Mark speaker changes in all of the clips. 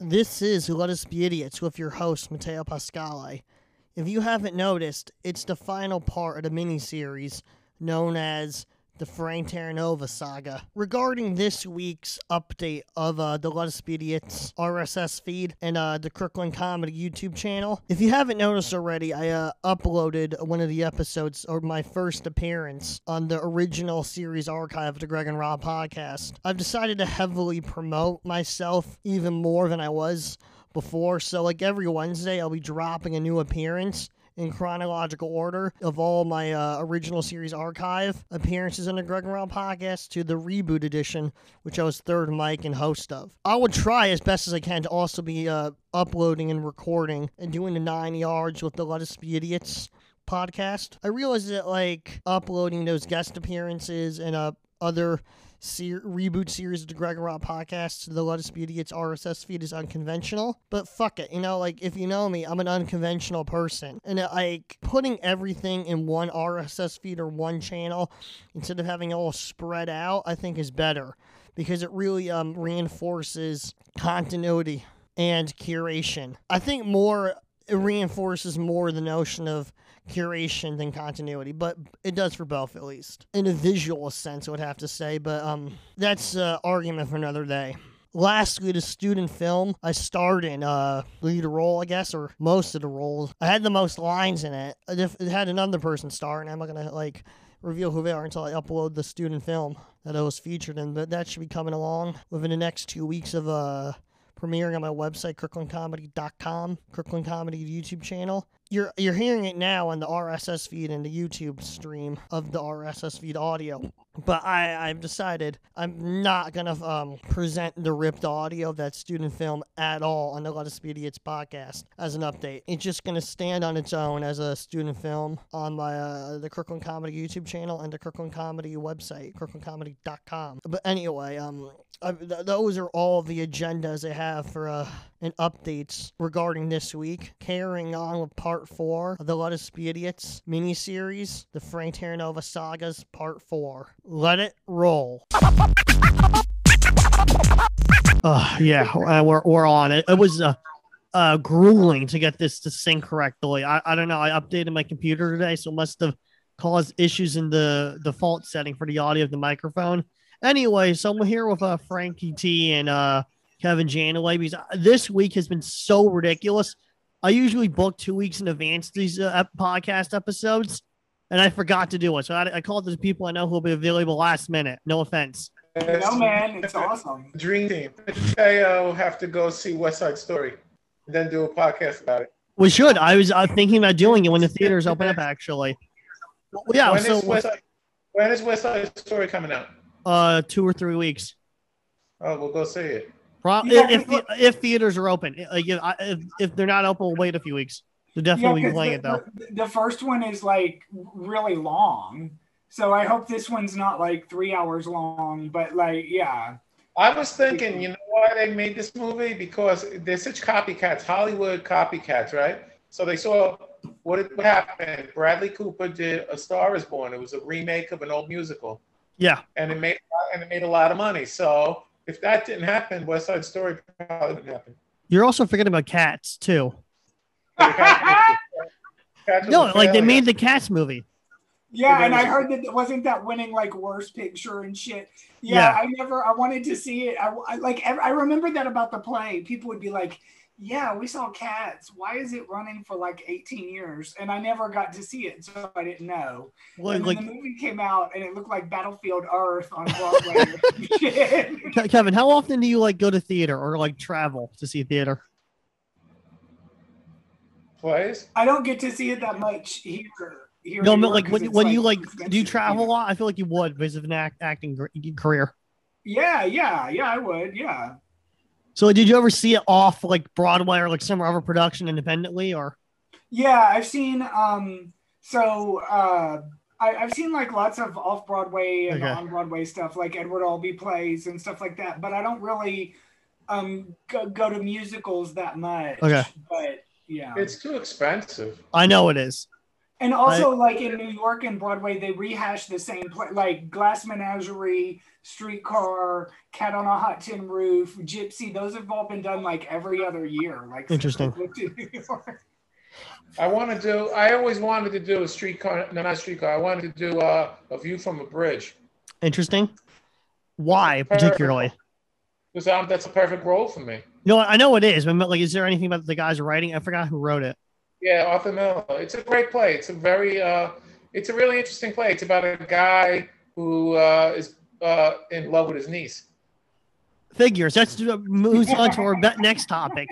Speaker 1: This is Who Let Us Be Idiots with your host, Matteo Pascale. If you haven't noticed, it's the final part of the miniseries known as the Frank Terranova saga. Regarding this week's update of uh, the Let Us Be Idiots RSS feed and uh, the Kirkland Comedy YouTube channel, if you haven't noticed already, I uh, uploaded one of the episodes or my first appearance on the original series archive of the Greg and Rob podcast. I've decided to heavily promote myself even more than I was before. So, like every Wednesday, I'll be dropping a new appearance in chronological order of all my uh, original series archive appearances on the Greg and Round podcast to the reboot edition, which I was third mic and host of. I would try as best as I can to also be uh, uploading and recording and doing the nine yards with the Let Us Be Idiots podcast. I realized that like uploading those guest appearances and uh, other ser- reboot series of the Greg and Rob podcast to the Let Us Be Idiots RSS feed is unconventional. But fuck it, you know, like if you know me, I'm an unconventional person, and uh, like putting everything in one RSS feed or one channel instead of having it all spread out, I think is better because it really um, reinforces continuity and curation. I think more it reinforces more the notion of curation than continuity, but it does for both at least. In a visual sense, I would have to say, but um, that's uh, argument for another day. Lastly, the student film, I starred in uh, lead role, I guess, or most of the roles. I had the most lines in it. I def- It had another person star, and I'm not gonna like reveal who they are until I upload the student film that I was featured in. But that should be coming along within the next two weeks of uh premiering on my website, kirklandcomedy.com, Kirkland Comedy YouTube channel. You're you're hearing it now on the RSS feed and the YouTube stream of the RSS feed audio. But I, I've decided I'm not gonna um, present the ripped audio of that student film at all on the Let Us Be Idiots podcast as an update. It's just gonna stand on its own as a student film on my uh, the Kirkland Comedy YouTube channel and the Kirkland Comedy website, kirklandcomedy.com. But anyway, um, I, th- those are all the agendas I have for uh, and updates regarding this week. Carrying on with part four of the Let Us Be Idiots miniseries, the Frank Terranova Sagas Part 4. Let it roll. Uh, yeah, uh, we're, we're on it. It was uh, uh, grueling to get this to sync correctly. I, I don't know. I updated my computer today, so it must have caused issues in the default setting for the audio of the microphone. Anyway, so I'm here with uh, Frankie T and uh, Kevin Janaway because uh, this week has been so ridiculous. I usually book two weeks in advance these uh, ep- podcast episodes, and I forgot to do it. So I, I called the people I know who will be available last minute. No offense.
Speaker 2: No man, it's awesome.
Speaker 3: Dream team. Mateo have to go see West Side Story, then do a podcast about it.
Speaker 1: We should. I was uh, thinking about doing it when the theaters open up, actually. Well, yeah,
Speaker 3: When is
Speaker 1: so
Speaker 3: West Side, when is West Side Story coming out?
Speaker 1: uh, two or three weeks.
Speaker 3: Oh, we'll go see it.
Speaker 1: Pro-
Speaker 2: You
Speaker 1: if,
Speaker 2: gotta-
Speaker 1: if theaters are open, like if, I- if, if they're not open, we'll wait a few weeks. They'll definitely
Speaker 2: Yeah,
Speaker 1: be
Speaker 2: 'cause
Speaker 1: playing
Speaker 2: the,
Speaker 1: it though.
Speaker 2: The, the first one is like really long. So I hope this one's not like three hours long, but like, yeah.
Speaker 3: I was thinking, you know why they made this movie? Because they're such copycats, Hollywood copycats, right? So they saw what what happened. Bradley Cooper did A Star Is Born. It was a remake of an old musical,
Speaker 1: Yeah,
Speaker 3: and it made and it made a lot of money. So if that didn't happen, West Side Story probably wouldn't happen.
Speaker 1: you're also forgetting about Cats too.
Speaker 3: Cats was
Speaker 1: No,
Speaker 3: a
Speaker 1: like they
Speaker 3: failure.
Speaker 1: made the Cats movie.
Speaker 2: Yeah,
Speaker 3: It
Speaker 2: and I
Speaker 3: is.
Speaker 2: heard that it wasn't that winning like worst picture and shit. Yeah,
Speaker 1: Yeah.
Speaker 2: I never. I wanted to see it. I, I like. ev- I remember that about the play. People would be like, "Yeah, we saw Cats. Why is it running for like 18 years?" And I never got to see it, so I didn't know.
Speaker 1: Like,
Speaker 2: and
Speaker 1: like
Speaker 2: then the movie came out, and it looked like Battlefield Earth on Broadway. Shit.
Speaker 1: Ke- Kevin, how often do you like go to theater or like travel to see theater?
Speaker 3: plays.
Speaker 2: I don't get to see it that much here. here
Speaker 1: No, but
Speaker 2: anymore
Speaker 1: like
Speaker 2: 'cause
Speaker 1: when,
Speaker 2: it's,
Speaker 1: when you like do you
Speaker 2: expensive,
Speaker 1: travel a
Speaker 2: know?
Speaker 1: lot? I feel like you would because of an act, acting gr- career.
Speaker 2: Yeah, yeah, yeah. I would. Yeah.
Speaker 1: So like, did you ever see it off like Broadway or like some other production independently or?
Speaker 2: Yeah, I've seen um so uh I, I've seen like lots of off Broadway and
Speaker 1: Okay.
Speaker 2: on Broadway stuff, like Edward Albee plays and stuff like that, but I don't really um go, go to musicals that much.
Speaker 1: Okay.
Speaker 2: But yeah.
Speaker 3: It's too expensive.
Speaker 1: I know it is.
Speaker 2: And also, like in New York and Broadway, they rehash the same play, like Glass Menagerie, Streetcar, Cat on a Hot Tin Roof, Gypsy. Those have all been done like every other year. Like
Speaker 1: Interesting.
Speaker 3: I want to do. I always wanted to do a streetcar. No, not streetcar. I wanted to do uh, a view from a bridge
Speaker 1: Interesting. Why particularly?
Speaker 3: because that's a perfect role for me.
Speaker 1: No, I know it is, but like, is there anything about the guys writing? I forgot who wrote it.
Speaker 3: Yeah, Arthur Miller. It's a great play. It's a very, uh, it's a really interesting play. It's about a guy who uh, is uh, in love with his niece.
Speaker 1: Figures. That's moves on to our be- next topic.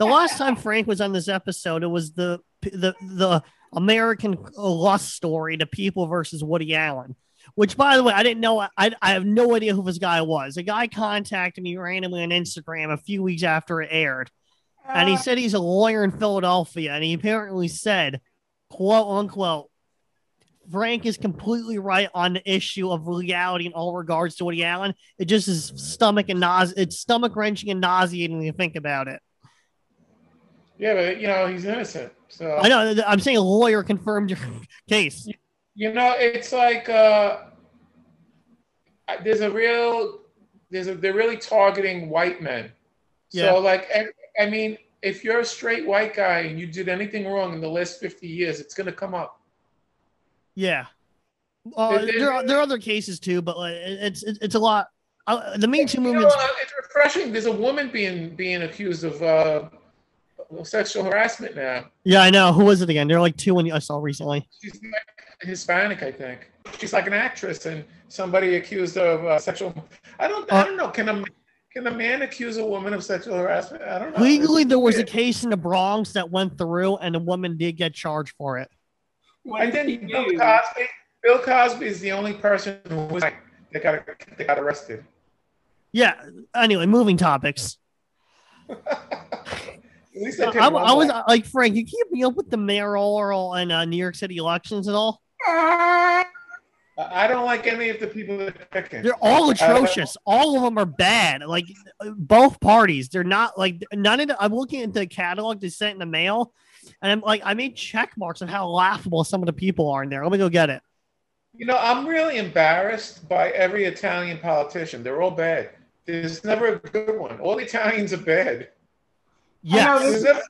Speaker 1: The last time Frank was on this episode, it was the the the American lust story, the People versus Woody Allen. Which, by the way, I didn't know. I I have no idea who this guy was. A guy contacted me randomly on Instagram a few weeks after it aired. and he
Speaker 2: Uh,
Speaker 1: said he's a lawyer in Philadelphia, and he apparently said, "quote unquote," Frank is completely right on the issue of legality in all regards to Woody Allen. It just is stomach and nause. It's stomach wrenching and nauseating when you think about it.
Speaker 3: Yeah, but you know he's innocent. So
Speaker 1: I know. th- I'm saying a lawyer confirmed your case.
Speaker 3: You know, it's like uh, I- there's a real, there's a, they're really targeting white men.
Speaker 1: Yeah.
Speaker 3: So like, I, I mean, if you're a straight white guy and you did anything wrong in the last 50 years, it's gonna come up.
Speaker 1: Yeah. Uh,
Speaker 3: It- it-
Speaker 1: there are there are other cases too, but like, it- it's it's it's a lot. Uh, the Me Too
Speaker 3: You know,
Speaker 1: movement's
Speaker 3: uh, it's refreshing. There's a woman being being accused of uh, sexual harassment now.
Speaker 1: Yeah, I know. Who was it again? There are like two when I saw recently.
Speaker 3: She's Hispanic, I think. She's like an actress, and somebody accused her of uh, sexual. I don't. I
Speaker 1: Uh,
Speaker 3: don't know. Can a can a man accuse a woman of sexual harassment? I don't know.
Speaker 1: Legally, there was a case in the Bronx that went through, and a woman did get charged for it.
Speaker 2: what
Speaker 3: I
Speaker 2: did he
Speaker 3: think Bill
Speaker 2: do?
Speaker 3: Cosby. Bill Cosby is the only person who was like that got that got arrested.
Speaker 1: Yeah. Anyway, moving topics.
Speaker 3: At least
Speaker 1: I,
Speaker 3: I, did
Speaker 1: I
Speaker 3: one
Speaker 1: was
Speaker 3: black-
Speaker 1: uh, like, Frank, you keep me up with the mayoral and uh, New York City elections and all.
Speaker 3: I I don't like any of the people that are picking.
Speaker 1: uh, They're all
Speaker 3: Uh,
Speaker 1: atrocious. all of them are bad. Like uh, both parties, they're not like none of. The, I'm looking at the catalog they sent in the mail, and I'm like, I made check marks of how laughable some of the people are in there. Let me go get it.
Speaker 3: You know, I'm really embarrassed by every Italian politician. They're all bad. There's never a good one. All Italians are bad.
Speaker 2: know,
Speaker 1: Yes.
Speaker 2: this-
Speaker 3: There's never-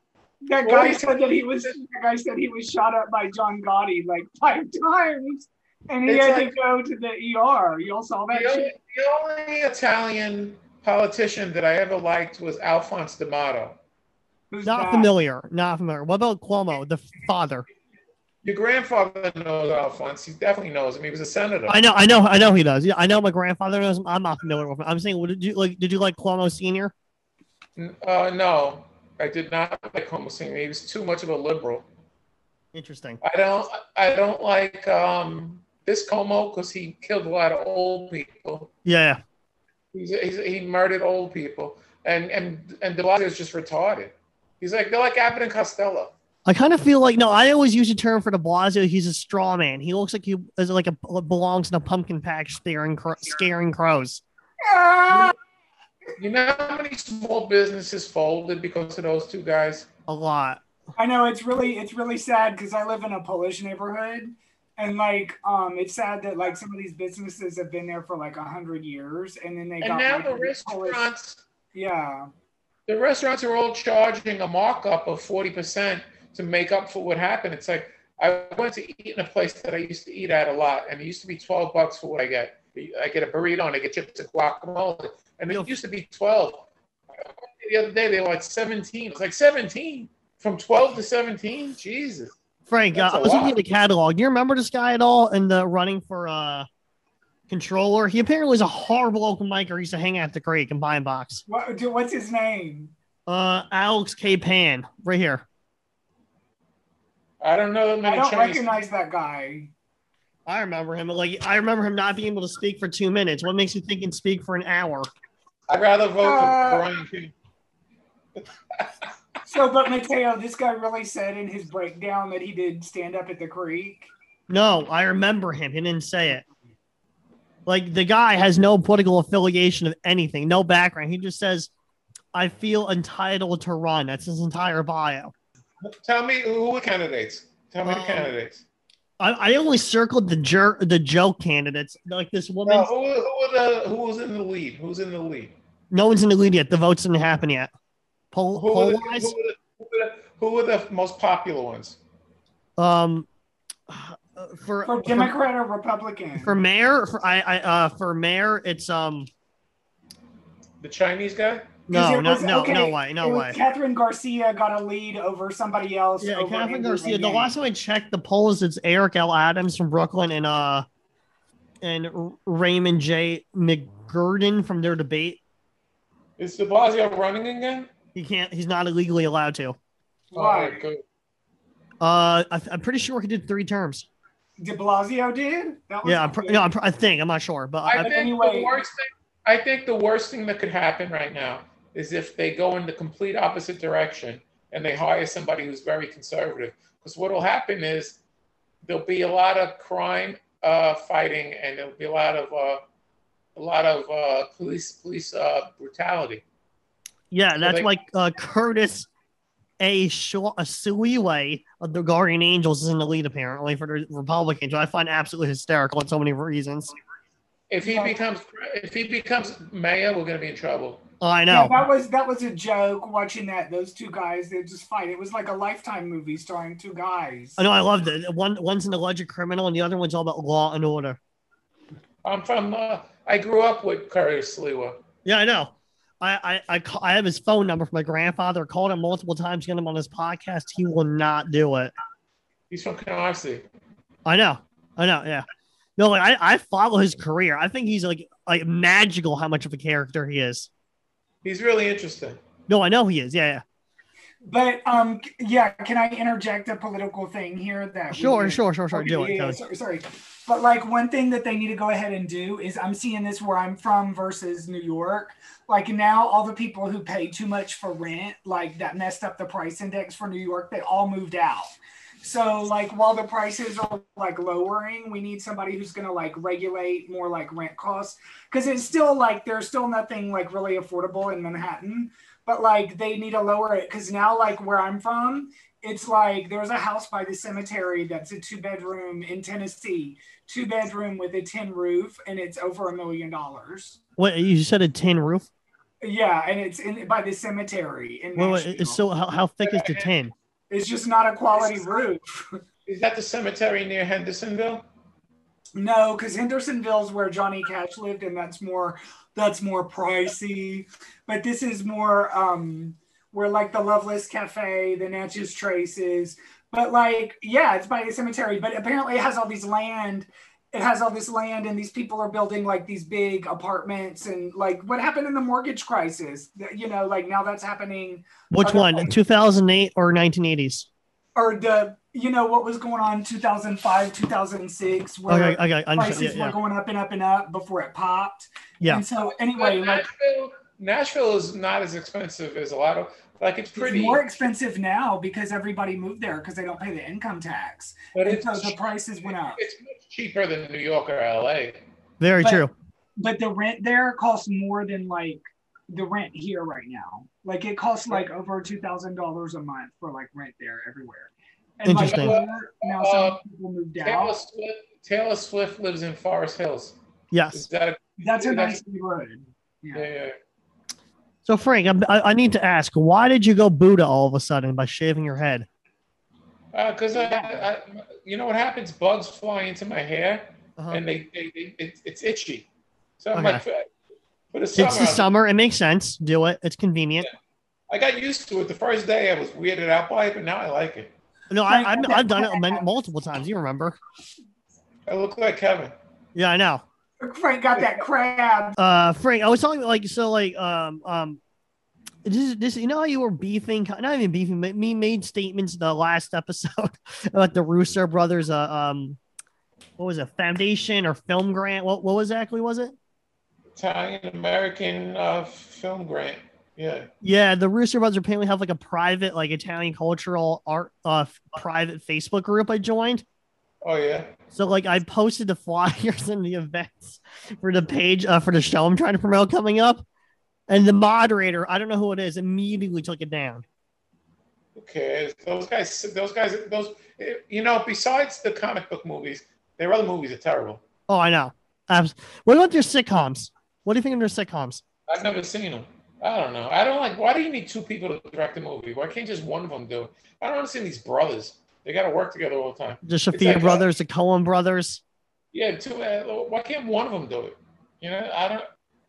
Speaker 2: That guy said that he was. That guy said he was shot up by John Gotti like five times, and he
Speaker 3: It's
Speaker 2: had
Speaker 3: like-
Speaker 2: to go to the ER. You all saw that
Speaker 3: the, only,
Speaker 2: shit.
Speaker 3: the only Italian politician that I ever liked was Alphonse D'Amato.
Speaker 2: Who's
Speaker 1: Not
Speaker 2: that?
Speaker 1: familiar. Not familiar. What about Cuomo, the father?
Speaker 3: Your grandfather knows Alphonse. He definitely knows him. He was a senator.
Speaker 1: I know, I know, I know he does. Yeah, I know my grandfather knows him. I'm not familiar with him. I'm saying, what did you like? Did you like Cuomo Senior?
Speaker 3: N- Uh, no, I did not like Homo Senior. He was too much of a liberal.
Speaker 1: Interesting.
Speaker 3: I don't. I don't like um, this Como because he killed a lot of old people.
Speaker 1: Yeah,
Speaker 3: He's, he's, he murdered old people, and and and De Blasio is just retarded. He's like they're like Abbott and Costello.
Speaker 1: I kind of feel like no. I always use the term for De Blasio. He's a straw man. He looks like he is like a belongs in a pumpkin patch, staring cro- scaring crows.
Speaker 2: Ah!
Speaker 3: You know how many small businesses folded because of those two guys?
Speaker 1: A lot.
Speaker 2: I know it's really it's really sad because I live in a Polish neighborhood, and like um, it's sad that like some of these businesses have been there for like a hundred years, and then they
Speaker 3: And
Speaker 2: got
Speaker 3: now
Speaker 2: like,
Speaker 3: the
Speaker 2: these Polish-
Speaker 3: restaurants.
Speaker 2: Yeah,
Speaker 3: the restaurants are all charging a markup of 40% to make up for what happened. It's like I went to eat in a place that I used to eat at a lot, and it used to be 12 bucks for what I get. I get a burrito and I get chips and guacamole, and it used to be 12. The other day they were like 17. It's like 17 from 12 to 17. Jesus,
Speaker 1: Frank, uh,
Speaker 3: That's
Speaker 1: I
Speaker 3: a
Speaker 1: was looking
Speaker 3: lot.
Speaker 1: at the catalog. Do you remember this guy at all in the running for uh controller? He apparently was a horrible open micer. He used to hang out at the creek and buy in box.
Speaker 2: what do- what's his name?
Speaker 1: Uh, Alex K. Pan, right here.
Speaker 3: I don't know that
Speaker 2: I
Speaker 3: many
Speaker 2: don't
Speaker 3: Chinese.
Speaker 2: recognize that guy.
Speaker 1: I remember him. Like I remember him not being able to speak for two minutes. What makes you think he can speak for an hour?
Speaker 3: I'd rather vote
Speaker 2: Uh,
Speaker 3: for Brian King.
Speaker 2: So, but Mateo, this guy really said in his breakdown that he did stand up at the creek.
Speaker 1: No, I remember him. He didn't say it. Like the guy has no political affiliation of anything, no background. He just says, "I feel entitled to run." That's his entire bio.
Speaker 3: Tell me who were candidates. Tell me
Speaker 1: Um,
Speaker 3: the candidates.
Speaker 1: I, I only circled the jerk, the joke candidates. Like this woman,
Speaker 3: Now,
Speaker 1: no.
Speaker 3: who, who are the who was in the lead? Who's in the lead?
Speaker 1: one's in the lead yet. The votes didn't happen yet. Poll,
Speaker 3: Who were
Speaker 1: poll
Speaker 3: the,
Speaker 1: wise,
Speaker 3: who, were the, who, were the, who were the most popular ones?
Speaker 1: um, uh, for for,
Speaker 2: for Democrat or Republican.
Speaker 1: for mayor, for I, I uh for mayor, it's um
Speaker 3: The Chinese guy?
Speaker 1: no
Speaker 2: it
Speaker 1: no
Speaker 2: was-
Speaker 1: no
Speaker 2: okay,
Speaker 1: no way no
Speaker 2: It was
Speaker 1: way.
Speaker 2: Catherine Garcia got a lead over somebody else.
Speaker 1: Yeah,
Speaker 2: over
Speaker 1: Catherine
Speaker 2: Andrew
Speaker 1: Garcia. The
Speaker 2: Yang.
Speaker 1: last time I checked the polls, it's Eric L. Adams from Brooklyn and uh and R- Raymond J. McGurden from their debate.
Speaker 3: Is De Blasio running again?
Speaker 1: He can't. He's not illegally allowed to.
Speaker 2: Why?
Speaker 3: Oh, good.
Speaker 1: Uh, I, I'm pretty sure he did three terms.
Speaker 2: De Blasio did. That was
Speaker 1: Yeah, I'm pr- no, I'm pr- I think I'm not sure, but
Speaker 3: I
Speaker 1: I,
Speaker 3: think
Speaker 2: anyway-
Speaker 3: the worst thing. I think the worst thing that could happen right now is if they go in the complete opposite direction and they hire somebody who's very conservative. Because what will happen is there'll be a lot of crime uh, fighting and there'll be a lot of uh, a lot of uh, police police uh, brutality.
Speaker 1: yeah, that's
Speaker 3: they-
Speaker 1: like uh, Curtis A. Shaw, a Suiway of the Guardian Angels is in the lead apparently for the Republicans. which I find absolutely hysterical in so many reasons.
Speaker 3: If he
Speaker 2: Yeah.
Speaker 3: becomes if he becomes mayor, we're going to be in trouble.
Speaker 1: I
Speaker 2: Yeah,
Speaker 1: know.
Speaker 2: that was that was a joke. Watching that, those two guys, they just fight. It was like a lifetime movie starring two guys.
Speaker 1: I know. I loved it. One one's an alleged criminal, and the other one's all about law and order.
Speaker 3: I'm from. Uh, I grew up with Curtis Lewa.
Speaker 1: Yeah, I know. I I I, ca- I have his phone number from my grandfather. Called him multiple times, get him on his podcast. He will not do it.
Speaker 3: He's from Canarsie.
Speaker 1: I know. I know. Yeah. No, like I, I follow his career. I think he's like like magical how much of a character he is.
Speaker 3: He's really interesting.
Speaker 1: No, I know he is. Yeah,
Speaker 2: But um, c- yeah, can I interject a political thing here?
Speaker 1: yeah.
Speaker 2: That we
Speaker 1: Sure,
Speaker 2: did?
Speaker 1: sure, sure, sure.
Speaker 2: Okay,
Speaker 1: Do
Speaker 2: yeah,
Speaker 1: it.
Speaker 2: yeah,
Speaker 1: Cody.
Speaker 2: sorry, sorry. But like one thing that they need to go ahead and do is I'm seeing this where I'm from versus New York. Like now all the people who pay too much for rent, like that messed up the price index for New York, they all moved out. So like while the prices are like lowering, we need somebody who's gonna like regulate more like rent costs. Cause it's still like there's still nothing like really affordable in Manhattan. But like they need to lower it because now like where I'm from, it's like there's a house by the cemetery that's a two bedroom in Tennessee, two bedroom with a tin roof, and it's over a million dollars.
Speaker 1: What you said a tin roof?
Speaker 2: Yeah, and it's in by the cemetery in
Speaker 1: Wait,
Speaker 2: Nashville.
Speaker 1: wait, so how, how thick is the tin?
Speaker 2: it's just not a quality roof.
Speaker 3: Is that the cemetery near Hendersonville?
Speaker 2: No, because Hendersonville's where Johnny Cash lived, and that's more that's more pricey. But this is more um where like the Loveless Cafe, the Natchez Traces. But like, yeah, it's by a cemetery, but apparently it has all these land. It has all this land, and these people are building like these big apartments, and like what happened in the mortgage crisis, Th- you know, like now that's happening,
Speaker 1: Which one? Two thousand eight or nineteen eighties?
Speaker 2: or the you know what was going on 2005, 2006, where
Speaker 1: Okay, okay, I
Speaker 2: prices
Speaker 1: understand. Yeah,
Speaker 2: were
Speaker 1: yeah.
Speaker 2: going up and up and up before it popped.
Speaker 1: Yeah.
Speaker 2: And so
Speaker 3: But
Speaker 2: anyway, like
Speaker 3: Nashville, Nashville is not as expensive as a lot of like it's
Speaker 2: it's
Speaker 3: pretty,
Speaker 2: more expensive now because everybody moved there because they don't pay the income tax.
Speaker 3: but
Speaker 2: And
Speaker 3: it's
Speaker 2: so the prices went up.
Speaker 3: it's much cheaper than New York or LA.
Speaker 1: Very
Speaker 2: but-
Speaker 1: true.
Speaker 2: But the rent there costs more than like the rent here right now. Like it costs like over two thousand dollars a month for like rent there everywhere. And like
Speaker 1: Interesting.
Speaker 2: here, now some
Speaker 3: Uh,
Speaker 2: people moved
Speaker 3: Taylor
Speaker 2: out.
Speaker 3: Swift, Taylor Swift lives in Forest Hills. Is
Speaker 1: Yes.
Speaker 3: that a,
Speaker 2: That's a
Speaker 3: that's-
Speaker 2: nice neighborhood.
Speaker 3: yeah, yeah.
Speaker 1: So Frank, I'm- I, I need to ask, why did you go Buddha all of a sudden by shaving your head?
Speaker 3: Because Uh, I, I, you know what happens? Bugs fly into my hair,
Speaker 1: Uh-huh.
Speaker 3: and they, they, they it, it's itchy. So I'm
Speaker 1: Okay.
Speaker 3: like, for the summer,
Speaker 1: It's the summer. It makes sense. Do it. It's convenient.
Speaker 3: I got used to it. The first day I was weirded out by it, but now I like it.
Speaker 1: No, I,
Speaker 2: Frank,
Speaker 1: I've,
Speaker 2: okay.
Speaker 1: I've done it many, multiple times. You remember?
Speaker 3: I look like Kevin.
Speaker 1: Yeah, I know.
Speaker 2: Frank got that crab.
Speaker 1: Uh, Frank, I was talking like so, like um um, this is this. You know how you were beefing, not even beefing, but me made statements the last episode about the Russo brothers. Uh, um, what was it? Foundation or film grant? What what exactly was it?
Speaker 3: Italian American uh, film grant. Yeah.
Speaker 1: Yeah, the Rooster Brothers apparently have like a private, like Italian cultural art, uh, f- private Facebook group I joined.
Speaker 3: Oh yeah.
Speaker 1: So like I posted the flyers and the events for the page uh, for the show I'm trying to promote coming up, and the moderator I don't know who it is immediately took it down.
Speaker 3: Who cares? Those guys, those guys, those. You know, besides the comic book movies, their other movies are terrible.
Speaker 1: Oh, I know. Abs- what about their sitcoms? What do you think of their sitcoms?
Speaker 3: I've never seen them. I don't know. I don't like. Why do you need two people to direct a movie? Why can't just one of them do it? I don't understand these brothers. They got to work together all the time.
Speaker 1: The
Speaker 3: It's like,
Speaker 1: Shafir
Speaker 3: uh,
Speaker 1: brothers, the Cohen brothers.
Speaker 3: Yeah, two. Uh, why can't one of them do it? You know, I don't.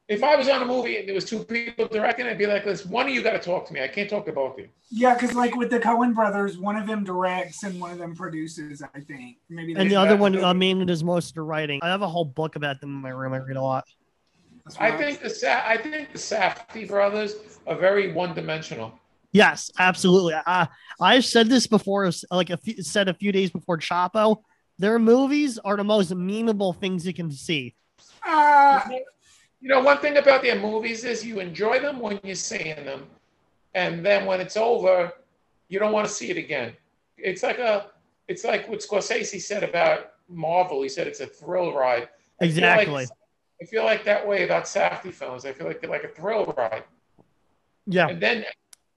Speaker 3: If I was on a movie and there was two people directing, I'd be like, "Listen, one of you got to talk to me. I can't talk to both of you."
Speaker 2: Yeah, because like with the Cohen brothers, one of them directs and one of them produces. I think maybe.
Speaker 1: And
Speaker 2: they-
Speaker 1: the other one, I mean, it is most of the writing. I have a whole book about them in my room. I read a lot.
Speaker 2: that's
Speaker 3: I
Speaker 2: why-
Speaker 3: think the Sa- I think the Safdie brothers are very one-dimensional.
Speaker 1: Yes, absolutely. I I've said this before, like a few, said a few days before Chapo. Their movies are the most memeable things you can see.
Speaker 2: Uh,
Speaker 3: You know, one thing about their movies is you enjoy them when you're seeing them, and then when it's over, you don't want to see it again. It's like a, it's like what Scorsese said about Marvel. He said it's a thrill ride.
Speaker 1: Exactly.
Speaker 3: I feel like that way about Safdie films. I feel like they're like a thrill ride,
Speaker 1: yeah,
Speaker 3: and then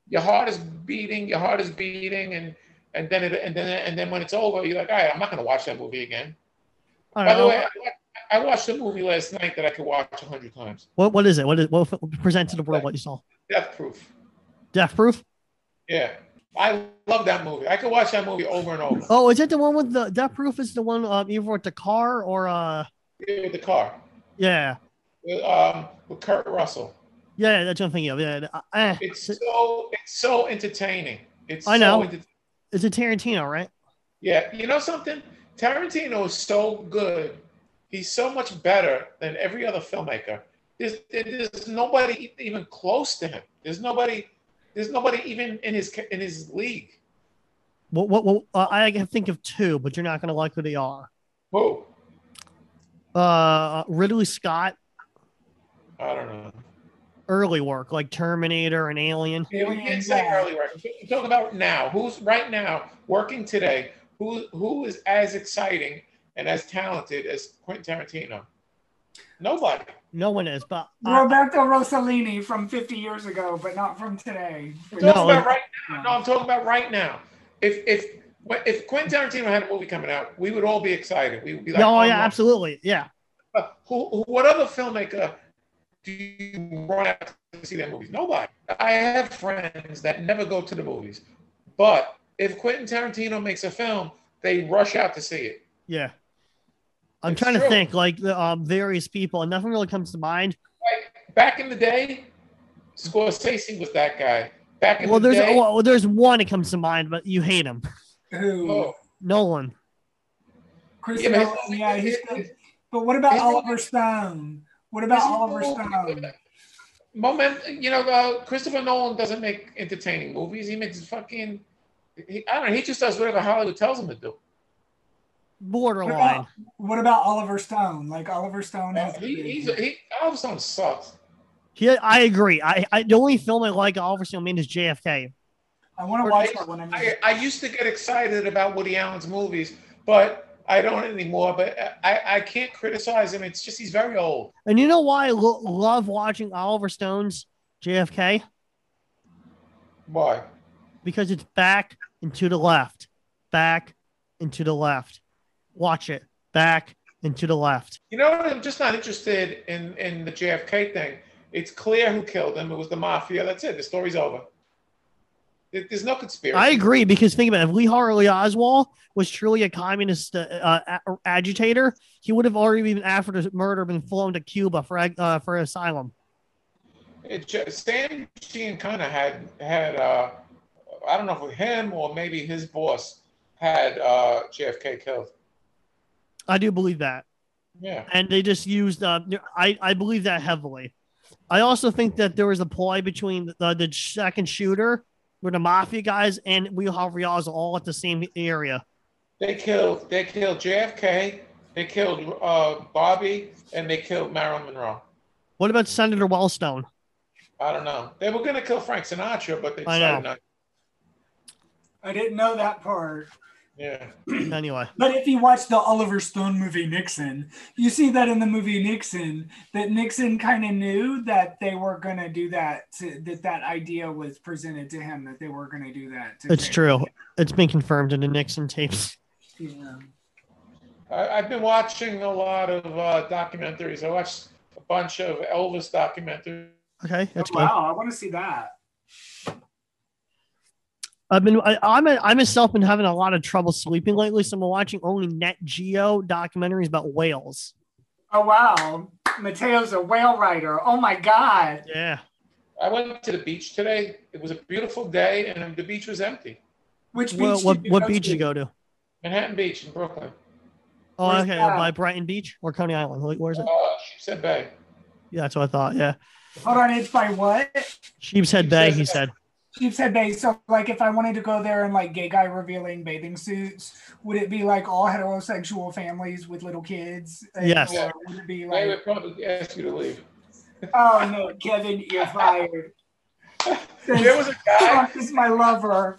Speaker 3: your heart is beating, your heart is beating, and and then it, and then and then when it's over, you're like, all right, I'm not going to watch that movie again.
Speaker 1: I
Speaker 3: By
Speaker 1: don't
Speaker 3: the
Speaker 1: know.
Speaker 3: way, I wa- I watched a movie last night that I could watch a hundred times.
Speaker 1: what what is it? What is what present to the world? What you saw?
Speaker 3: Death Proof.
Speaker 1: Death Proof.
Speaker 3: Yeah, I love that movie. I could watch that movie over and over
Speaker 1: Oh, is that the one with the Death Proof? Is the one um, either with the car or uh,
Speaker 3: Yeah, with the car
Speaker 1: yeah,
Speaker 3: with, um, with Kurt Russell.
Speaker 1: yeah, that's what I'm thinking of. Yeah, uh, eh.
Speaker 3: It's so it's so entertaining. It's
Speaker 1: I know.
Speaker 3: So enter-
Speaker 1: it's a Tarantino, right?
Speaker 3: yeah, you know something? Tarantino is so good. He's so much better than every other filmmaker. There's, there's nobody e, even close to him. There's nobody. There's nobody even in his in his league.
Speaker 1: What what, what uh, I can think of two, but you're not gonna like who they are.
Speaker 3: Who?
Speaker 1: Uh, Ridley Scott
Speaker 3: I don't know.
Speaker 1: early work like Terminator and Alien.
Speaker 3: Yeah, we
Speaker 2: Alien,
Speaker 3: can't say
Speaker 2: yeah.
Speaker 3: early work. We're Talking about now, who's right now working today? Who who is as exciting and as talented as Quentin Tarantino? Nobody.
Speaker 1: No one is, but I,
Speaker 2: Roberto Rossellini from 50 years ago, but not from today.
Speaker 3: I'm
Speaker 1: No,
Speaker 3: talking about right
Speaker 2: No.
Speaker 3: now. No, I'm talking about right now. If if if Quentin Tarantino had a movie coming out, we would all be excited. We would be like,
Speaker 1: oh yeah,
Speaker 3: my
Speaker 1: absolutely, yeah.
Speaker 3: Uh, who, who, what other filmmaker do you run out to see their movies? Nobody. I have friends that never go to the movies, but if Quentin Tarantino makes a film, they rush out to see it.
Speaker 1: Yeah. I'm
Speaker 3: It's
Speaker 1: trying to
Speaker 3: true.
Speaker 1: think like the um, various people, and nothing really comes to mind.
Speaker 3: Back in the day, Scorsese was that guy. Back in
Speaker 1: Well,
Speaker 3: the
Speaker 1: there's
Speaker 3: day,
Speaker 1: well, there's one that comes to mind, but you hate him,
Speaker 2: Who?
Speaker 3: oh,
Speaker 1: Nolan.
Speaker 2: Chris
Speaker 3: yeah,
Speaker 2: Nolan,
Speaker 3: but-
Speaker 2: yeah, he's good. But what about
Speaker 3: It's-
Speaker 2: Oliver Stone? What about Oliver
Speaker 3: Christopher
Speaker 2: Stone?
Speaker 3: Nolan- Moment, you know, uh, Christopher Nolan doesn't make entertaining movies. He makes fucking. He, I don't know. He just does whatever Hollywood tells him to do.
Speaker 1: borderline.
Speaker 2: Well, What about Oliver Stone? Like Oliver Stone has.
Speaker 3: He, he's, he, Oliver Stone sucks.
Speaker 1: He, I agree. I, I the only film I like Oliver Stone made is JFK.
Speaker 2: I want to watch that one. I mean,
Speaker 3: I, I used to get excited about Woody Allen's movies, but I don't anymore. But I, I can't criticize him. It's just he's very old.
Speaker 1: And you know why I lo- love watching Oliver Stone's JFK
Speaker 3: Why?
Speaker 1: because it's back and to the left, back and to the left. Watch it back and to the left.
Speaker 3: You know, what? I'm just not interested in in the JFK thing. It's clear who killed him. It was the mafia. That's it. The story's over. There- There's no conspiracy.
Speaker 1: I agree because think about it. If Lee Harvey Oswald was truly a communist uh, uh, a- agitator, he would have already been after the murder been flown to Cuba for ag- uh, for asylum.
Speaker 3: It ju- Sam Giancana had had uh, I don't know if it was him or maybe his boss had uh, JFK killed.
Speaker 1: I do believe that.
Speaker 3: Yeah.
Speaker 1: and they just used uh, I, I believe that heavily i also think that there was a ploy between the, the second shooter where the mafia guys and we harvey Oswald all at the same area
Speaker 3: They killed. They killed JFK. They killed uh, Bobby, and they killed Marilyn Monroe.
Speaker 1: what about senator wellstone
Speaker 3: I don't know. They were gonna kill Frank Sinatra, but they
Speaker 1: I
Speaker 3: decided
Speaker 1: know.
Speaker 3: not.
Speaker 2: I didn't know that part.
Speaker 3: Yeah.
Speaker 1: Anyway,
Speaker 2: But if you watch the Oliver Stone movie Nixon, you see that in the movie Nixon that Nixon kind of knew that they were going to do that to, that that idea was presented to him that they were going to do that. To
Speaker 1: it's true. It's been confirmed in the Nixon tapes.
Speaker 2: Yeah.
Speaker 3: I, I've been watching a lot of uh, documentaries. I watched a bunch of Elvis documentaries.
Speaker 1: Okay, that's
Speaker 2: Oh,
Speaker 1: good.
Speaker 2: wow, I want to see that.
Speaker 1: I've been I, I'm a, I myself been having a lot of trouble sleeping lately, so I'm watching only Net Geo documentaries about whales.
Speaker 2: Oh wow, Mateo's a whale writer. Oh my god.
Speaker 1: Yeah,
Speaker 3: I went to the beach today. It was a beautiful day, and the beach was empty.
Speaker 2: Which beach?
Speaker 1: well, what
Speaker 2: did you
Speaker 1: what
Speaker 2: go
Speaker 1: beach
Speaker 2: to?
Speaker 1: did you go to?
Speaker 3: Manhattan Beach in Brooklyn.
Speaker 1: Oh,
Speaker 2: Where's
Speaker 1: okay,
Speaker 2: that?
Speaker 1: by Brighton Beach or Coney Island. Wait, Where's it?
Speaker 3: Uh, Sheep's Head Bay.
Speaker 1: Yeah, that's what I thought. Yeah,
Speaker 2: Hold on, it's by what?
Speaker 1: Sheep's Head Bay. He said.
Speaker 2: Sheep's Head Bay. So, like, if I wanted to go there in like gay guy revealing bathing suits, would it be like all heterosexual families with little kids? And-
Speaker 1: Yes.
Speaker 2: Or would it be
Speaker 3: They
Speaker 2: like,
Speaker 3: would probably ask you to leave.
Speaker 2: oh no, Kevin, you're fired.
Speaker 3: There was a guy.
Speaker 2: Trump is my lover.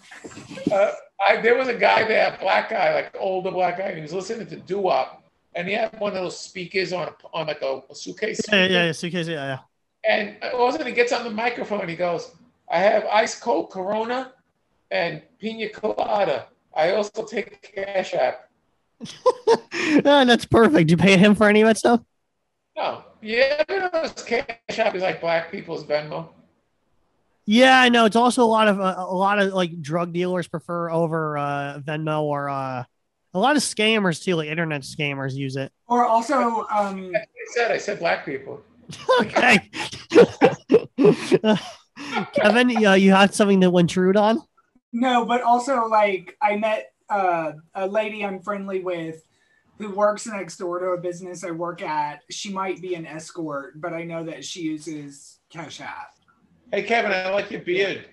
Speaker 3: Uh, I, there was a guy there, black guy, like older black guy, and he was listening to doo wop, and he had one of those speakers on on like a, a suitcase.
Speaker 1: Yeah, yeah, yeah, suitcase. Yeah, yeah.
Speaker 3: And all of a sudden, he gets on the microphone and he goes, "I have ice cold Corona and pina colada. I also take Cash App."
Speaker 1: Ah, that's perfect. You pay him for any of that stuff?
Speaker 3: No, yeah, you know, this Cash App is like black people's Venmo.
Speaker 1: Yeah, I know. It's also a lot of uh, a lot of like drug dealers prefer over uh, Venmo or uh, a lot of scammers too, like internet scammers use it.
Speaker 2: Or also, um,
Speaker 3: I said, I said black people.
Speaker 1: okay. Kevin, uh, you had something that went true on?
Speaker 2: No, but also like I met uh, a lady I'm friendly with who works next door to a business I work at. She might be an escort, but I know that she uses Cash App.
Speaker 3: Hey, Kevin, I like your beard.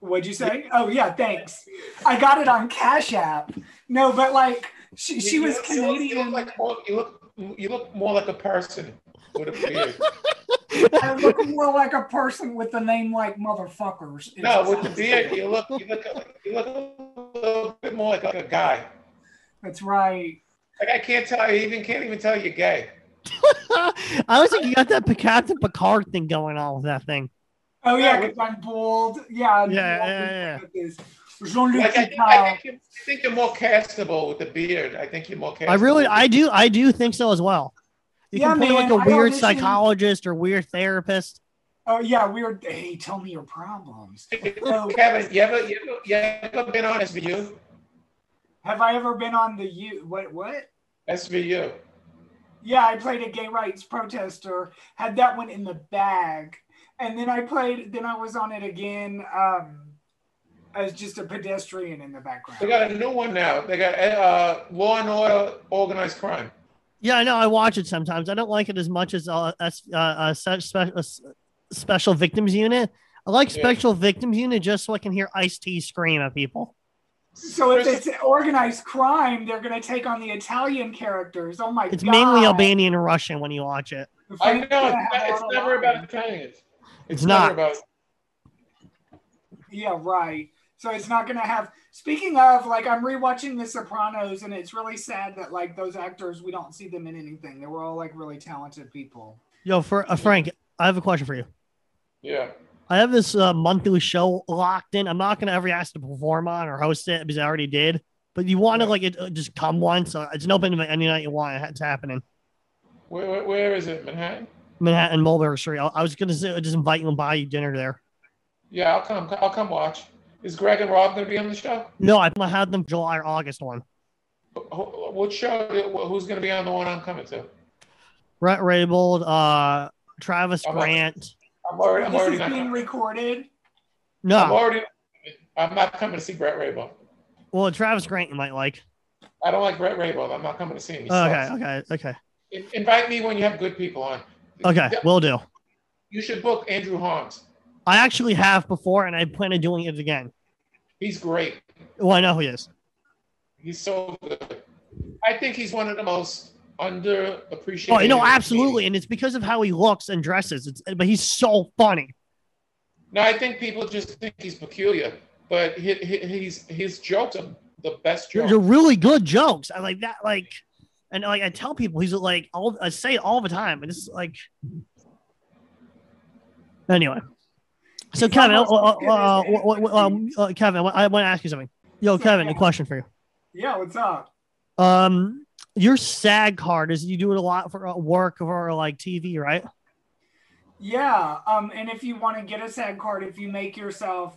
Speaker 2: What'd you say? Oh yeah, thanks. I got it on Cash App. No, but like she, she
Speaker 3: You-
Speaker 2: was
Speaker 3: you look- You look,
Speaker 2: Canadian.
Speaker 3: like more, you look you look more like a person with a beard.
Speaker 2: I look more like a person with a name like motherfuckers.
Speaker 3: no, with the beard, you look you look you look a little bit more like a guy.
Speaker 2: That's right.
Speaker 3: Like I can't tell. I even can't even tell you're gay.
Speaker 1: I was like, you got that Pic- Captain Picard thing going on with that thing.
Speaker 2: Oh yeah,
Speaker 3: Yeah,
Speaker 2: 'cause I'm bold. Yeah. I'm
Speaker 1: Yeah,
Speaker 2: bold.
Speaker 1: yeah,
Speaker 2: Jean-Luc
Speaker 3: Like I, think- I,
Speaker 2: Picard.
Speaker 3: think you're, I think you're more castable with the beard. I think you're more castable.
Speaker 1: I really, I do, I do think so as well. You
Speaker 2: Yeah,
Speaker 1: can play
Speaker 2: man,
Speaker 1: like
Speaker 2: I
Speaker 1: a weird
Speaker 2: auditioned-
Speaker 1: psychologist or weird therapist.
Speaker 2: Oh yeah, we were. Hey, tell me your problems. So,
Speaker 3: Kevin, you ever, you ever you ever been on SVU?
Speaker 2: have I ever been on the U? What? What?
Speaker 3: SVU.
Speaker 2: Yeah, I played a gay rights protester. Had that one in the bag, and then I played. Then I was on it again um, as just a pedestrian in the
Speaker 3: They
Speaker 2: background.
Speaker 3: got a new one now. They got uh, Law and Order, Organized Crime.
Speaker 1: Yeah, I know. I watch it sometimes. I don't like it as much as uh, S- uh, uh, se- spe- uh, s- Special Victims Unit. I like
Speaker 3: Yeah.
Speaker 1: Special Victims Unit just so I can hear Ice T scream at people.
Speaker 2: So if it's organized crime, they're gonna take on the Italian characters. Oh my
Speaker 1: It's
Speaker 2: god!
Speaker 1: mainly Albanian and Russian when you watch it.
Speaker 2: The
Speaker 3: I know
Speaker 2: French
Speaker 3: it's,
Speaker 2: gonna
Speaker 3: not,
Speaker 2: have a
Speaker 3: it's
Speaker 2: lot of
Speaker 3: never
Speaker 2: lines.
Speaker 3: about Italians.
Speaker 1: It's
Speaker 3: never
Speaker 1: not.
Speaker 3: about.
Speaker 2: Yeah, right. So it's not going to have. Speaking of, like, I'm rewatching The Sopranos, and it's really sad that like those actors, we don't see them in anything. They were all like really talented people.
Speaker 1: Yo, for uh, Frank, I have a question for you.
Speaker 3: Yeah.
Speaker 1: I have this uh, monthly show locked in. I'm not going to ever ask to perform on or host it because I already did. But you want to
Speaker 3: Yeah.
Speaker 1: like it, uh, just come once. Uh, it's an open event any night you want. It's happening.
Speaker 3: Where, where, where is it? Manhattan?
Speaker 1: Manhattan Mulberry Street. I, I was going to say just invite you and buy you dinner there.
Speaker 3: Yeah, I'll come. I'll come watch. Is Greg and Rob going to be on the show?
Speaker 1: No, I I had them July or August one.
Speaker 3: Wh- wh- What show? wh- Who's going to be on the one I'm coming to?
Speaker 1: Brett Raybold, uh, Travis
Speaker 3: I'm not-
Speaker 1: Grant.
Speaker 3: I'm already. I'm
Speaker 2: This
Speaker 3: already
Speaker 2: is
Speaker 3: not.
Speaker 2: being
Speaker 3: coming.
Speaker 2: recorded.
Speaker 3: I'm
Speaker 1: No,
Speaker 3: already. I'm not coming to see Brett Raybo.
Speaker 1: well, Travis Grant you might like.
Speaker 3: I don't like Brett Raybo. I'm not coming to see him. He
Speaker 1: Okay,
Speaker 3: sucks.
Speaker 1: okay, okay,
Speaker 3: In- invite me when you have good people on.
Speaker 1: okay. Will do.
Speaker 3: You should book Andrew Harms.
Speaker 1: I actually have before, and I plan on doing it again.
Speaker 3: He's great.
Speaker 1: Well, I know who he is.
Speaker 3: He's so good. I think he's one of the most underappreciated.
Speaker 1: Oh, no, absolutely, and it's because of how he looks and dresses. It's, but he's so funny.
Speaker 3: No, I think people just think he's peculiar, but he, he, he's his jokes are the best
Speaker 1: They're,
Speaker 3: jokes.
Speaker 1: they're really good jokes. I like that. Like, and like I tell people, he's like, all, I say it all the time, but it's like, anyway. So
Speaker 2: He's
Speaker 1: Kevin, uh,
Speaker 2: almost
Speaker 1: uh,
Speaker 2: as good
Speaker 1: uh,
Speaker 2: as
Speaker 1: what- what- what- um, uh, Kevin, I wa- I want to ask you something. Yo,
Speaker 2: What's up,
Speaker 1: Kevin, a
Speaker 2: Kevin?
Speaker 1: question for you.
Speaker 2: Yeah, what's up?
Speaker 1: Um, your SAG card is you do it a lot for uh, work or like TV, right?
Speaker 2: Yeah. Um, and if you want to get a SAG card, if you make yourself,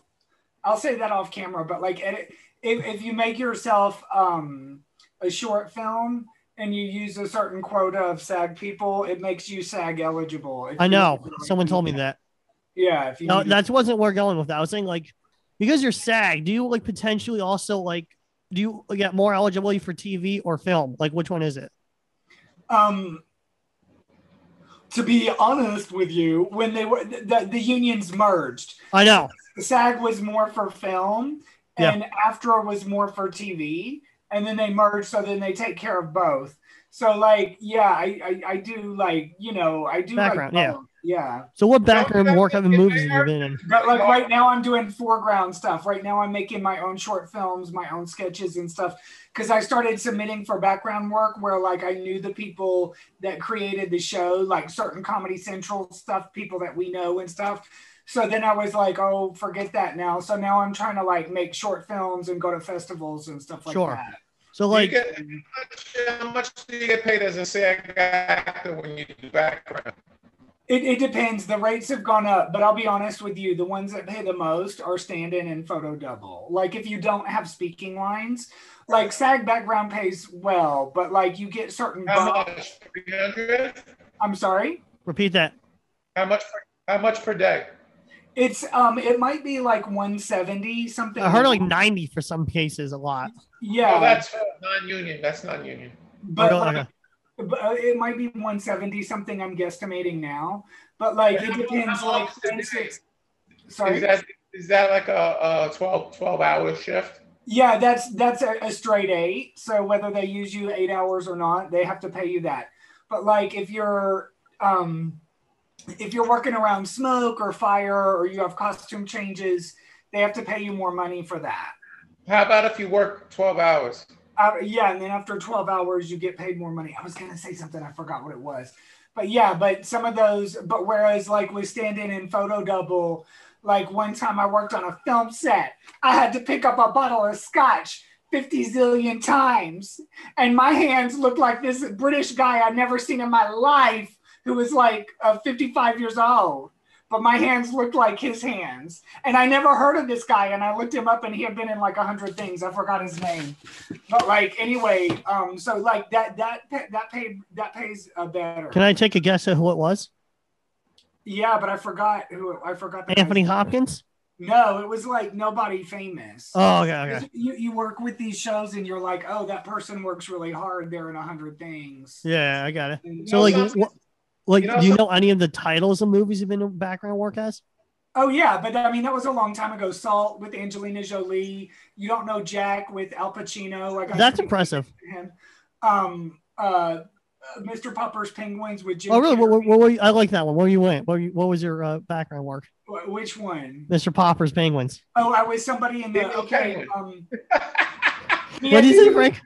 Speaker 2: I'll say that off camera, but like edit, if, if you make yourself um, a short film and you use a certain quota of SAG people, it makes you SAG eligible. If
Speaker 1: I
Speaker 2: you-
Speaker 1: know someone told me that.
Speaker 2: Yeah. If you
Speaker 1: No, that wasn't where I'm going with that. I was saying like because you're SAG, do you like potentially also like do you get more eligibility for TV or film? Like which one is it?
Speaker 2: Um, to be honest with you, when they were the, the, the unions merged,
Speaker 1: I know.
Speaker 2: SAG was more for film,
Speaker 1: Yeah.
Speaker 2: and AFTRA was more for TV, and then they merged, so then they take care of both. So like, yeah, I I, I do like you know I do
Speaker 1: Background, yeah.
Speaker 2: like both. yeah.
Speaker 1: So what background
Speaker 3: Don't-
Speaker 1: work of movies have you been in?
Speaker 2: But like right now, I'm doing foreground stuff. Right now, I'm making my own short films, my own sketches and stuff. Because I started submitting for background work where like I knew the people that created the show, like certain Comedy Central stuff, people that we know and stuff. So then I was like, oh, forget that now. So now I'm trying to like make short films and go to festivals and stuff like
Speaker 1: Sure.
Speaker 2: that.
Speaker 1: So
Speaker 3: Do you
Speaker 1: like
Speaker 3: get- how, much, how much do you get paid as a SAG actor when you do background?
Speaker 2: It, it depends. The rates have gone up, but I'll be honest with you. The ones that pay the most are stand in and photo double. Like, if you don't have speaking lines, like SAG background pays well, but like you get certain.
Speaker 3: How
Speaker 2: bu-
Speaker 3: much? Three hundred?
Speaker 2: I'm sorry.
Speaker 1: repeat that.
Speaker 3: How much? Per, how much per day?
Speaker 2: It's, um, it might be like 170 something.
Speaker 1: I heard like 90 for some cases a lot.
Speaker 2: yeah,
Speaker 3: Oh, that's uh, non-union. That's non-union.
Speaker 2: but
Speaker 1: Okay,
Speaker 2: like,
Speaker 1: okay.
Speaker 2: but, uh, it might be 170 something. I'm guesstimating now, but like it
Speaker 3: How long-
Speaker 2: depends.
Speaker 3: how long
Speaker 2: Like,
Speaker 3: is
Speaker 2: for
Speaker 3: the day?
Speaker 2: instance,
Speaker 3: Is
Speaker 2: sorry.
Speaker 3: that is that like a, a 12, 12 hour shift?
Speaker 2: Yeah, that's that's a, a straight eight. So whether they use you eight hours or not, they have to pay you that. But like if you're um, if you're working around smoke or fire or you have costume changes, they have to pay you more money for that.
Speaker 3: How about if you work twelve hours?
Speaker 2: Uh, yeah, and then after 12 hours, you get paid more money. I was gonna say something, I forgot what it was. But yeah, but some of those, but whereas like with stand in and photo double, like one time I worked on a film set, I had to pick up a bottle of scotch 50 zillion times, and my hands looked like this British guy I'd never seen in my life who was like uh, 55 years old. But my hands looked like his hands. And I never heard of this guy. And I looked him up and he had been in like a hundred things. I forgot his name but like anyway, um, so like that that pa- that paid that pays uh, better.
Speaker 1: Can I take a guess at who it was?
Speaker 2: yeah, but I forgot who it- I forgot. the
Speaker 1: Anthony
Speaker 2: guy's-
Speaker 1: Hopkins?
Speaker 2: No, it was like nobody famous.
Speaker 1: Oh, okay, okay.
Speaker 2: 'Cause You you work with these shows and you're like, oh, that person works really hard. They're in a hundred things.
Speaker 1: Yeah, I got it.
Speaker 2: And-
Speaker 1: So
Speaker 3: You
Speaker 1: like
Speaker 3: know
Speaker 1: what like
Speaker 3: you know
Speaker 1: do you
Speaker 3: some-
Speaker 1: know any of the titles of movies you've been in background work as?
Speaker 2: oh yeah, but I mean that was a long time ago. Salt with Angelina Jolie. You don't know Jack with Al Pacino. Like I
Speaker 1: That's
Speaker 2: said,
Speaker 1: impressive.
Speaker 2: him. Um. Uh. uh, Mr. Popper's Penguins with Jim.
Speaker 1: Oh really? What,
Speaker 2: Carrey.
Speaker 1: what, what were you, I like that one. What were you in? What, were you, what was your uh, background work?
Speaker 2: Wh- Which one?
Speaker 1: Mr. Popper's Penguins.
Speaker 2: Oh, I was somebody in the
Speaker 3: Maybe
Speaker 2: okay.
Speaker 3: Karen.
Speaker 2: Um, we
Speaker 1: What
Speaker 2: had
Speaker 1: do
Speaker 2: to
Speaker 1: you say,
Speaker 2: do-
Speaker 1: Frank?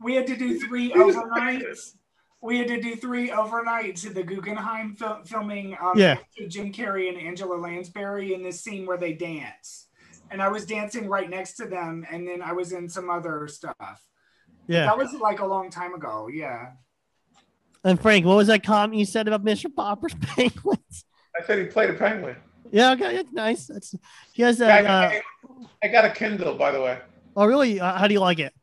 Speaker 2: We had to do three overnights. We had to do three overnights at the Guggenheim fil- filming. Um,
Speaker 1: Yeah.
Speaker 2: Jim Carrey and Angela Lansbury in this scene where they dance, and I was dancing right next to them, and then I was in some other stuff.
Speaker 1: Yeah.
Speaker 2: That was like a long time ago. Yeah.
Speaker 1: And Frank, what was that comment you said about Mr. Popper's Penguins?
Speaker 3: I said he played a penguin.
Speaker 1: Yeah, okay, that's nice. That's he has
Speaker 3: I,
Speaker 1: that. Uh,
Speaker 3: I got a Kindle, by the way.
Speaker 1: oh, really? Uh, how do you like it?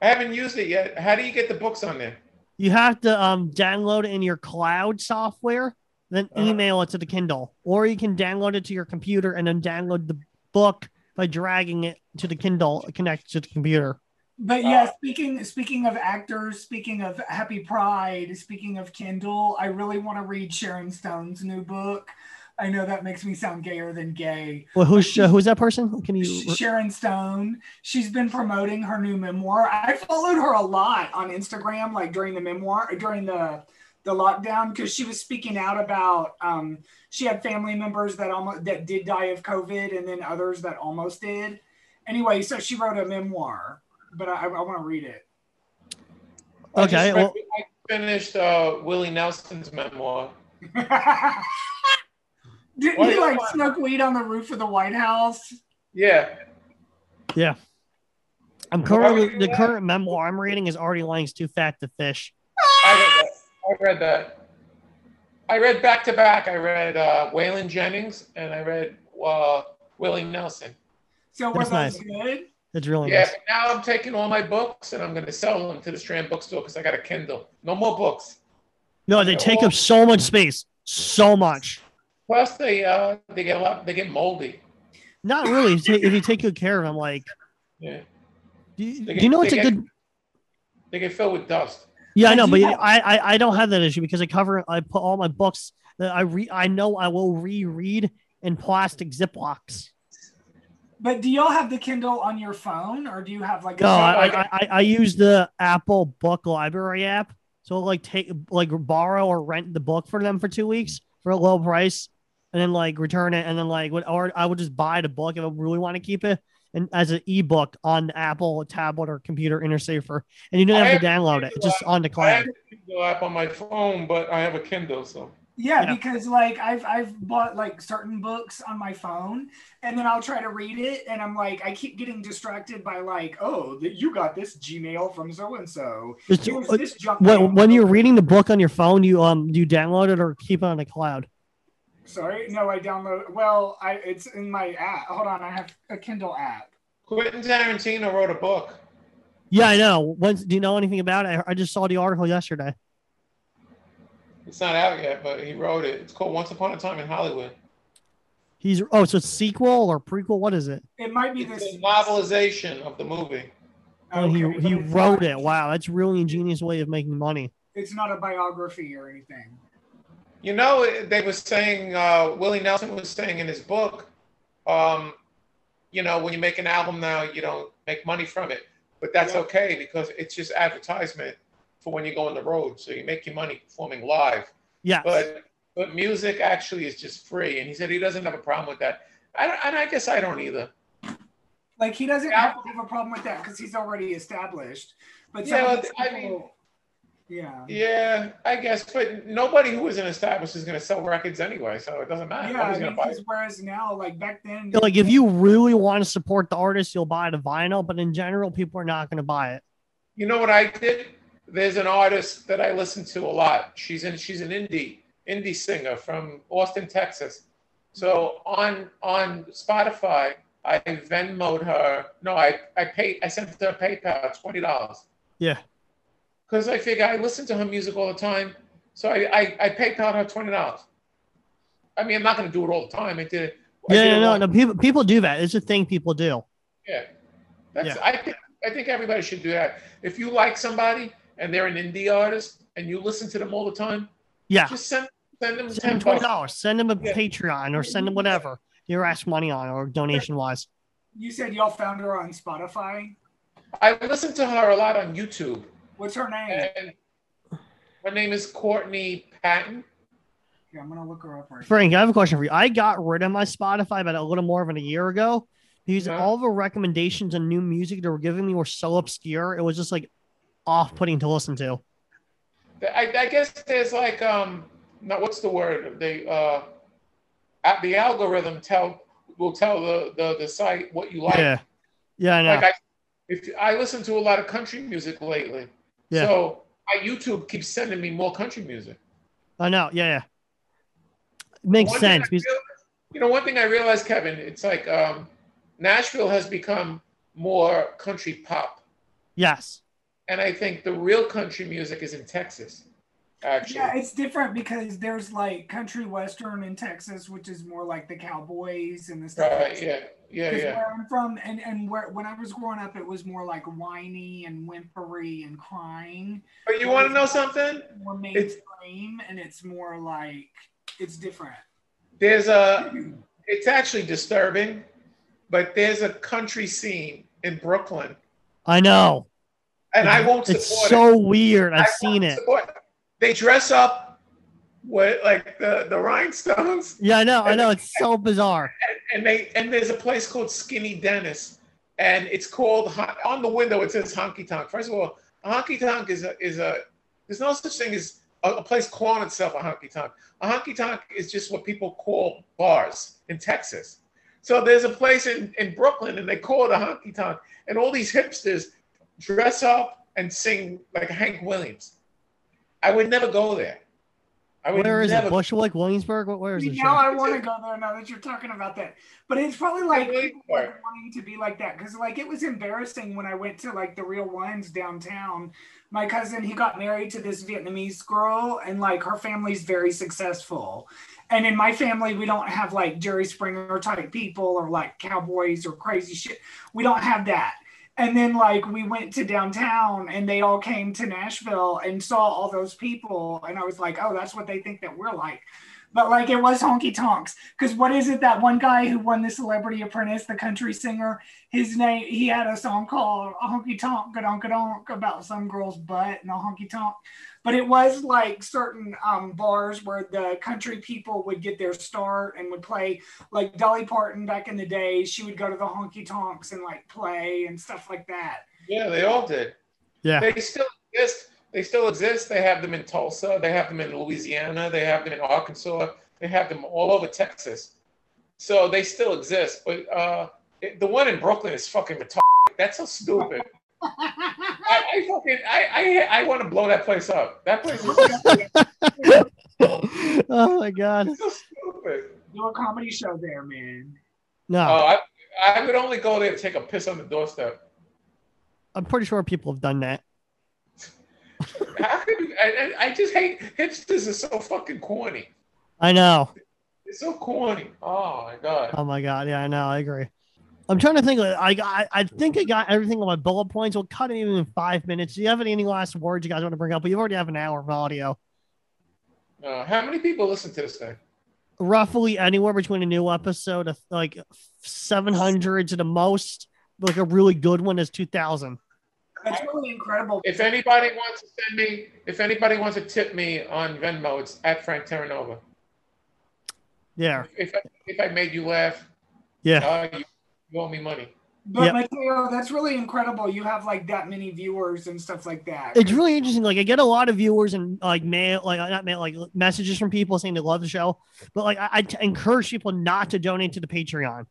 Speaker 3: I haven't used it yet. How do you get the books on there?
Speaker 1: You have to um, download it in your cloud software, then
Speaker 3: Uh-huh.
Speaker 1: email it to the Kindle, or you can download it to your computer and then download the book by dragging it to the Kindle, connect to the computer.
Speaker 2: But yeah,
Speaker 3: Uh,
Speaker 2: speaking speaking of actors, speaking of Happy Pride, speaking of Kindle, I really want to read Sharon Stone's new book. I know that makes me sound gayer than gay.
Speaker 1: Well, who's uh, who's that person? Can you?
Speaker 2: Sh- Sharon Stone, she's been promoting her new memoir. I followed her a lot on Instagram, like during the memoir, during the the lockdown, because she was speaking out about um, she had family members that almost that did die of COVID, and then others that almost did. Anyway, so she wrote a memoir, but I, I want to read it.
Speaker 3: I just
Speaker 1: Okay,
Speaker 3: read-
Speaker 1: well-
Speaker 3: I finished uh, Willie Nelson's memoir.
Speaker 2: Didn't
Speaker 3: What-
Speaker 2: he like smoke weed on the roof of the White House?
Speaker 3: Yeah,
Speaker 1: I'm currently the current memoir I'm reading is Artie Lang's Too Fat to Fish.
Speaker 3: I read that. I read that. I read back to back. I read uh, Waylon Jennings and I read uh, Willie Nelson.
Speaker 2: So were
Speaker 1: That's
Speaker 2: those
Speaker 1: nice.
Speaker 2: good?
Speaker 1: It's really
Speaker 3: Yeah,
Speaker 1: nice.
Speaker 3: but now I'm taking all my books and I'm going to sell them to the Strand bookstore because I got a Kindle. No more books.
Speaker 1: No, they take up so much space, so much.
Speaker 3: Plus, they uh, they get a lot. They get moldy.
Speaker 1: Not really. If you take- if you take good care of them, like,
Speaker 3: Yeah,
Speaker 1: do you,
Speaker 3: They
Speaker 1: do you know
Speaker 3: get-
Speaker 1: what's a
Speaker 3: they
Speaker 1: good?
Speaker 3: they get filled with dust.
Speaker 1: Yeah, I know,
Speaker 2: do
Speaker 1: but
Speaker 2: you
Speaker 1: I, I I don't have that issue because I cover I put all my books that I re I know I will reread in plastic Ziplocs.
Speaker 2: But do y'all have the Kindle on your phone, or do you have like?
Speaker 1: No, I,
Speaker 2: like
Speaker 1: I, I, I use the Apple Book Library app. So like take like borrow or rent the book for them for two weeks for a low price, and then like return it, and then like what or I would just buy the book if I really want to keep it, and as an ebook on the Apple tablet or computer intersafer, and you don't
Speaker 3: I
Speaker 1: have to
Speaker 3: have-
Speaker 1: download it; it's just on the
Speaker 3: I have
Speaker 1: cloud.
Speaker 3: a Kindle app on my phone, but I have a Kindle, so
Speaker 2: yeah,
Speaker 1: yeah.
Speaker 2: because like I've I've bought like certain books on my phone, and then I'll try to read it, and I'm like I keep getting distracted by like oh th- you got this Gmail from so and so.
Speaker 1: It's-
Speaker 2: Here's
Speaker 1: uh,
Speaker 2: this junk. mail.
Speaker 1: When, when you're reading the book on your phone, you um do you download it or keep it on the cloud?
Speaker 2: sorry, no, I download. Well, I it's in my app. Hold on, I have a Kindle app.
Speaker 3: Quentin Tarantino wrote a book.
Speaker 1: Yeah, I know. When's, do you know anything about it? I, I just saw the article yesterday.
Speaker 3: It's not out yet, but he wrote it. It's called Once Upon a Time in Hollywood.
Speaker 1: He's oh, so it's sequel or prequel? What is it?
Speaker 2: It might be
Speaker 3: It's
Speaker 2: this.
Speaker 3: a novelization of the movie.
Speaker 1: Oh, he
Speaker 2: okay, but
Speaker 1: he
Speaker 2: it's
Speaker 1: wrote
Speaker 2: not-
Speaker 1: it. Wow, that's really ingenious way of making money.
Speaker 2: It's not a biography or anything.
Speaker 3: You know, they were saying uh, Willie Nelson was saying in his book, um, you know, when you make an album now, you don't make money from it, but that's
Speaker 2: Yeah.
Speaker 3: okay because it's just advertisement for when you go on the road. So you make your money performing live,
Speaker 1: Yeah,
Speaker 3: but but music actually is just free. And he said he doesn't have a problem with that. I don't, and I guess I don't either.
Speaker 2: Like he doesn't have to have a problem with that because he's already established. But some
Speaker 3: Yeah,
Speaker 2: of these
Speaker 3: I
Speaker 2: people- yeah,
Speaker 3: Yeah, I guess, but nobody who isn't established is going to sell records anyway, so it doesn't matter.
Speaker 2: yeah. I
Speaker 3: Nobody's going to
Speaker 2: mean,
Speaker 3: buy.
Speaker 2: 'cause
Speaker 3: it.
Speaker 2: whereas now, like back then,
Speaker 1: like if you really want to support the artist, you'll buy the vinyl. But in general, people are not going to buy it.
Speaker 3: You know what I did? There's an artist that I listen to a lot. She's in she's an indie indie singer from Austin, Texas. So on on Spotify, I Venmoed her. No, I I paid I sent her PayPal twenty dollars
Speaker 1: Yeah,
Speaker 3: because I figure I listen to her music all the time. So I I, I PayPal her twenty dollars. I mean, I'm not going to do it all the time. I did it. I
Speaker 1: yeah,
Speaker 3: did
Speaker 1: yeah,
Speaker 3: it
Speaker 1: no,
Speaker 3: once.
Speaker 1: no. People people do that. It's a thing people do.
Speaker 3: Yeah. That's, I think, I think everybody should do that. If you like somebody and they're an indie artist and you listen to them all the time,
Speaker 1: Yeah,
Speaker 3: just send, send them
Speaker 1: send them
Speaker 3: 10
Speaker 1: twenty
Speaker 3: bucks.
Speaker 1: dollars. Send them a
Speaker 3: Yeah.
Speaker 1: Patreon or send them whatever you ask money on or donation wise.
Speaker 2: you said y'all found her on Spotify.
Speaker 3: I listen to her a lot on YouTube.
Speaker 2: What's her name?
Speaker 3: And her name is Courtney Patton.
Speaker 2: Yeah, I'm gonna look her up right.
Speaker 1: Frank, I have a question for you. I got rid of my Spotify about a little more than a year ago because
Speaker 3: Yeah.
Speaker 1: all the recommendations and new music they were giving me were so obscure. It was just like off putting to listen to.
Speaker 3: I, I guess there's like, um, no, what's the word? They, uh, at the algorithm tell will tell the, the, the site what you like.
Speaker 1: Yeah. Yeah, I know.
Speaker 3: Like I, if I listen to a lot of country music lately,
Speaker 1: Yeah.
Speaker 3: so my YouTube keeps sending me more country music.
Speaker 1: I know. Yeah. yeah. It makes
Speaker 3: One thing
Speaker 1: sense.
Speaker 3: I
Speaker 1: because-
Speaker 3: realized- you know, one thing I realized, Kevin, it's like um, Nashville has become more country pop,
Speaker 1: yes.
Speaker 3: and I think the real country music is in Texas, actually.
Speaker 2: Yeah, it's different because there's like country western in Texas, which is more like the cowboys and the stuff.
Speaker 3: Right? Yeah. Yeah.
Speaker 2: Because
Speaker 3: Yeah.
Speaker 2: where I'm from, and, and where when I was growing up, it was more like whiny and whimpery and crying.
Speaker 3: But you want to know something?
Speaker 2: More
Speaker 3: It's-
Speaker 2: mainstream, and it's more like it's different.
Speaker 3: There's a. It's actually disturbing, but there's a country scene in Brooklyn,
Speaker 1: I know.
Speaker 3: and I won't support
Speaker 1: It's
Speaker 3: it.
Speaker 1: so weird. I've
Speaker 3: I
Speaker 1: seen it.
Speaker 3: What? They dress up with like the, the rhinestones
Speaker 1: Yeah, I know. I know. It's so bizarre.
Speaker 3: and they and there's a place called Skinny Dennis and it's called hon- on the window. It says honky tonk. First of all, a honky tonk is a, is a there's no such thing as a, a place calling itself a honky tonk. A honky tonk is just what people call bars in Texas. So there's a place in, in Brooklyn and they call it a honky tonk, and all these hipsters dress up and sing like Hank Williams. I would never go there. I would
Speaker 1: Where is
Speaker 3: never
Speaker 1: it? Bushwick, Williamsburg? What- Where is
Speaker 2: See,
Speaker 1: it?
Speaker 2: now I want to go there now that you're talking about that. But it's probably like
Speaker 3: Wait
Speaker 2: people
Speaker 3: for
Speaker 2: like,
Speaker 3: it.
Speaker 2: wanting to be like that because like it was embarrassing when I went to like the real ones downtown. My cousin he got married to this Vietnamese girl and like her family's very successful. And in my family, we don't have like Jerry Springer type people or like cowboys or crazy shit. We don't have that. And then like we went to downtown and they all came to Nashville and saw all those people. And I was like, oh, that's what they think that we're like. But like it was honky tonks. Because what is it that one guy who won the Celebrity Apprentice, the country singer, his name, he had a song called Honky Tonk, Gadonk Gadonk about some girl's butt and a honky tonk. But it was like certain um, bars where the country people would get their start and would play like Dolly Parton back in the day, she would go to the honky tonks and like play and stuff like that.
Speaker 3: Yeah, they all did.
Speaker 1: Yeah.
Speaker 3: They still exist. They still exist. They have them in Tulsa. They have them in Louisiana. They have them in Arkansas. They have them all over Texas. So they still exist. But uh, it- the one in Brooklyn is fucking retarded. That's so stupid. I, I fucking I I, I want to blow that place up. That place is
Speaker 1: oh my god.
Speaker 3: so stupid.
Speaker 2: Do a comedy show there, man.
Speaker 3: Oh,
Speaker 1: No,
Speaker 3: I I would only go there to take a piss on the doorstep.
Speaker 1: I'm pretty sure people have done that.
Speaker 3: How could you, I, I I just hate hipsters are so fucking corny.
Speaker 1: I know.
Speaker 3: They're so corny. Oh my god.
Speaker 1: Oh my god. Yeah, I know. I agree. I'm trying to think. of- I I, I think I got everything on my bullet points. We'll cut it even in five minutes. Do you have any last words you guys want to bring up? We already have an hour of audio.
Speaker 3: Uh, how many people listen to this thing?
Speaker 1: Roughly anywhere between a new episode of like 700 to the most, like a really good one is 2,000.
Speaker 2: That's really incredible.
Speaker 3: If anybody wants to send me, if anybody wants to tip me on Venmo, it's at Frank Terranova.
Speaker 1: Yeah.
Speaker 3: If I, if I made you laugh,
Speaker 1: Yeah.
Speaker 3: uh, you, you owe me money.
Speaker 2: But
Speaker 1: Yep.
Speaker 2: Mateo, that's really incredible. You have like that many viewers and stuff like that.
Speaker 1: it's really interesting. Like I get a lot of viewers and like mail, like not mail, like messages from people saying they love the show, but like I, I t- encourage people not to donate to the Patreon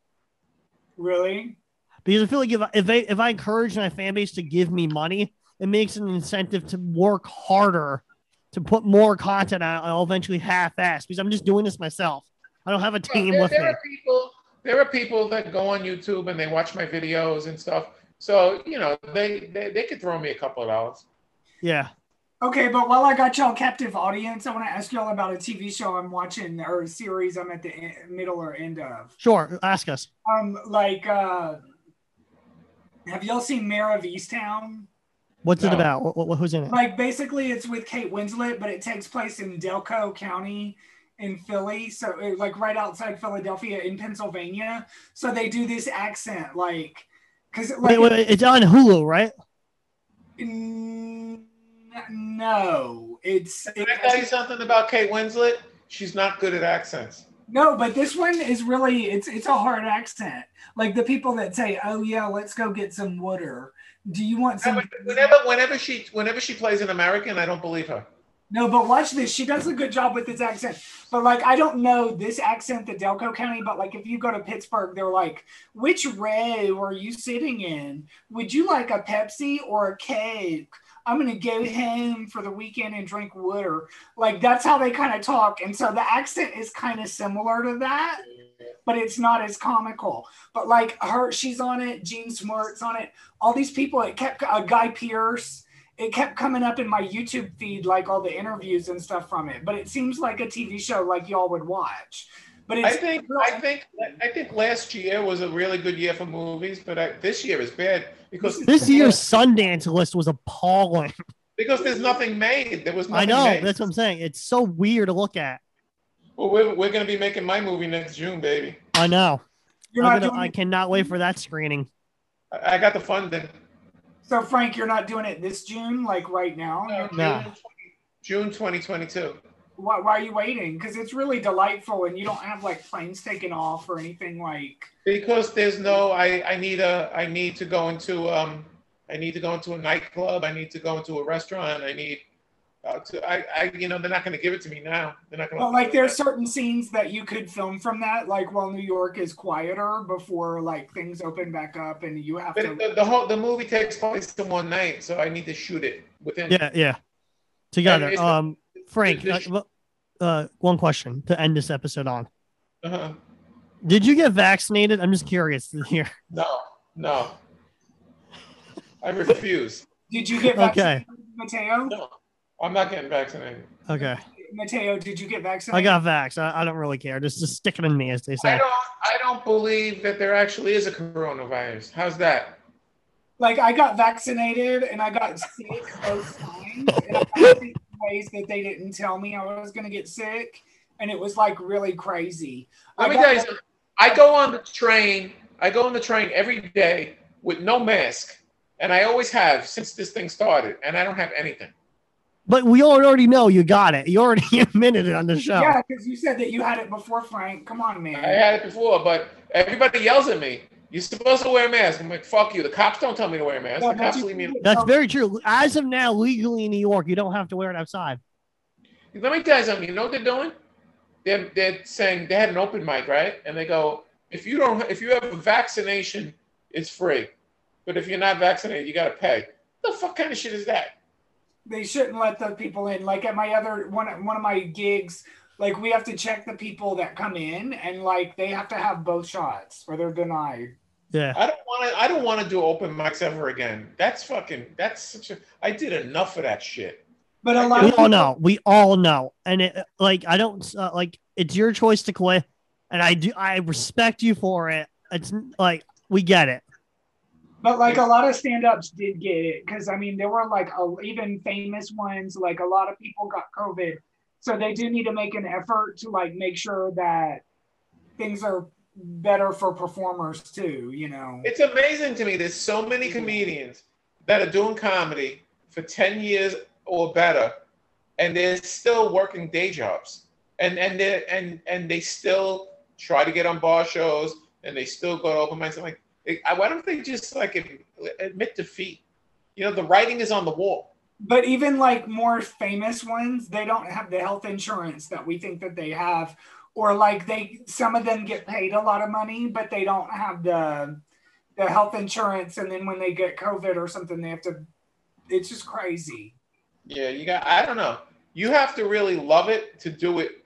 Speaker 2: really?
Speaker 1: because
Speaker 2: because
Speaker 1: I feel like if I, if, they, if I encourage my fan base to give me money, it makes an incentive to work harder to put more content out. I'll eventually half-ass because I'm just doing this myself. I don't have a team
Speaker 3: there,
Speaker 1: with
Speaker 3: there
Speaker 1: me.
Speaker 3: are people. There are people that go on YouTube and they watch my videos and stuff. So you know, they they, they could throw me a couple of dollars.
Speaker 1: Yeah.
Speaker 2: Okay, but while I got y'all captive audience, I want to ask y'all about a TV show I'm watching or a series I'm at the e- middle or end of.
Speaker 1: Sure. Ask us.
Speaker 2: Um, like, uh, have y'all seen Mayor of Easttown?
Speaker 1: What's it
Speaker 3: No.
Speaker 1: about? What, what, who's in it?
Speaker 2: like basically it's with Kate Winslet, but it takes place in Delco County in Philly, so uh, like right outside Philadelphia in Pennsylvania. So they do this accent, like, cause like
Speaker 1: Wait, wait, wait, it's on Hulu, right?
Speaker 2: n- no, it's
Speaker 3: Can I tell you something about Kate Winslet? She's not good at accents.
Speaker 2: no, but this one is really it's it's a hard accent. Like the people that say, "Oh yeah, let's go get some water." Do you want
Speaker 3: No,
Speaker 2: some?
Speaker 3: but Whenever whenever she whenever she plays an American, I don't believe her.
Speaker 2: No, but watch this. She does a good job with this accent. But like, I don't know this accent, the Delco County. But like, if you go to Pittsburgh, they're like, "Which row are you sitting in? Would you like a Pepsi or a cake? I'm gonna go home for the weekend and drink water." Like that's how they kind of talk, and so the accent is kind of similar to that, but it's not as comical. But like her, she's on it. Gene Smart's on it. All these people. It kept uh, Guy Pierce it kept coming up in my YouTube feed, like all the interviews and stuff from it. But it seems like a TV show like y'all would watch. But it's
Speaker 3: I think I think I think last year was a really good year for movies, but I, this year is bad because
Speaker 1: This year's Sundance list was appalling.
Speaker 3: because there's nothing made. There was
Speaker 1: I
Speaker 3: nothing
Speaker 1: know.
Speaker 3: made.
Speaker 1: That's what I'm saying. It's so weird to look at.
Speaker 3: Well, we're, we're gonna be making my movie next June, baby.
Speaker 1: I know.
Speaker 2: you're
Speaker 1: I'm
Speaker 2: not
Speaker 1: gonna-
Speaker 2: doing
Speaker 1: I
Speaker 2: it.
Speaker 1: cannot wait for that screening.
Speaker 3: I, I got the funding.
Speaker 2: so Frank, you're not doing it this June, like right now.
Speaker 3: No,
Speaker 1: Nah.
Speaker 3: June 20 June 2022.
Speaker 2: why, why are you waiting? Because it's really delightful, and you don't have like planes taking off or anything like.
Speaker 3: Because there's no, I, I need a, I need to go into, um, I need to go into a nightclub. I need to go into a restaurant. I need, uh, to, I, I, you know, they're not going to give it to me now. They're not going to.
Speaker 2: Well, like there's certain scenes that you could film from that, like while New York is quieter before like things open back up, and you have
Speaker 3: But
Speaker 2: to.
Speaker 3: it- the, the whole, the movie takes place in one night, so I need to shoot it within.
Speaker 1: Yeah, yeah. Together.
Speaker 3: it's-
Speaker 1: Um, Frank,
Speaker 3: it's-
Speaker 1: uh, uh, one question to end this episode on.
Speaker 3: Uh-huh.
Speaker 1: Did you get vaccinated? I'm just curious to hear.
Speaker 3: No, no. I refuse.
Speaker 2: Did you get
Speaker 1: Okay.
Speaker 2: vaccinated, Mateo?
Speaker 3: No, I'm not getting vaccinated.
Speaker 1: Okay.
Speaker 2: Mateo, did you get
Speaker 1: I
Speaker 2: vaccinated?
Speaker 1: got vaxxed. I, I don't really care. Just, just stick it in me, as they
Speaker 3: I
Speaker 1: say.
Speaker 3: don't. I don't believe that there actually is a coronavirus. How's that?
Speaker 2: like I got vaccinated and I got sick both times and I got sick in ways that they didn't tell me I was gonna get sick and it was like really crazy.
Speaker 3: Let
Speaker 2: I
Speaker 3: me
Speaker 2: got-
Speaker 3: tell you something. I go on the train. I go on the train every day with no mask, and I always have since this thing started, and I don't have anything.
Speaker 1: But we all already know you got it. You already admitted it on the show.
Speaker 2: Yeah, because you said that you had it before Frank. Come on, man.
Speaker 3: I had it before, but everybody yells at me. You're supposed to wear a mask. I'm like, fuck you. The cops don't tell me to wear a mask.
Speaker 2: No,
Speaker 3: the
Speaker 2: but
Speaker 3: cops
Speaker 2: you-
Speaker 3: leave me alone.
Speaker 1: That's very true. As of now, legally in New York, you don't have to wear it outside.
Speaker 3: Let me tell you something. You know what they're doing? They're, they're saying they had an open mic, right? And they go, if you don't, if you have a vaccination, it's free. But if you're not vaccinated, you gotta pay. What the fuck kind of shit is that?
Speaker 2: they shouldn't let the people in. Like at my other one, one of my gigs, like we have to check the people that come in, and like they have to have both shots or they're denied.
Speaker 1: Yeah.
Speaker 3: I don't want to. I don't want to do open mics ever again. That's fucking. That's such a. I did enough of that shit.
Speaker 2: But a lot
Speaker 1: we
Speaker 2: of
Speaker 1: all
Speaker 2: people-
Speaker 1: know. We all know. And it, like, I don't uh, like. It's your choice to quit, and I do. I respect you for it. It's like we get it.
Speaker 2: But like a lot of stand-ups did get it because I mean there were like a, even famous ones. Like a lot of people got COVID, so they do need to make an effort to like make sure that things are better for performers too. You know,
Speaker 3: It's amazing to me. There's so many comedians that are doing comedy for ten years or better, and they're still working day jobs, and and they and and they still try to get on bar shows, and they still go to open mics. I'm like, eh, I- why don't they just like admit defeat? You know, the writing is on the wall.
Speaker 2: but even like more famous ones, they don't have the health insurance that we think that they have, or like they some of them get paid a lot of money, but they don't have the the health insurance, and then when they get COVID or something, they have to. It's just crazy.
Speaker 3: Yeah, you got. I don't know. You have to really love it to do it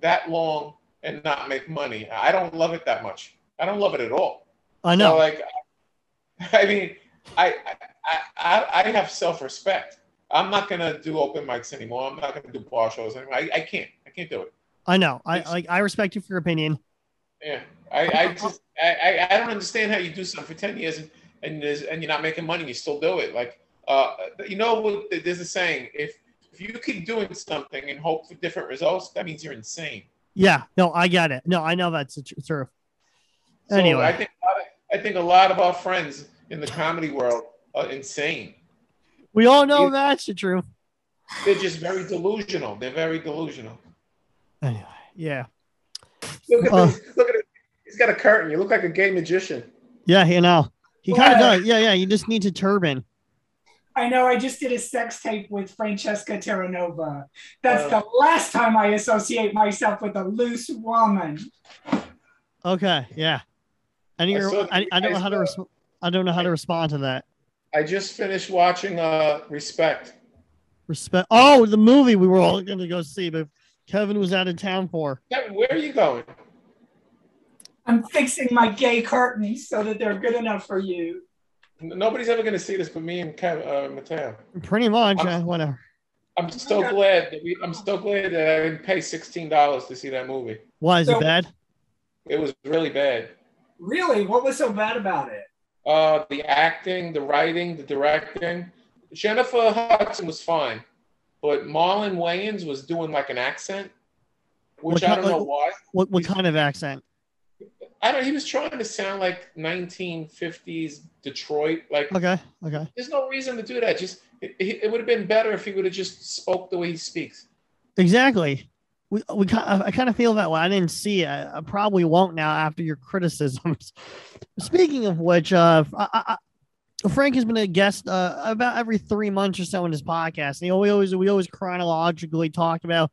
Speaker 3: that long and not make money. I don't love it that much. I don't love it at all.
Speaker 1: I know.
Speaker 3: So, like, I mean, I I I, I have self respect. I'm not gonna do open mics anymore. I'm not gonna do bar shows anymore. I, I can't. I can't do it.
Speaker 1: I know. I
Speaker 3: it's-
Speaker 1: like. I respect you for your opinion.
Speaker 3: Yeah. I, I just I, I I don't understand how you do something for ten years and and, there's, and you're not making money. You still do it. Like uh, you know what? There's a saying: if if you keep doing something and hope for different results, that means you're insane.
Speaker 1: Yeah. No, I get it. No, I know that's the tr- truth.
Speaker 3: So
Speaker 1: Anyway.
Speaker 3: I think a lot of, I think a lot of our friends in the comedy world are insane.
Speaker 1: We all know
Speaker 3: You-
Speaker 1: that's the truth.
Speaker 3: They're just very delusional. They're very delusional.
Speaker 1: Anyway. Yeah.
Speaker 3: Look at
Speaker 1: Uh.
Speaker 3: this. Look at it. He's got a curtain. You look like a gay magician.
Speaker 1: Yeah. You know. He kind
Speaker 2: Well-
Speaker 1: of does. Yeah. Yeah. You just need to turban.
Speaker 2: I know I just did a sex tape with Francesca Terranova. That's
Speaker 3: Wow.
Speaker 2: the last time I associate myself with a loose woman.
Speaker 1: Okay. Yeah. And
Speaker 3: I
Speaker 1: you're,
Speaker 3: saw that
Speaker 1: I,
Speaker 3: you
Speaker 1: I don't know
Speaker 3: guys,
Speaker 1: how to
Speaker 3: uh,
Speaker 1: respond. I don't know how to respond to that.
Speaker 3: I just finished watching uh, Respect.
Speaker 1: Respect. Oh, the movie we were all going to go see, but Kevin was out of town for.
Speaker 3: Kevin, where are you going?
Speaker 2: I'm fixing my gay curtains so that they're good enough for you.
Speaker 3: N- Nobody's ever going to see this but me and Kevin, uh, Mateo.
Speaker 1: Pretty much,
Speaker 3: I'm-
Speaker 1: uh, whatever.
Speaker 3: I'm so glad that we, I'm so glad that I didn't pay sixteen dollars to see that movie.
Speaker 1: Why is
Speaker 2: So-
Speaker 1: it bad?
Speaker 3: It was really bad.
Speaker 2: Really? What was so bad about it?
Speaker 3: Uh, the acting, the writing, the directing. Jennifer Hudson was fine, but Marlon Wayans was doing like an accent, which
Speaker 1: What
Speaker 3: I
Speaker 1: kind-
Speaker 3: don't know
Speaker 1: like-
Speaker 3: why.
Speaker 1: What what kind of accent?
Speaker 3: I don't. He was trying to sound like 1950s Detroit. Like
Speaker 1: Okay, okay.
Speaker 3: there's no reason to do that. Just it, it would have been better if he would have just spoke the way he speaks.
Speaker 1: Exactly. we, we ki- I kind of feel that way. I didn't see it. I probably won't now after your criticisms. Speaking of which, uh, I, I, Frank has been a guest uh, about every three months or so in his podcast. And he always, always we always chronologically talk about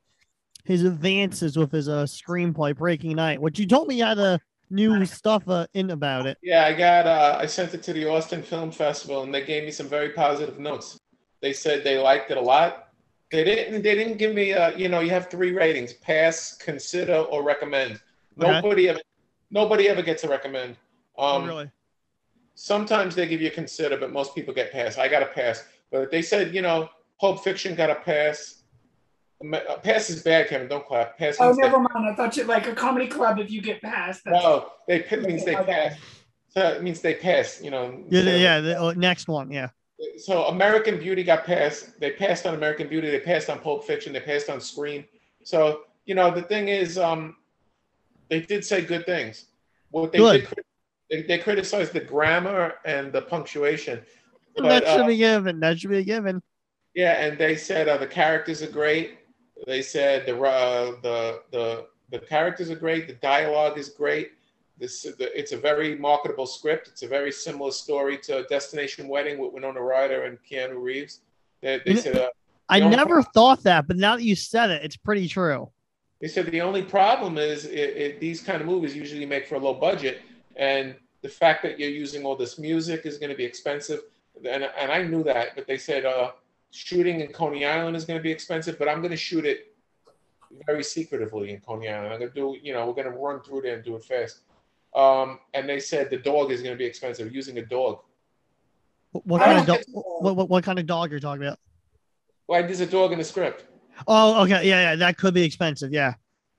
Speaker 1: his advances with his uh, screenplay Breaking Night, which you told me you had a new stuff uh, in about it.
Speaker 3: Yeah, I got. Uh, I sent it to the Austin Film Festival, and they gave me some very positive notes. They said they liked it a lot. They didn't. They didn't give me. A, you know, you have three ratings: pass, consider, or recommend.
Speaker 1: Okay.
Speaker 3: Nobody ever. Nobody ever gets a recommend. Um,
Speaker 1: really?
Speaker 3: Sometimes they give you a consider, but most people get pass. I got a pass, but they said you know, Pulp Fiction got a pass. A Pass is bad, Kevin. Don't clap. Pass.
Speaker 2: Oh,
Speaker 3: means they-
Speaker 2: never mind. I thought you like a comedy club. If you get past that,
Speaker 3: No, they it means they
Speaker 2: Okay, okay.
Speaker 3: pass. So it means they pass. You know.
Speaker 1: Yeah,
Speaker 3: so-
Speaker 1: the- yeah. The, oh, next one, yeah.
Speaker 3: So American Beauty got passed. They passed on American Beauty. They passed on Pulp Fiction. They passed on Scream. So you know the thing is, um, they did say good things. What they
Speaker 1: Good.
Speaker 3: did, cri- they, they criticized the grammar and the punctuation.
Speaker 1: that
Speaker 3: But,
Speaker 1: should
Speaker 3: uh,
Speaker 1: be given. That should be given.
Speaker 3: Yeah, and they said uh, the characters are great. They said the uh, the the the characters are great. The dialogue is great. This the, it's a very marketable script. It's a very similar story to Destination Wedding with Winona Ryder and Keanu Reeves. They, they
Speaker 1: You know-
Speaker 3: said uh,
Speaker 1: I
Speaker 3: the only-
Speaker 1: never thought that, but now that you said it, it's pretty true.
Speaker 3: they said the only problem is it, it, these kind of movies usually make for a low budget, and the fact that you're using all this music is going to be expensive. And and I knew that, but they said uh, shooting in Coney Island is going to be expensive, but I'm going to shoot it very secretively in Coney Island. I'm going to do you know we're going to run through there and do it fast. Um, and they said the dog is going to be expensive using a dog.
Speaker 1: What, what
Speaker 2: I
Speaker 1: kind of
Speaker 2: don't
Speaker 1: dog? What, what, what kind of dog you're talking about?
Speaker 3: Why there's a dog in the script?
Speaker 1: Oh, okay, yeah, yeah. That could be expensive. Yeah.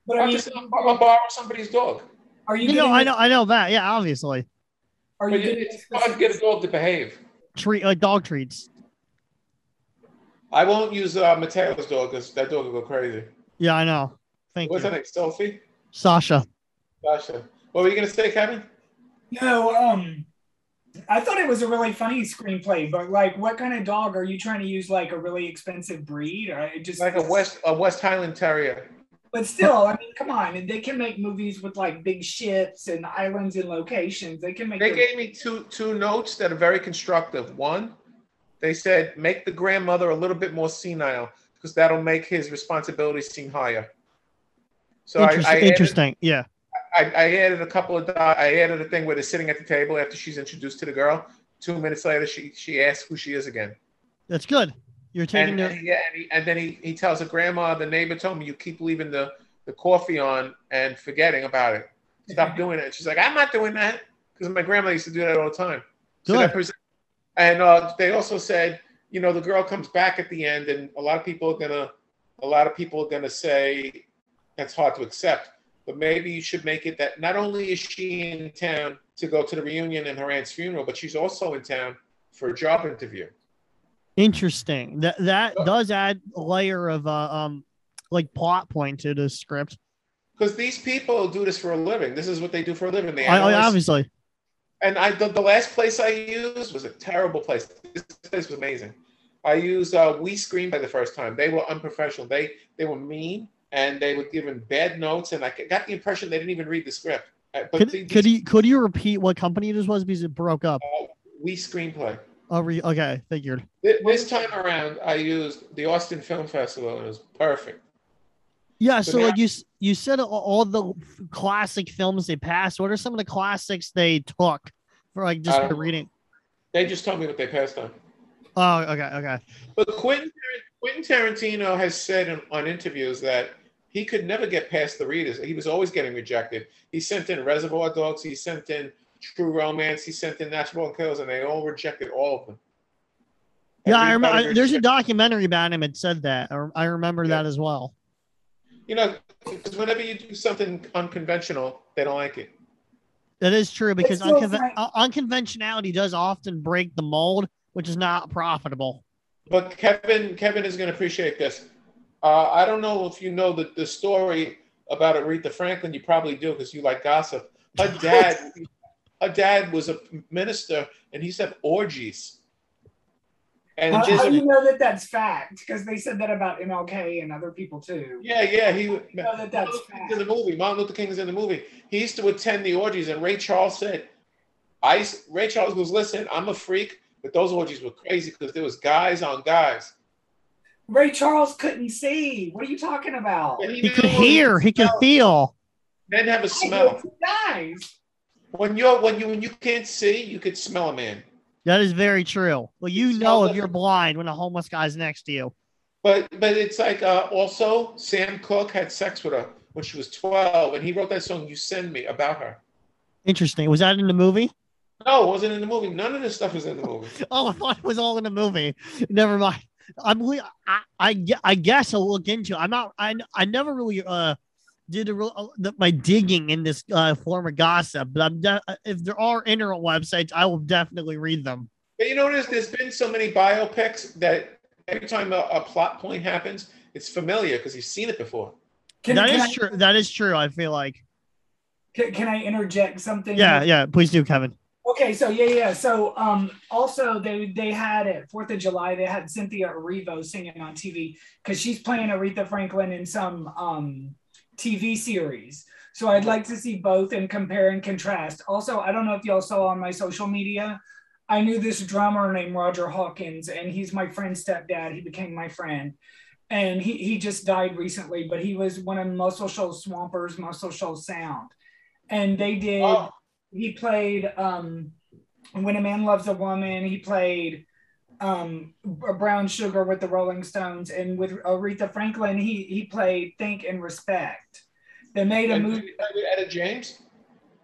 Speaker 2: but I
Speaker 3: I'm
Speaker 2: mean,
Speaker 3: just I'm gonna borrow somebody's dog.
Speaker 2: are you?
Speaker 1: You know,
Speaker 2: getting-
Speaker 1: I know, I know that. Yeah, obviously.
Speaker 2: Are you
Speaker 3: But it-
Speaker 2: getting?
Speaker 3: it's hard to get a dog to behave.
Speaker 1: Treat uh, dog treats.
Speaker 3: I won't use uh, Mateo's dog because that dog will go crazy.
Speaker 1: Yeah, I know. Thank
Speaker 3: What's
Speaker 1: you,
Speaker 3: her name? Sophie?
Speaker 1: Sasha.
Speaker 3: Sasha. What were you going to say, Kevin?
Speaker 2: No, um, I thought it was a really funny screenplay, but like, what kind of dog are you trying to use? Like a really expensive breed, or it just
Speaker 3: Like a West a West Highland Terrier.
Speaker 2: But still, I mean, come on, and they can make movies with like big ships and islands and locations. They can make.
Speaker 3: They
Speaker 2: them-
Speaker 3: gave me two two notes that are very constructive. One, they said make the grandmother a little bit more senile because that'll make his responsibilities seem higher. So I,
Speaker 1: Interest-
Speaker 3: I, added,
Speaker 1: interesting. Yeah.
Speaker 3: I, I added a couple of di- I added a thing where they're sitting at the table after she's introduced to the girl. Two minutes later, she she asks who she is again.
Speaker 1: That's good. You're taking
Speaker 3: and, uh,
Speaker 1: the.
Speaker 3: and, yeah, and, he, and then he, he tells her grandma, the neighbor told me you keep leaving the, the coffee on and forgetting about it. Stop doing it. She's like, I'm not doing that because my grandma used to do that all the time. So
Speaker 1: Good.
Speaker 3: that pres- and uh, they also said, you know, the girl comes back at the end, and a lot of people are gonna, a lot of people are gonna say that's hard to accept. But maybe you should make it that not only is she in town to go to the reunion and her aunt's funeral, but she's also in town for a job interview.
Speaker 1: Interesting. That that
Speaker 3: Sure.
Speaker 1: does add a layer of uh, um like plot point to the script.
Speaker 3: Because these people do this for a living. This is what they do for a living. They
Speaker 1: I, I-
Speaker 3: analyze-
Speaker 1: obviously.
Speaker 3: and I the, the last place I used was a terrible place. This place was amazing. I used uh, We Screen by the first time. They were unprofessional. They they were mean and they were given bad notes. And I got the impression they didn't even read the script. Uh, But
Speaker 1: Could
Speaker 3: the-
Speaker 1: could you could you repeat what company this was because it broke up?
Speaker 3: uh, We Screenplay.
Speaker 1: Oh, re- okay, figured.
Speaker 3: Th- This time around, I used the Austin Film Festival and it was perfect.
Speaker 1: Yeah.
Speaker 3: So
Speaker 1: So
Speaker 3: now-
Speaker 1: like you s- you said all, all the f- classic films they passed. What are some of the classics they took for like just
Speaker 3: I
Speaker 1: for
Speaker 3: don't know.
Speaker 1: reading?
Speaker 3: They just told me what they passed on.
Speaker 1: Oh, okay, okay.
Speaker 3: But Quentin, Quentin Tarantino has said in, on interviews that he could never get past the readers. He was always getting rejected. He sent in Reservoir Dogs, he sent in True Romance, he sent in Natural Born Killers, and they all rejected all of them.
Speaker 1: Yeah, I remember.
Speaker 3: Everybody
Speaker 1: there's a
Speaker 3: rejected-
Speaker 1: documentary about him. It said that. I, rem- I remember
Speaker 3: Yeah.
Speaker 1: that as well.
Speaker 3: You know, because whenever you do something unconventional, they don't like it.
Speaker 1: That is true because
Speaker 2: still
Speaker 1: unconven-
Speaker 2: Frank-
Speaker 1: un- unconventionality does often break the mold, which is not profitable.
Speaker 3: But Kevin, Kevin is going to appreciate this. Uh, I don't know if you know the, the story about Aretha Franklin. You probably do because you like gossip. Her dad, her dad was a minister, and he used to have orgies. And
Speaker 2: How,
Speaker 3: just
Speaker 2: how do you know that that's fact? Because they said that about MLK and other people too.
Speaker 3: yeah, yeah, he
Speaker 2: You know that that's
Speaker 3: Martin Luther King's in
Speaker 2: fact.
Speaker 3: the movie. Martin Luther King's in the movie. He used to attend the orgies, and Ray Charles said, "I." s- Ray Charles goes, "Listen, I'm a freak, but those orgies were crazy because there was guys on guys."
Speaker 2: Ray Charles couldn't see. What are you talking about?
Speaker 3: And
Speaker 1: He
Speaker 3: knew
Speaker 1: could
Speaker 3: what
Speaker 1: hear, he could
Speaker 3: smell.
Speaker 1: feel.
Speaker 3: Men have a
Speaker 2: I
Speaker 3: smell.
Speaker 2: go, Guys,
Speaker 3: When you're when you when you can't see, you could smell a man.
Speaker 1: That is very true. Well, you
Speaker 3: He
Speaker 1: know
Speaker 3: smells
Speaker 1: if you're
Speaker 3: like-
Speaker 1: blind when a homeless guy's next to you.
Speaker 3: But but it's like uh, also Sam Cooke had sex with her when she was 12, and he wrote that song "You Send Me" about her.
Speaker 1: Interesting. Was that in the movie?
Speaker 3: No, it wasn't in the movie. None of this stuff is in the movie.
Speaker 1: Oh, I thought it was all in the movie. Never mind. I'm. li- I. I, gue- I guess I'll look into. it. I'm not. I. I never really uh did a real, uh, the, my digging in this uh, form of gossip, but I'm. De- uh, if there are internet websites, I will definitely read them.
Speaker 3: But you notice there's been so many biopics that every time a, a plot point happens, it's familiar because you've seen it before.
Speaker 2: can,
Speaker 1: that
Speaker 2: can
Speaker 1: is
Speaker 2: I,
Speaker 1: true. That is true. I feel like.
Speaker 2: Can, can I interject something?
Speaker 1: Yeah. Yeah. Please do, Kevin.
Speaker 2: Okay, so yeah, yeah. So um also they they had at Fourth of July, they had Cynthia Erivo singing on TV because she's playing Aretha Franklin in some um TV series. So I'd like to see both and compare and contrast. Also, I don't know if y'all saw on my social media. I knew this drummer named Roger Hawkins, and he's my friend's stepdad. He became my friend. And he, he just died recently, but he was one of Muscle Shoals Swampers, Muscle Shoals Sound. And they did
Speaker 3: Oh,
Speaker 2: he played um when a man loves a woman he played um B- brown sugar with the rolling stones and with aretha franklin he he played think and respect they made a
Speaker 3: and did
Speaker 2: movie
Speaker 3: he play with Etta James?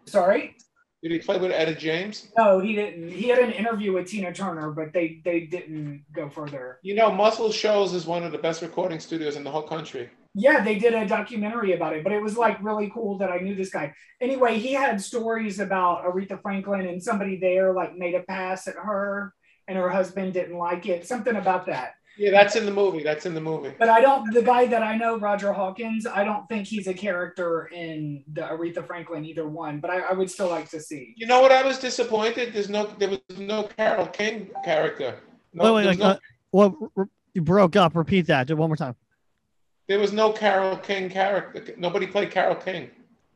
Speaker 2: sorry
Speaker 3: Did he play with Etta James?
Speaker 2: no he didn't he had an interview with tina turner but they they didn't go further
Speaker 3: You know, Muscle Shoals is one of the best recording studios in the whole country.
Speaker 2: yeah they did a documentary about it but it was like really cool that i knew this guy anyway he had stories about aretha franklin and somebody there like made a pass at her and her husband didn't like it something about that
Speaker 3: Yeah, that's in the movie. That's in the movie.
Speaker 2: But I don't, the guy that I know, Roger Hawkins, I don't think he's a character in the Aretha Franklin either one, but I, I would still like to see.
Speaker 3: You know what? I was disappointed. There's no, there was no Carol King character.
Speaker 1: wait.
Speaker 3: No,
Speaker 1: Wait. Like,
Speaker 3: there, was no,
Speaker 1: uh, well, r- r- you broke up. Repeat that. Do it one more time.
Speaker 3: there was no Carol King character. Nobody played Carol King.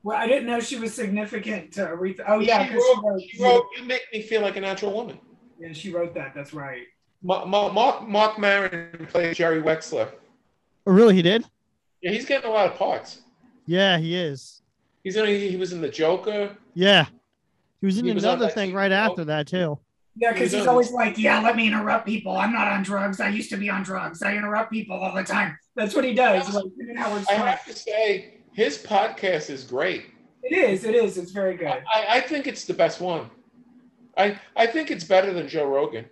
Speaker 2: Well, I didn't know she was significant to Aretha. Oh, yeah.
Speaker 3: she
Speaker 2: 'cause she
Speaker 3: wrote, she wrote, "You make me feel like a natural woman."
Speaker 2: yeah, she wrote that. That's right.
Speaker 3: Ma- Ma- Mark Mark Maron played Jerry Wexler.
Speaker 1: Oh, really? He did.
Speaker 3: Yeah, he's getting a lot of parts.
Speaker 1: Yeah. He is.
Speaker 3: He's in. He was in the Joker.
Speaker 1: Yeah. He was in
Speaker 3: He was on
Speaker 1: another
Speaker 3: that E
Speaker 1: thing
Speaker 3: TV
Speaker 1: right
Speaker 3: show.
Speaker 1: after that too.
Speaker 2: Yeah, because
Speaker 3: He
Speaker 2: he's
Speaker 3: does.
Speaker 2: always like, yeah, let me interrupt people. I'm not on drugs. I used to be on drugs. I interrupt people all the time. That's what he does. Like, him and Howard
Speaker 3: I
Speaker 2: Stern.
Speaker 3: have to say, his podcast is great.
Speaker 2: it is. It is. It's very good.
Speaker 3: I, I think it's the best one. I I think it's better than Joe Rogan.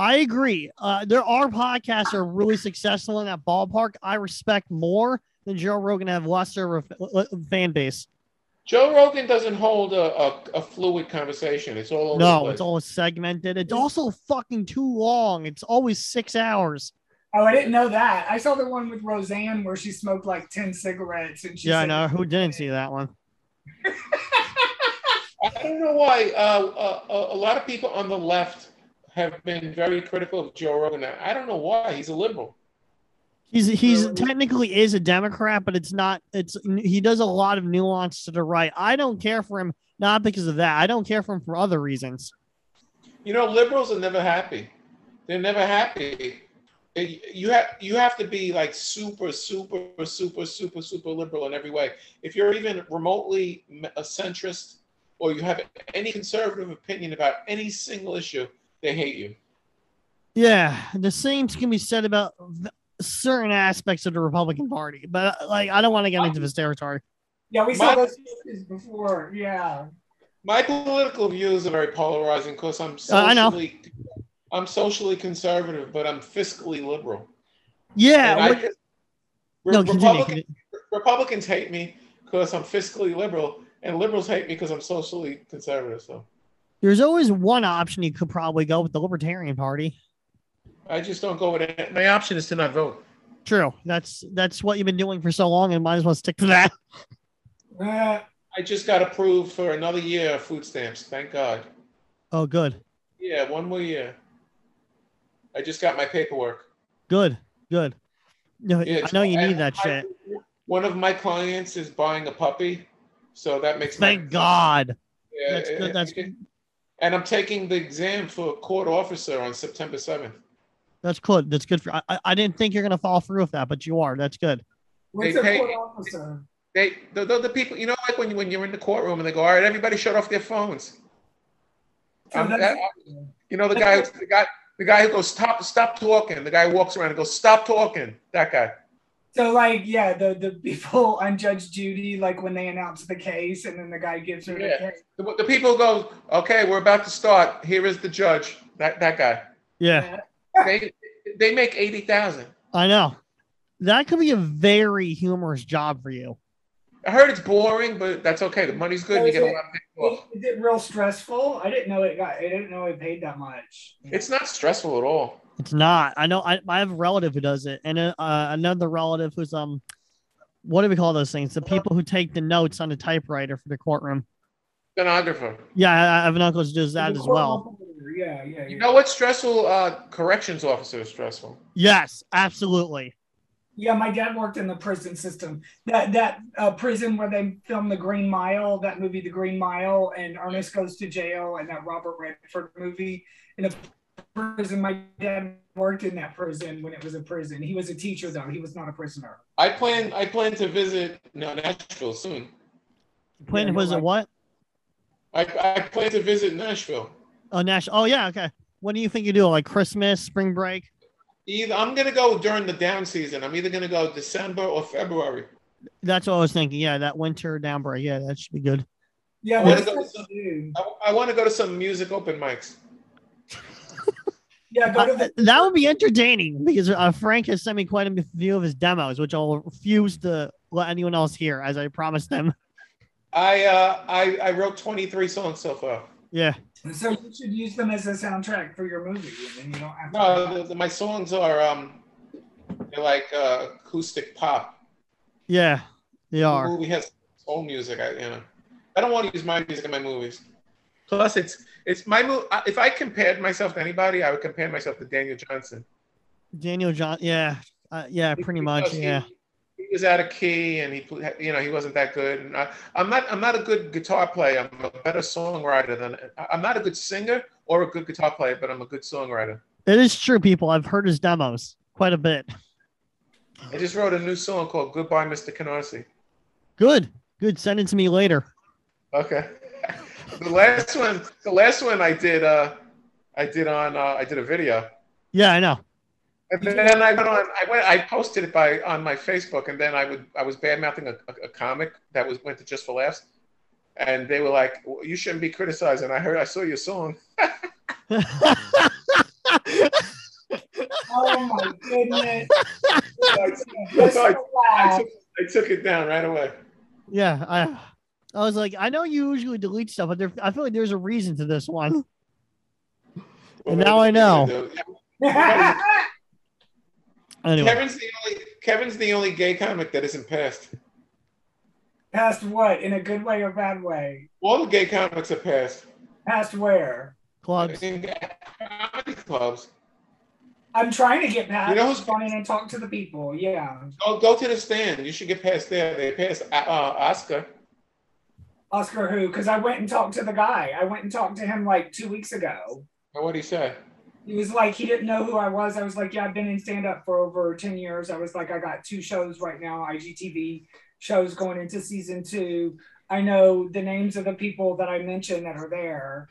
Speaker 1: I agree. Uh, there are podcasts that are really successful in that ballpark. I respect more than Joe Rogan have lesser of a fan base.
Speaker 3: Joe Rogan doesn't hold a, a, a fluid conversation. It's all over the
Speaker 1: No,
Speaker 3: place.
Speaker 1: it's all segmented. It's also fucking too long. It's always six hours.
Speaker 2: Oh, I didn't know that. I saw the one with Roseanne where she smoked like 10 cigarettes and she
Speaker 1: yeah, I
Speaker 2: said-
Speaker 1: know. Who didn't see that one?
Speaker 3: I don't know why uh, a, a lot of people on the left have been very critical of Joe Rogan. I don't know why. He's a liberal.
Speaker 1: He's he's
Speaker 2: Really?
Speaker 1: technically is a Democrat, but it's not. It's he does a lot of nuance to the right. I don't care for him not because of that. I don't care for him for other reasons.
Speaker 3: You know, liberals are never happy. They're never happy. They- You have you have to be like super, super, super, super, super liberal in every way. If you're even remotely a centrist, or you have any conservative opinion about any single issue, they hate you.
Speaker 1: Yeah, the same can be said about th- certain aspects of the Republican Party, but uh, like I don't want to get into this territory.
Speaker 2: Yeah, we saw
Speaker 3: My-
Speaker 2: those pictures before. Yeah.
Speaker 3: My political views are very polarizing because I'm
Speaker 1: Uh, I know.
Speaker 3: socially, I'm socially conservative, but I'm fiscally liberal.
Speaker 1: Yeah,
Speaker 3: And I
Speaker 1: what-
Speaker 3: just-
Speaker 1: no, continue.
Speaker 3: Republican- Republicans hate me because I'm fiscally liberal, and liberals hate me because I'm socially conservative. So
Speaker 1: There's always one option you could probably go with the Libertarian Party.
Speaker 3: I just don't go with it. My option is to not vote.
Speaker 1: True, that's that's what you've been doing for so long, and might as well stick to that.
Speaker 2: Uh,
Speaker 3: I just got approved for another year of food stamps. Thank God.
Speaker 1: Oh, good.
Speaker 3: Yeah, one more year. I I just got my paperwork.
Speaker 1: Good, good. No,
Speaker 3: Yeah,
Speaker 1: I know you
Speaker 3: I-
Speaker 1: need that
Speaker 3: I-
Speaker 1: shit.
Speaker 3: One of my clients is buying a puppy, so that makes my-
Speaker 1: Thank God.
Speaker 3: Yeah,
Speaker 1: That's good,
Speaker 3: it-
Speaker 1: that's-
Speaker 3: it- and I'm taking the exam for court officer on September 7th.
Speaker 1: That's good. That's good for. I- I, I didn't think you're gonna fall through with that, but you are. That's good.
Speaker 2: What's
Speaker 3: They
Speaker 2: a
Speaker 3: pay-
Speaker 2: court officer?
Speaker 3: They the, the, the people, you know, like when you when you're in the courtroom and they go, all right, everybody shut off their phones.
Speaker 2: So
Speaker 3: Um,
Speaker 2: that's-
Speaker 3: You know, the guy the guy the guy who goes stop stop talking. The guy who walks around and goes stop talking. That guy.
Speaker 2: So like yeah, the the people on Judge Judy, like when they announce the case and then the guy gives her
Speaker 3: Yeah.
Speaker 2: the case.
Speaker 3: The, the people who go, okay, we're about to start. Here is the judge. That that guy.
Speaker 1: Yeah,
Speaker 3: They they make eighty thousand.
Speaker 1: I know. That could be a very humorous job for you.
Speaker 3: I heard it's boring, but that's okay. The money's good. You get a lot of things
Speaker 2: Is,
Speaker 3: off.
Speaker 2: is it real stressful? I didn't know it got I didn't know it paid that much.
Speaker 3: It's not stressful at all.
Speaker 1: It's not. I know. I, I have a relative who does it, and uh, another relative who's um, what do we call those things? The people who take the notes on the typewriter for the courtroom.
Speaker 3: Stenographer.
Speaker 1: Yeah, I, I have an uncle who does that
Speaker 2: The
Speaker 1: as
Speaker 2: court
Speaker 1: well.
Speaker 2: operator, Yeah, yeah, yeah.
Speaker 3: You know what's stressful? Uh, corrections officer is stressful.
Speaker 1: Yes, absolutely.
Speaker 2: yeah, my dad worked in the prison system. That that uh, prison where they filmed The Green Mile, that movie The Green Mile, and Ernest Goes to Jail, and that Robert Redford movie. In a prison, my dad worked in that prison when it was a prison. He was a teacher though; he was not a prisoner.
Speaker 3: I plan I plan to visit no, Nashville soon.
Speaker 1: When
Speaker 2: Yeah, you're
Speaker 1: was it?
Speaker 2: right.
Speaker 1: What?
Speaker 3: I, I plan to visit Nashville.
Speaker 1: Oh, Nash. Oh, yeah. Okay. What do you think you do? Like Christmas, spring break?
Speaker 3: Either I'm gonna go during the down season. I'm either gonna go December or February.
Speaker 1: That's what I was thinking. Yeah, that winter down break. Yeah, that should be good.
Speaker 2: Yeah,
Speaker 3: What
Speaker 2: that's
Speaker 3: about
Speaker 2: what you do.
Speaker 3: I, I want to go to some music open mics.
Speaker 2: Yeah, go to
Speaker 1: Uh,
Speaker 2: the
Speaker 1: that would be entertaining because uh, Frank has sent me quite a few of his demos, which I'll refuse to let anyone else hear, as I promised them.
Speaker 3: I uh, I I wrote 23 songs so far.
Speaker 1: Yeah.
Speaker 2: So you should use them as a soundtrack for your movie, and then you don't have to.
Speaker 3: No, the, the, my songs are um, they're like uh, acoustic pop.
Speaker 1: Yeah. They
Speaker 3: The
Speaker 1: are.
Speaker 3: movie has soul music. I you know, I don't want to use my music in my movies. Plus, it's it's my mo- I- If I compared myself to anybody, I would compare myself to Daniel Johnson.
Speaker 1: Daniel John. Yeah. Uh, yeah, pretty much.
Speaker 3: Because he-
Speaker 1: Yeah.
Speaker 3: He was out of key, and he, pl- you know, he wasn't that good. And I, I'm not, I'm not a good guitar player. I'm a better songwriter than I- I'm not a good singer or a good guitar player, but I'm a good songwriter.
Speaker 1: It is true, people. I've heard his demos quite a bit.
Speaker 3: I just wrote a new song called "Goodbye, Mr. Canarsie."
Speaker 1: Good. Good. Send it to me later.
Speaker 3: Okay. the last one, the last one I did, uh, I did on, uh, I did a video,
Speaker 1: Yeah, I know.
Speaker 3: and then I went on, I went, I posted it by on my Facebook, and then I would, I was bad mouthing a, a, a comic that was went to Just for Laughs, and they were like, well, "You shouldn't be criticizing." I heard, I saw your song.
Speaker 2: Oh my goodness!
Speaker 3: I,
Speaker 2: That's
Speaker 3: so I-
Speaker 2: so
Speaker 3: I
Speaker 2: loud.
Speaker 3: took, I took it down right away.
Speaker 1: yeah. I. I was like, I know you usually delete stuff, but there, I feel like there's a reason to this one. And now I know. Anyway,
Speaker 3: Kevin's the only Kevin's the only gay comic that isn't passed.
Speaker 2: Past what? In a good way or bad way?
Speaker 3: All the gay comics are passed.
Speaker 2: Past where?
Speaker 1: clubs.
Speaker 3: In comedy clubs.
Speaker 2: I'm trying to get past.
Speaker 3: You
Speaker 2: You
Speaker 3: know
Speaker 2: know
Speaker 3: who's-
Speaker 2: fun and talk to the people. Yeah,
Speaker 3: Go, go to the stand. You should get past there. They passed uh, Oscar.
Speaker 2: Oscar who? Because I went and talked to the guy. I went and talked to him like two weeks ago.
Speaker 3: And what did he say?
Speaker 2: He was like, he didn't know who I was. I was like, yeah, I've been in stand up for over 10 years. I was like, I got two shows right now, IGTV shows going into season two. I know the names of the people that I mentioned that are there.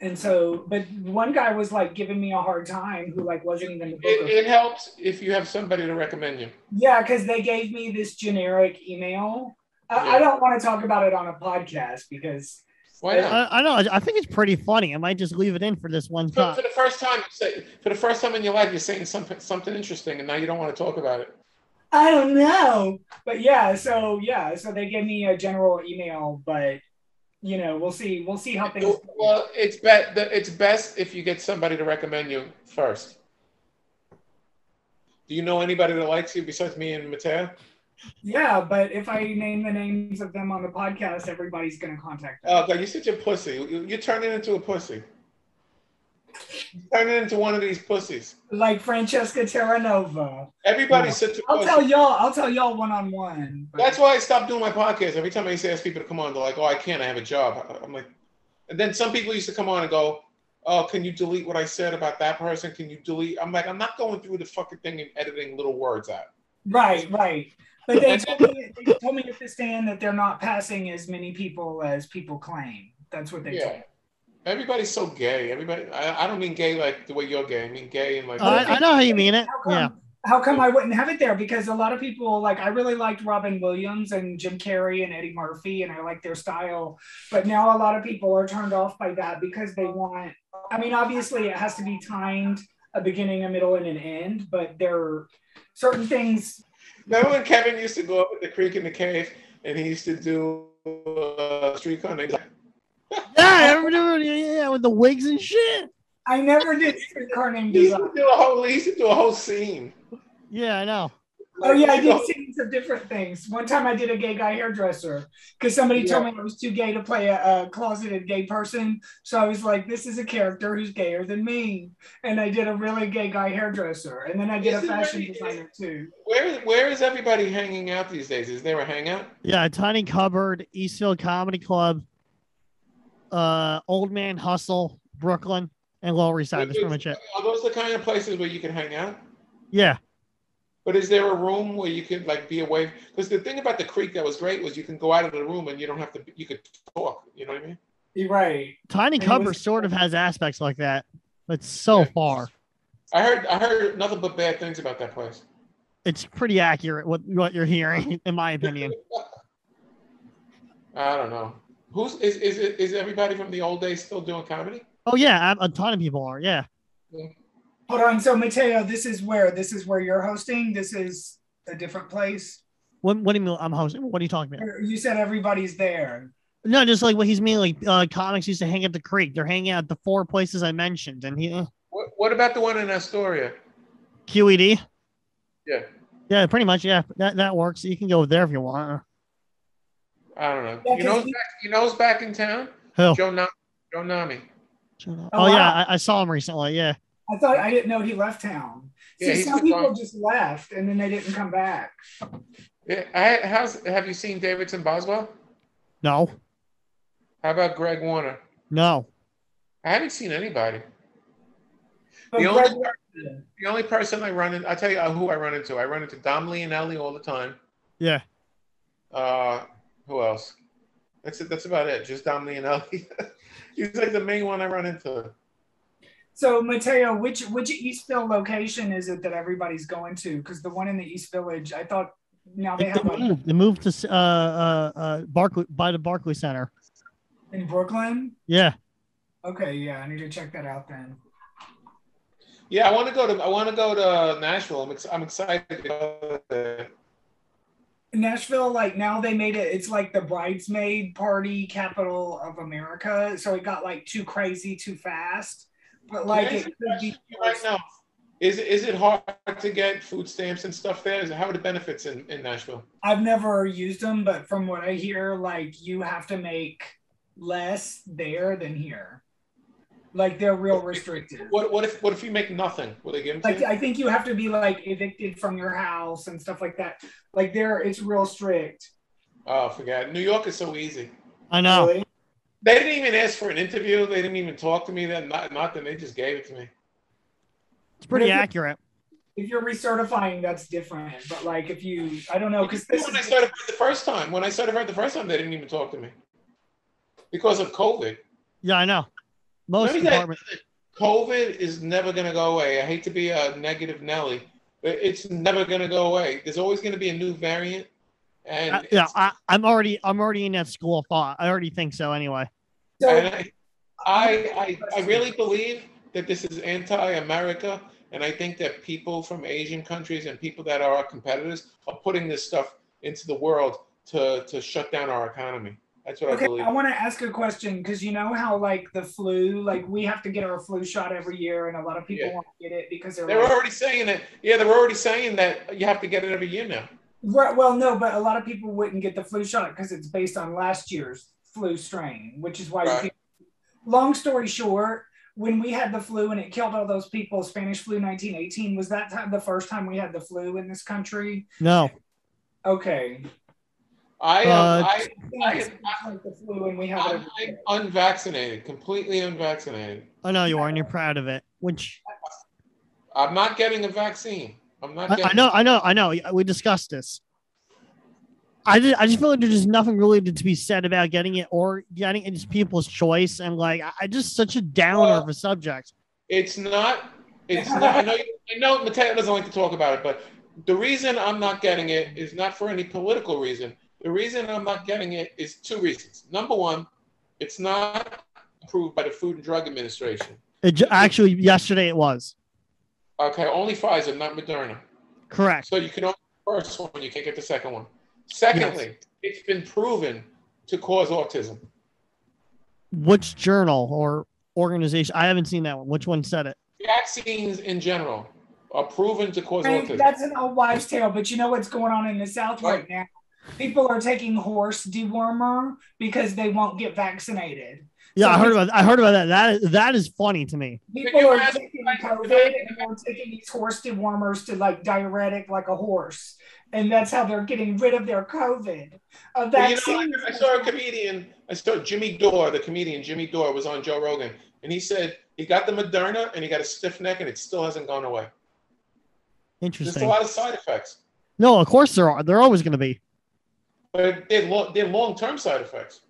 Speaker 2: And so, but one guy was like giving me a hard time who like wasn't even the
Speaker 3: It,
Speaker 2: booker.
Speaker 3: it helps if you have somebody to recommend you.
Speaker 2: Yeah, because they gave me this generic email. I, I don't want to talk about it on a podcast because
Speaker 3: Why not?
Speaker 1: I, I know. I- I think it's pretty funny. I might just leave it in for this one
Speaker 3: for,
Speaker 1: time.
Speaker 3: for the first time, you say- for the first time in your life, you're saying something something interesting, and now you don't want to talk about it.
Speaker 2: I don't know. But yeah, so yeah, so they give me a general email, but you know, we'll see. We'll see how things.
Speaker 3: Well, it's bet the- it's best if you get somebody to recommend you first. Do you know anybody that likes you besides me and Mateo?
Speaker 2: Yeah, but if I name the names of them on the podcast, everybody's gonna contact them.
Speaker 3: Oh, God, you're such a pussy. You- You're turning into a pussy. Turn it into one of these pussies.
Speaker 2: like Francesca Terranova.
Speaker 3: Everybody's such a
Speaker 2: I'll
Speaker 3: pussy.
Speaker 2: tell y'all. I'll tell y'all one on one.
Speaker 3: Oh, That's why I stopped doing my podcast. Every time I used to ask people to come on, they're like, "Oh, I can't. I have a job." I'm like, and then some people used to come on and go, "Oh, can you delete what I said about that person? Can you delete?" I'm like, I'm not going through the fucking thing and editing little words out.
Speaker 2: Right, right. But they told me they told me at the stand that they're not passing as many people as people claim. That's what they
Speaker 3: Yeah.
Speaker 2: told. me.
Speaker 3: Everybody's so gay. Everybody. I, I don't mean gay like the way you're gay. I mean gay and like.
Speaker 1: Oh, I, I know how you mean it.
Speaker 2: How come?
Speaker 1: Yeah.
Speaker 2: Um, How come I wouldn't have it there? Because a lot of people like I really liked Robin Williams and Jim Carrey and Eddie Murphy, and I like their style. But now a lot of people are turned off by that because they want. I mean, obviously it has to be timed a beginning, a middle, and an end. But there are certain things.
Speaker 3: Remember when Kevin used to go up at the creek in the cave and he used to do uh, streetcar? And he's like,
Speaker 1: Yeah, everybody, yeah, yeah, with the wigs and shit.
Speaker 2: I never did streetcar named
Speaker 3: he used
Speaker 2: Desire.
Speaker 3: to do a whole. He used to do a whole scene.
Speaker 1: Yeah, I know.
Speaker 2: Oh yeah, I
Speaker 3: You
Speaker 2: did
Speaker 3: know,
Speaker 2: scenes of different things. One time I did a gay guy hairdresser because somebody told me I was too gay to play a, a closeted gay person. So I was like, this is a character who's gayer than me. And I did a really gay guy hairdresser. And then I did
Speaker 3: Isn't
Speaker 2: a fashion
Speaker 3: that-
Speaker 2: designer too.
Speaker 3: Where where is everybody hanging out these days? Is there a hangout?
Speaker 1: Yeah, Tiny Cupboard, East Hill Comedy Club, uh, Old Man Hustle, Brooklyn, and Lower East Side. That's pretty much it.
Speaker 3: Are those the kind of places where you can hang out?
Speaker 1: Yeah,
Speaker 3: But is there a room where you could like be away? Because the thing about the creek that was great was you can go out of the room and you don't have to. You could talk. You know what I mean?
Speaker 2: You're right.
Speaker 1: Tiny
Speaker 2: It was-
Speaker 1: Cupboard sort of has aspects like that, but so
Speaker 3: Yeah.
Speaker 1: far,
Speaker 3: I heard I heard nothing but bad things about that place.
Speaker 1: it's pretty accurate what what you're hearing, in my opinion.
Speaker 3: I don't know. Who's is is is everybody from the old days still doing comedy?
Speaker 1: Oh yeah, a a ton of people are. Yeah,
Speaker 2: Hold on. So Mateo, this is where this is where you're hosting. This is a different place.
Speaker 1: what, what do you mean? I'm hosting. What are you talking about?
Speaker 2: You said everybody's there.
Speaker 1: No, just like what he's meaning. Like uh, comics used to hang at the creek. They're hanging out at the four places I mentioned, and he, uh,
Speaker 3: What, what about the one in Astoria?
Speaker 1: QED.
Speaker 3: Yeah.
Speaker 1: Yeah, pretty much. Yeah, that, that works. You can go there if you want.
Speaker 3: I don't know.
Speaker 2: Yeah,
Speaker 3: you
Speaker 2: 'cause
Speaker 3: know, who's
Speaker 2: we-
Speaker 3: back, you know, who's back in town?
Speaker 1: Who?
Speaker 3: Joe Nami. Joe Nami.
Speaker 1: Oh,
Speaker 2: Oh,
Speaker 1: yeah,
Speaker 2: wow.
Speaker 1: I, I saw him recently. Yeah,
Speaker 2: I thought I didn't know he left town.
Speaker 3: Yeah,
Speaker 2: See,
Speaker 3: he's
Speaker 2: some
Speaker 3: been
Speaker 2: people
Speaker 3: gone.
Speaker 2: just left and then they didn't come back.
Speaker 3: Yeah, I, how's have you seen Davidson Boswell?
Speaker 1: no,
Speaker 3: How about Greg Warner?
Speaker 1: no.
Speaker 3: I haven't seen anybody.
Speaker 2: But
Speaker 3: The only-
Speaker 2: Greg-
Speaker 3: The only person I run in, I'll tell you who I run into. I run into Dom Leonelli all the time.
Speaker 1: Yeah.
Speaker 3: Uh, who else? That's it. That's about it. Just Dom Leonelli. He's like the main one I run into.
Speaker 2: So Mateo, which which Eastville location is it that everybody's going to? Because the one in the East Village, I thought now they
Speaker 1: They
Speaker 2: have like
Speaker 1: moved, they moved to uh, uh, uh, Barclay by the Barclay Center.
Speaker 2: in Brooklyn.
Speaker 1: Yeah,
Speaker 2: Okay, yeah, I need to check that out then.
Speaker 3: Yeah, I want to go to. I want to go to Nashville. I'm, ex- I'm excited. To go there.
Speaker 2: Nashville, like now they made it. It's like the bridesmaid party capital of America. So it got like too crazy, too fast. But like
Speaker 3: Here's
Speaker 2: it
Speaker 3: the
Speaker 2: could
Speaker 3: question
Speaker 2: be.
Speaker 3: to you right now. Is it, is it hard to get food stamps and stuff there? Is it, how are the benefits in, in Nashville?
Speaker 2: I've never used them, but from what I hear, like you have to make less there than here. Like they're real restricted.
Speaker 3: What what if what if you make nothing? Will they give them to
Speaker 2: like
Speaker 3: you?
Speaker 2: I think you have to be like evicted from your house and stuff like that. Like there, it's real strict.
Speaker 3: Oh, forget. it. New York is so easy.
Speaker 1: I know.
Speaker 2: Really.
Speaker 3: They didn't even ask for an interview. They didn't even talk to me. Then not nothing. They just gave it to me.
Speaker 1: It's pretty
Speaker 2: But if you-
Speaker 1: accurate.
Speaker 2: If you're recertifying, that's different. But like if you, I don't know, because this
Speaker 3: when I
Speaker 2: is,
Speaker 3: started the first time, when I started the first time, they didn't even talk to me because of COVID.
Speaker 1: Yeah, I know. Most
Speaker 3: Let me tell you
Speaker 1: departments.
Speaker 3: COVID is never going to go away. I hate to be a negative Nelly, but it's never going to go away. There's always going to be a new variant, and
Speaker 1: I- Uh, yeah,
Speaker 3: it's-
Speaker 1: I, I'm already I'm already in that school of thought. I already think so anyway.
Speaker 2: so
Speaker 3: and I, I, I, I really believe that this is anti-America, and I think that people from Asian countries and people that are our competitors are putting this stuff into the world to to shut down our economy. That's what I
Speaker 2: okay.
Speaker 3: believe.
Speaker 2: I want to ask a question because you know how like the flu, like we have to get our flu shot every year, and a lot of people
Speaker 3: Yeah.
Speaker 2: won't get it because they're,
Speaker 3: They're
Speaker 2: like,
Speaker 3: already saying that. Yeah, they're already saying that you have to get it every year now.
Speaker 2: Right, well, no, but a lot of people wouldn't get the flu shot because it's based on last year's flu strain, which is why.
Speaker 3: Right.
Speaker 2: People, long story short, when we had the flu and it killed all those people, Spanish flu 1918, was that time the first time we had the flu in this country?
Speaker 1: No.
Speaker 2: Okay.
Speaker 3: I,
Speaker 1: Uh,
Speaker 3: um, I,
Speaker 2: It's like the flu and we have it
Speaker 3: I'm
Speaker 2: every
Speaker 3: I'm unvaccinated, completely unvaccinated.
Speaker 1: I know you are, and you're proud of it. Which
Speaker 3: I'm not getting a vaccine. I'm not
Speaker 1: I,
Speaker 3: getting.
Speaker 1: I know, I know, I know. We discussed this. I just, I just feel like there's just nothing really to be said about getting it or getting it. It's people's choice, and like I- I just such a downer
Speaker 3: Well-
Speaker 1: of a subject.
Speaker 3: It's not. It's not. I know. I know. Mateo doesn't like to talk about it, but the reason I'm not getting it is not for any political reason. The reason I'm not getting it is two reasons. Number one, it's not approved by the Food and Drug Administration.
Speaker 1: It ju- actually, yesterday it was
Speaker 3: Okay, only Pfizer, not Moderna.
Speaker 1: correct.
Speaker 3: So you can only get the first one. You can't get the second one. Secondly, it's been proven to cause autism.
Speaker 1: Which journal or organization? I haven't seen that one. Which one said it?
Speaker 3: Vaccines in general are proven to cause
Speaker 2: Frank,
Speaker 3: autism.
Speaker 2: that's an old wives' tale, but you know what's going on in the South right now? People are taking horse dewormer because they won't get vaccinated.
Speaker 1: Yeah, I
Speaker 2: So
Speaker 1: heard
Speaker 2: it's-
Speaker 1: about. I heard about that. That is, that is funny to me.
Speaker 2: People
Speaker 3: you
Speaker 2: are
Speaker 3: ask-
Speaker 2: taking COVID and they're taking these horse dewormers to like diuretic like a horse, and that's how they're getting rid of their COVID. A
Speaker 3: Well, you
Speaker 2: vaccine.
Speaker 3: know, I, I saw a comedian. I saw Jimmy Dore, the comedian Jimmy Dore, was on Joe Rogan, and he said he got the Moderna and he got a stiff neck, and it still hasn't gone away. There's a
Speaker 1: Interesting.
Speaker 3: lot of side effects,
Speaker 1: No, of course there are. They're always going to be.
Speaker 3: but they're, lo- they're long-term side effects.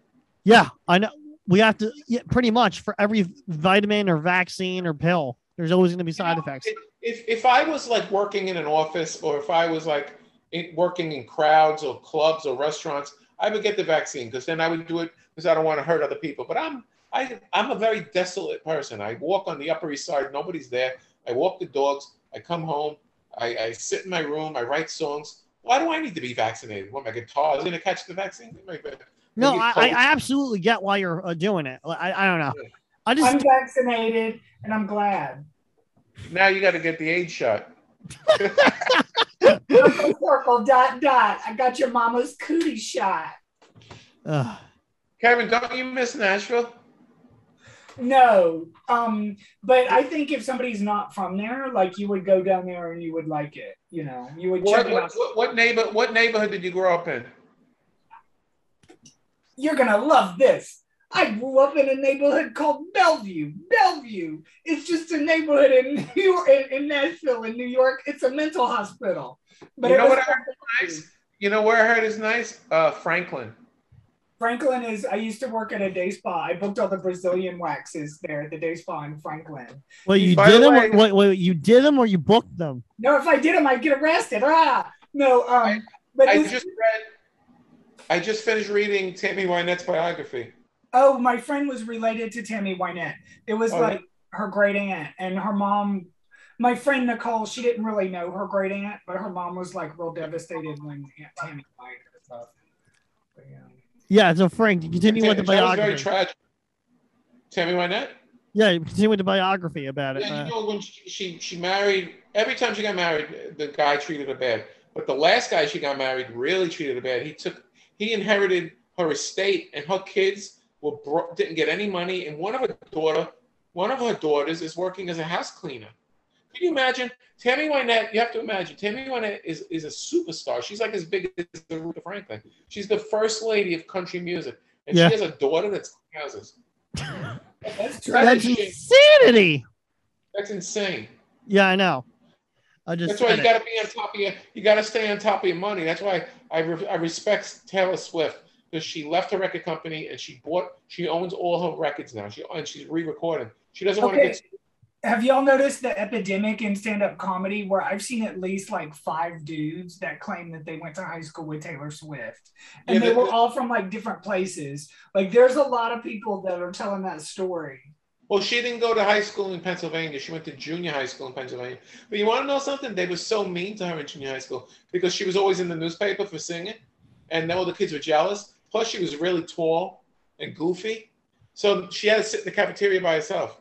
Speaker 1: Yeah, I know. We have to yeah, pretty much for every vitamin or vaccine or pill, there's always going to be side effects.
Speaker 3: If, if if I was like working in an office, or if I was like in, working in crowds or clubs or restaurants, I would get the vaccine because then I would do it because I don't want to hurt other people. But I'm I I'm a very desolate person. I walk on the Upper East Side, nobody's there. I walk the dogs. I come home. I, I sit in my room. I write songs. Why do I need to be vaccinated? What my guitar is going to catch the vaccine? My-
Speaker 1: No,
Speaker 3: you
Speaker 1: I, I
Speaker 3: told-
Speaker 1: I absolutely get why you're uh, doing it. Like, I, I don't know. I
Speaker 2: I'm
Speaker 1: just
Speaker 2: vaccinated and I'm glad.
Speaker 3: Now you got to get the AIDS shot.
Speaker 2: Circle, circle, dot, dot. I got your mama's cootie shot.
Speaker 1: Ugh.
Speaker 3: Kevin, don't you miss Nashville?
Speaker 2: No, um, but I think if somebody's not from there, like you would go down there and you would like it. You know, you would check
Speaker 3: What,
Speaker 2: it
Speaker 3: what,
Speaker 2: out.
Speaker 3: what, what neighbor? What neighborhood did you grow up in?
Speaker 2: You're gonna love this. I grew up in a neighborhood called Bellevue. Bellevue. It's just a neighborhood in New York, in, in Nashville, in New York. It's a mental hospital. But
Speaker 3: You
Speaker 2: it
Speaker 3: know
Speaker 2: was
Speaker 3: what I heard is nice? You know where I heard is nice? Uh, Franklin.
Speaker 2: Franklin is. I used to work at a day spa. I booked all the Brazilian waxes there at the day spa in Franklin.
Speaker 1: well, you
Speaker 3: By
Speaker 1: did
Speaker 3: the
Speaker 1: them. Or,
Speaker 3: way-
Speaker 1: wait, wait, you did them or you booked them?
Speaker 2: No, if I did them, I'd get arrested. Ah, no. Um, but
Speaker 3: I
Speaker 2: this-
Speaker 3: just read. I just finished reading Tammy Wynette's biography.
Speaker 2: Oh, my friend was related to Tammy Wynette. It was
Speaker 3: Oh,
Speaker 2: like her great aunt and her mom. My friend Nicole, she didn't really know her great aunt, but her mom was like real devastated when Aunt Tammy died. and stuff. But, yeah.
Speaker 1: Yeah. So Frank, you continue with the
Speaker 3: That was very
Speaker 1: biography.
Speaker 3: tragic. Tammy Wynette.
Speaker 1: yeah, you continue with the biography about it.
Speaker 3: Yeah,
Speaker 1: Uh,
Speaker 3: you know when she, she she married. Every time she got married, the guy treated her bad. But the last guy she got married really treated her bad. He took he inherited her estate, and her kids were bro- didn't get any money. And one of her daughter, one of her daughters is working as a house cleaner. Can you imagine Tammy Wynette? You have to imagine Tammy Wynette is is a superstar. She's like as big as Aretha Franklin. She's the first lady of country music, and
Speaker 1: Yeah.
Speaker 3: she has a daughter that's cleaning houses.
Speaker 2: That's true.
Speaker 3: That
Speaker 1: that's
Speaker 3: is shit.
Speaker 1: insanity.
Speaker 3: That's insane.
Speaker 1: Yeah, I know. I just
Speaker 3: That's why
Speaker 1: said
Speaker 3: you
Speaker 1: it.
Speaker 3: got to be on top of your. You got to stay on top of your money. That's why I re- I respect Taylor Swift because she left her record company and she bought. She owns all her records now. She and she's re-recording. She doesn't want to
Speaker 2: Okay.
Speaker 3: get.
Speaker 2: Have y'all noticed the epidemic in stand up comedy where I've seen at least like five dudes that claim that they went to high school with Taylor Swift and
Speaker 3: Yeah,
Speaker 2: they
Speaker 3: the-
Speaker 2: were
Speaker 3: the-
Speaker 2: all from like different places? Like, there's a lot of people that are telling that story.
Speaker 3: Well, she didn't go to high school in Pennsylvania. She went to junior high school in Pennsylvania. But you want to know something? They were so mean to her in junior high school because she was always in the newspaper for singing, and all the kids were jealous. Plus, she was really tall and goofy, so she had to sit in the cafeteria by herself.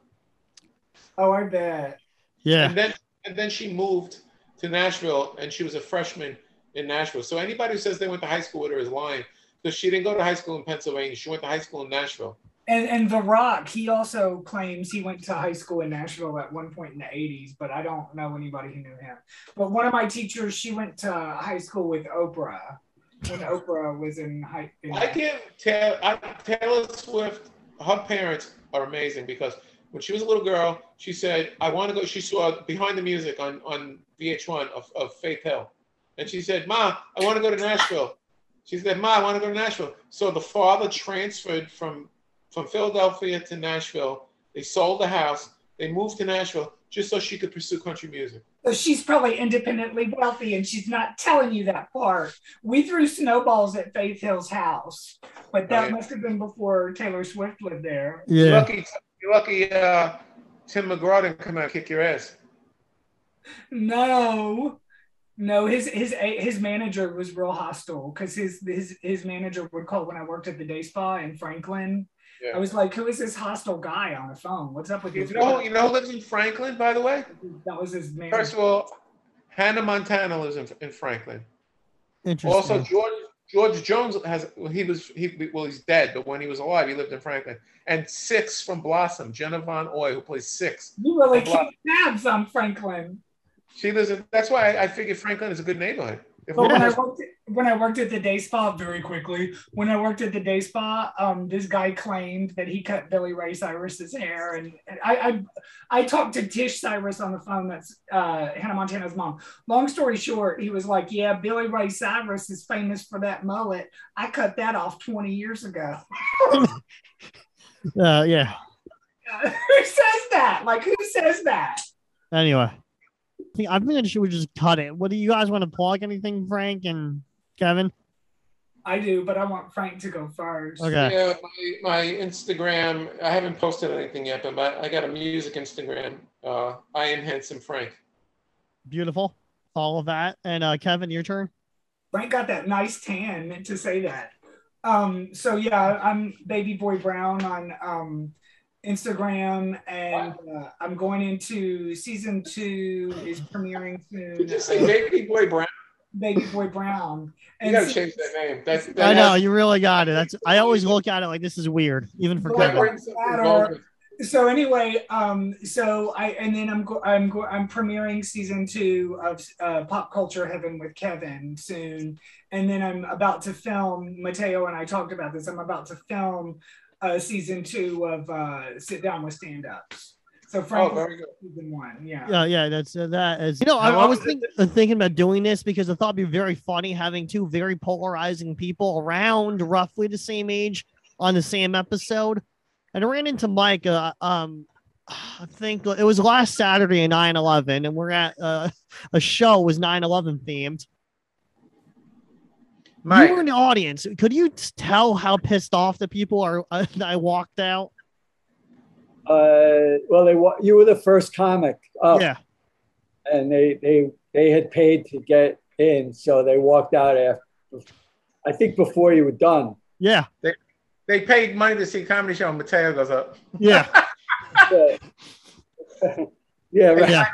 Speaker 2: Oh, I bet.
Speaker 1: Yeah.
Speaker 3: And then and then she moved to Nashville and she was a freshman in Nashville. So anybody who says they went to high school with her is lying because she didn't go to high school in Pennsylvania. She went to high school in Nashville.
Speaker 2: And, and The Rock, he also claims he went to high school in Nashville at one point in the 80s, but I don't know anybody who knew him. But one of my teachers, she went to high school with Oprah when Oprah was in high in,
Speaker 3: I give Taylor, I, Taylor Swift, her parents are amazing because when she was a little girl, she said, I want to go. She saw Behind the Music on, on VH1 of, of Faith Hill. And she said, Ma, I want to go to Nashville. She said, Ma, I want to go to Nashville. So the father transferred from, from Philadelphia to Nashville. They sold the house. They moved to Nashville just so she could pursue country music.
Speaker 2: So she's probably independently wealthy and she's not telling you that part. We threw snowballs at Faith Hill's house, but that
Speaker 3: Right.
Speaker 2: must have been before Taylor Swift lived there.
Speaker 3: You're
Speaker 1: Yeah.
Speaker 3: lucky, you're lucky uh, Tim McGraw didn't come out and kick your ass.
Speaker 2: No. No, his his his manager was real hostile because his his his manager would call when I worked at the day spa in Franklin.
Speaker 3: Yeah.
Speaker 2: I was like, "Who is this hostile guy on the phone? What's up with
Speaker 3: You
Speaker 2: you?"
Speaker 3: know, you know who lives in Franklin, by the way?
Speaker 2: that was his manager.
Speaker 3: First of all, Hannah Montana lives in, in Franklin.
Speaker 1: Interesting.
Speaker 3: Also, George George Jones has well, he was he well he's dead, but when he was alive, he lived in Franklin. And Six from Blossom, Jenna Von Oy, who plays Six,
Speaker 2: You really
Speaker 3: Good luck.
Speaker 2: keep tabs on Franklin.
Speaker 3: she lives. In, that's why I, I figured Franklin is a good neighborhood. If
Speaker 2: But
Speaker 3: one
Speaker 2: when I
Speaker 3: was-
Speaker 2: worked when I worked at the day spa, very quickly, when I worked at the day spa, um, this guy claimed that he cut Billy Ray Cyrus's hair, and, and I, I I talked to Tish Cyrus on the phone. That's uh, Hannah Montana's mom. Long story short, he was like, "Yeah, Billy Ray Cyrus is famous for that mullet. I cut that off 20 years ago."
Speaker 1: Uh, yeah.
Speaker 2: who says that? Like, who says that?
Speaker 1: Anyway, See, I think I should we just cut it. What do you guys want to plug? Anything, Frank and Kevin?
Speaker 2: I do, but I want Frank to go first.
Speaker 1: Okay.
Speaker 3: Yeah, my, my Instagram. I haven't posted anything yet, but my, I got a music Instagram. Uh, I am handsome Frank.
Speaker 1: Beautiful. All of that. And uh, Kevin, your turn.
Speaker 2: Frank got that nice tan meant to say that. Um, so yeah, I'm Baby Boy Brown on um, Instagram, and uh, I'm going into season two is premiering soon.
Speaker 3: Did you say Baby Boy Brown?
Speaker 2: Baby Boy Brown?
Speaker 3: You
Speaker 2: And
Speaker 3: gotta
Speaker 2: se-
Speaker 3: change that name. That's that
Speaker 1: I
Speaker 3: has-
Speaker 1: know you really got it. That's I always look at it like this is weird, even for
Speaker 3: that
Speaker 1: Kevin.
Speaker 3: brings something vulgar.
Speaker 2: so anyway, um, so I and then I'm go- I'm go- I'm premiering season two of uh, Pop Culture Heaven with Kevin soon, and then I'm about to film. Mateo and I talked about this. I'm about to film uh, season two of uh, Sit Down with Stand Ups. So
Speaker 3: Oh,
Speaker 2: Frank was
Speaker 3: very good.
Speaker 2: season one, yeah.
Speaker 1: Yeah, yeah, that's uh, that is. You know, I,
Speaker 3: How
Speaker 1: I
Speaker 3: long
Speaker 1: was
Speaker 3: is
Speaker 1: think, uh, thinking about doing this because I thought it'd be very funny having two very polarizing people around roughly the same age on the same episode. And I ran into Mike. Uh, um, I think it was last Saturday at 9 11, and we're at uh, a show was 9 11 themed. You were in the audience. Could you t- tell how pissed off the people are? Uh, that I walked out.
Speaker 4: Uh, well, they wa- you were the first comic
Speaker 3: Oh.
Speaker 4: up,
Speaker 1: Yeah.
Speaker 4: and they they they had paid to get in, so they walked out after. I think before you were done.
Speaker 1: Yeah.
Speaker 3: They paid money to see a comedy show, and Mateo goes up.
Speaker 1: Yeah.
Speaker 4: yeah, Yeah, right.
Speaker 1: yeah.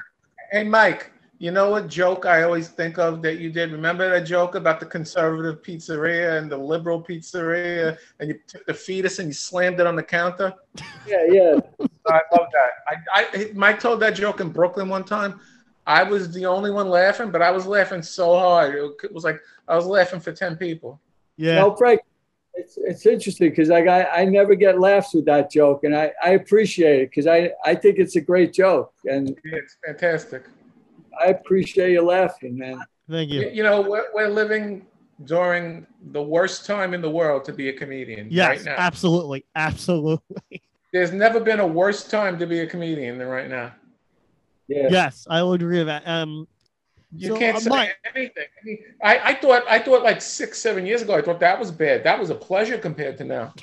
Speaker 3: Hey, Mike, you know what joke I always think of that you did? Remember that joke about the conservative pizzeria and the liberal pizzeria, and you took the fetus and you slammed it on the counter?
Speaker 4: yeah, yeah.
Speaker 3: I love that. I, I Mike told that joke in Brooklyn one time. I was the only one laughing, but I was laughing so hard. It was like I was laughing for ten people.
Speaker 1: Yeah.
Speaker 4: No, Frank, it's it's interesting because like I, I never get laughs with that joke, and I, I appreciate it because I I think it's a great joke, and
Speaker 3: Yeah, It's fantastic.
Speaker 4: I appreciate you laughing, man.
Speaker 1: Thank you.
Speaker 3: You, you know, we're, we're living during the worst time in the world to be a comedian.
Speaker 1: Yes.
Speaker 3: right now.
Speaker 1: absolutely. Absolutely.
Speaker 3: There's never been a worse time to be a comedian than right now.
Speaker 4: Yeah,
Speaker 1: Yes, I would agree with that. Um,
Speaker 3: You
Speaker 1: So,
Speaker 3: can't
Speaker 1: uh,
Speaker 3: say
Speaker 1: Mike-
Speaker 3: anything. I, mean, I, I thought I thought like six, seven years ago, I thought that was bad. That was a pleasure compared to now.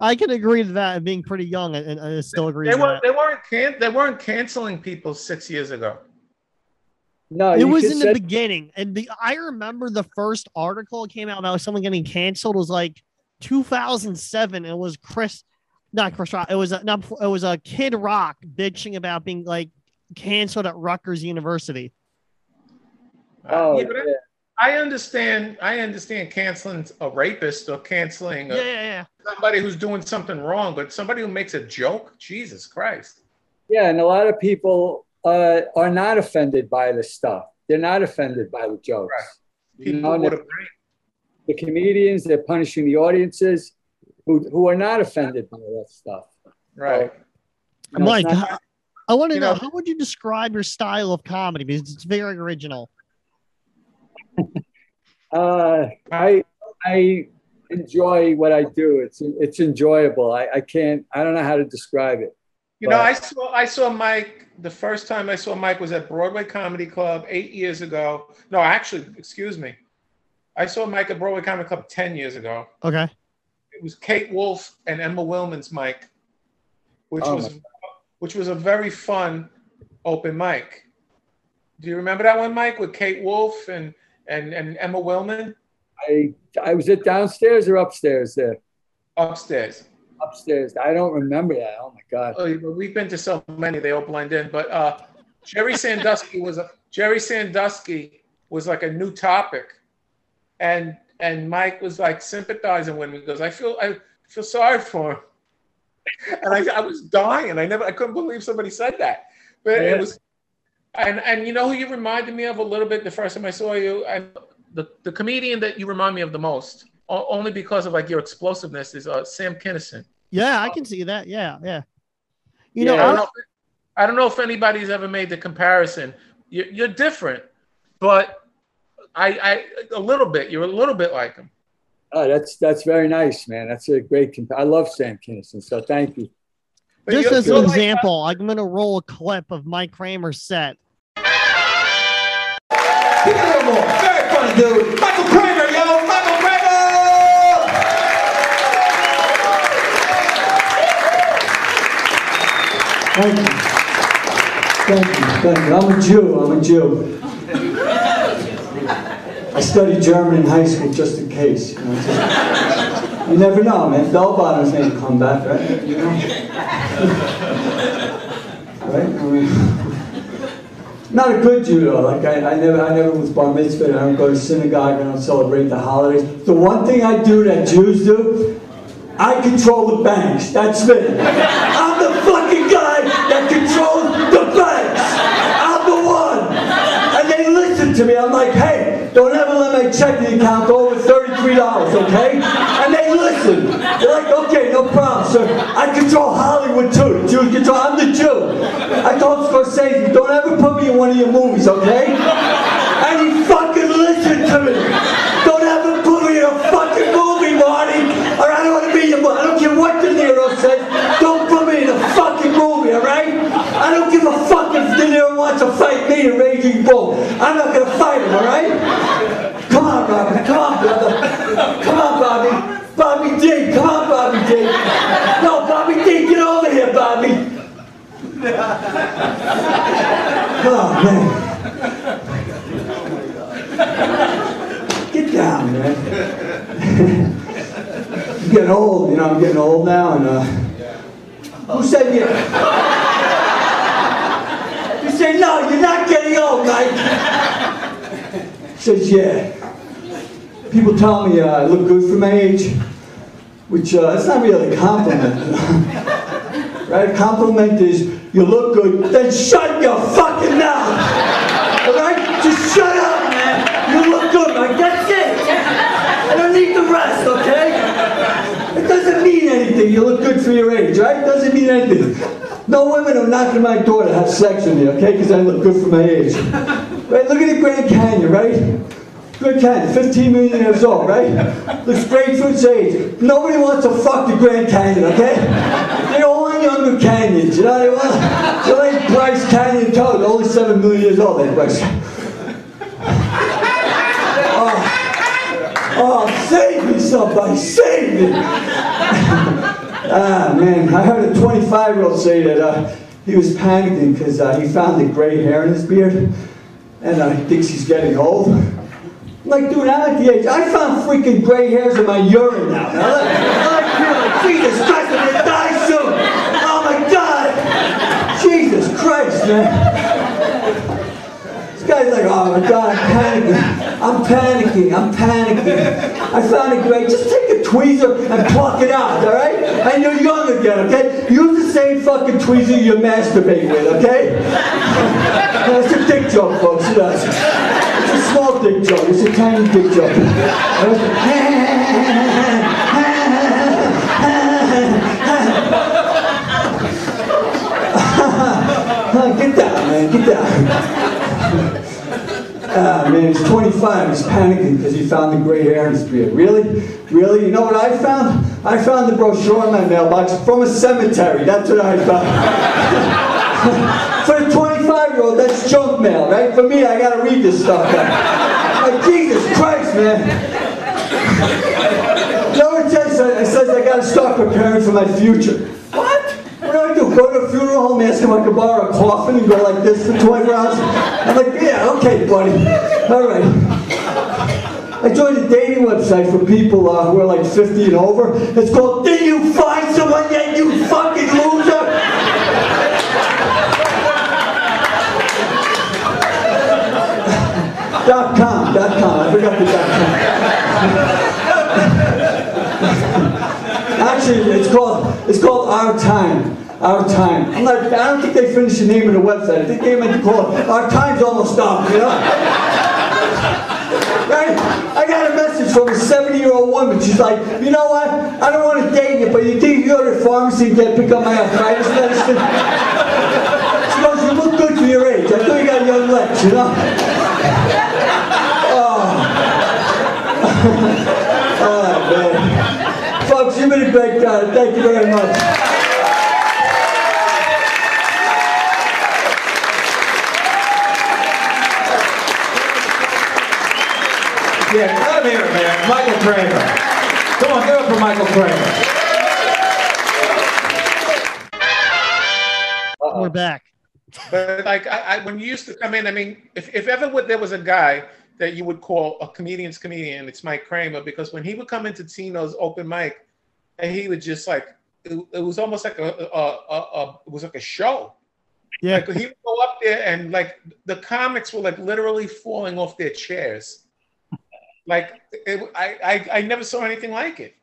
Speaker 1: I can agree to that. and Being pretty young, and, and I still agree
Speaker 3: They
Speaker 1: with
Speaker 3: weren't
Speaker 1: that.
Speaker 3: they weren't can, they weren't canceling people six years ago.
Speaker 4: No,
Speaker 1: It
Speaker 4: you
Speaker 1: was
Speaker 4: should
Speaker 1: in
Speaker 4: say-
Speaker 1: the beginning, and the I remember the first article came out about someone getting canceled was like 2007. It was Chris, not Chris Rock. It was a, not. It was a Kid Rock bitching about being like canceled at Rutgers University.
Speaker 4: Oh,
Speaker 3: Uh, Yeah, but I-
Speaker 4: yeah.
Speaker 3: I understand. I understand canceling a rapist or canceling a,
Speaker 1: Yeah, yeah, yeah.
Speaker 3: somebody who's doing something wrong, but somebody who makes a joke, Jesus Christ.
Speaker 4: Yeah, and a lot of people uh, are not offended by the stuff. They're not offended by the jokes. You
Speaker 3: People
Speaker 4: know, and
Speaker 3: with a
Speaker 4: the,
Speaker 3: brain.
Speaker 4: the comedians, they're punishing the audiences who, who are not offended by that stuff.
Speaker 3: Right.
Speaker 4: You know, it's
Speaker 1: Mike,
Speaker 4: not-
Speaker 1: h- I want to
Speaker 3: You
Speaker 1: know,
Speaker 3: know-
Speaker 1: how would you describe your style of comedy? Because it's very original.
Speaker 4: uh, I I enjoy what I do. It's it's enjoyable. I, I can't. I don't know how to describe it.
Speaker 3: You know,
Speaker 4: Right.
Speaker 3: I saw I saw Mike the first time I saw Mike was at Broadway Comedy Club eight years ago. No, actually, excuse me. I saw Mike at Broadway Comedy Club ten years ago.
Speaker 1: Okay.
Speaker 3: It was Kate Wolf and Emma Willman's Mike, which
Speaker 4: Oh,
Speaker 3: was which was a very fun open mic. Do you remember that one, Mike, with Kate Wolf and and, and Emma Willman
Speaker 4: I I was it downstairs or upstairs there?
Speaker 3: upstairs?
Speaker 4: Upstairs. I don't remember that. Oh my god.
Speaker 3: Oh, yeah, but we've been to so many; they all blend in. But uh, Jerry Sandusky was a, Jerry Sandusky was like a new topic, and and Mike was like sympathizing with me because I feel I feel sorry for him, and I, I was dying. I never I couldn't believe somebody said that, but
Speaker 4: Yeah.
Speaker 3: it was, and and you know who you reminded me of a little bit the first time I saw you, and the the comedian that you remind me of the most, o- only because of like your explosiveness, is uh, Sam Kinison.
Speaker 1: Yeah, I can see that. Yeah, yeah. You know,
Speaker 3: I don't
Speaker 1: I-
Speaker 3: know, I don't know if anybody's ever made the comparison. You're, you're different, but I, I a little bit. You're a little bit like him.
Speaker 4: Oh, that's that's very nice, man. That's a great. Comp- I love Sam Kinison, so thank you.
Speaker 3: But
Speaker 1: just
Speaker 3: you're-
Speaker 1: as
Speaker 3: you're
Speaker 1: an
Speaker 3: like-
Speaker 1: example, I'm going to roll a clip of Mike Kramer's set.
Speaker 5: Give it a little more. Very funny dude. Michael Kramer, yo. Michael Kramer!
Speaker 6: Thank you. Thank you. Thank you. I'm a Jew. I'm a Jew. I studied German in high school just in case. You, know, just- you never know, man. Bell bottoms may come back, right? You know? right? I mean, not a good Jew though. Like I, I never, I never was bar mitzvah. I don't go to synagogue. I don't celebrate the holidays. The one thing I do that Jews do, I control the banks. That's it. I'm the fucking guy that controls the banks. I'm the one. And they listen to me. I'm like, hey, don't ever let my checking account go over thirty-three dollars, okay? And they listen. They're like, okay, no problem, sir. I control Hollywood too. The Jews control. I'm the Jew. I told Scorsese, don't ever put me in one of your movies, okay? And he fucking listened to me. Don't ever put me in a fucking movie, Marty. Or I don't want to be your. I don't care what De Niro says. Don't put me in a fucking movie, all right? I don't give a fuck if De Niro wants to fight me in Raging Bull. I'm not gonna fight him, all right? Come on, Bobby. Come on, brother. Come on, Bobby. Bobby D. Come on, Bobby D. No, Bobby D. Get over here, Bobby. Oh man. Get down, man. I'm getting old, you know, I'm getting old now and uh who said you You say no, you're not getting old, Mike. Says yeah. People tell me uh, I look good for my age, which uh, that's not really a compliment. right? A compliment is you look good, then shut your fucking mouth. All right? Just shut up, man. You look good, like that's it. I don't need the rest, okay? It doesn't mean anything. You look good for your age, right? It doesn't mean anything. No women are knocking my door to have sex with me, okay? Because I look good for my age. Right? Look at the Grand Canyon, right? Good Canyon, 15 million years old, right? Looks great for its age. Nobody wants to fuck the Grand Canyon, okay? They all want younger canyons, you know? They want, they like Bryce Canyon Toad, only 7 million years old, that Bryce. Oh, oh, save me, somebody, save me! ah, man, I heard a 25 year old say that uh, he was panicking because uh, he found the gray hair in his beard and uh, he thinks he's getting old. I'm Like, dude, I'm at the age. I found freaking gray hairs in my urine now. man. I like, I like, feel like Jesus Christ, I'm gonna die soon. Oh my God, Jesus Christ, man. This guy's like, oh my God, I'm panicking. I'm panicking. I'm panicking. I found it great. Just take a tweezer and pluck it out, all right? And you're young again, okay? Use the same fucking tweezer you masturbate with, okay? That's a dick joke, folks. You know, it's it's a small dick joke. It's a tiny dick joke. All right? Get down, man. Get down. Ah, man, he's 25. He's panicking because he found the gray hair in his beard. Really? Really? You know what I found? I found the brochure in my mailbox from a cemetery. That's what I found. For a 25 year old, that's junk mail, right? For me, I gotta read this stuff. Now. Like, Jesus Christ, man. No, it says, it says I gotta start preparing for my future. What? What do I do? Go to a funeral home, ask if I can borrow a coffin and go like this for 24 hours? I'm like, yeah, okay, buddy. All right. I joined a dating website for people uh, who are like 50 and over. It's called Did You Find Someone Yet, You Fucking Loser? dot com, dot com. I forgot the dot com. Actually, it's called it's called Our Time. Our Time. I'm not, I don't think they finished the name of the website. I think they meant to call it Our Time's Almost Up, you know? right? I got a message from a 70 year old woman. She's like, you know what? I don't want to date you, but you think you go to the pharmacy and get pick up my arthritis medicine? She goes, you look good for your age. I thought you got young legs, you know? Oh, man. Folks, you've been a great crowd. Thank you very much.
Speaker 5: Yeah, come here, man. Michael Kramer. Come on, give it for Michael Kramer.
Speaker 1: We're back.
Speaker 3: But like I, I when you used to come in, I mean, if, if ever there was a guy that you would call a comedian's comedian, it's Mike Kramer, because when he would come into Tino's open mic, and he would just like it, it was almost like a, a, a, a it was like a show.
Speaker 1: Yeah.
Speaker 3: Like he would go up there and like the comics were like literally falling off their chairs. Like it, I, I I never saw anything like it.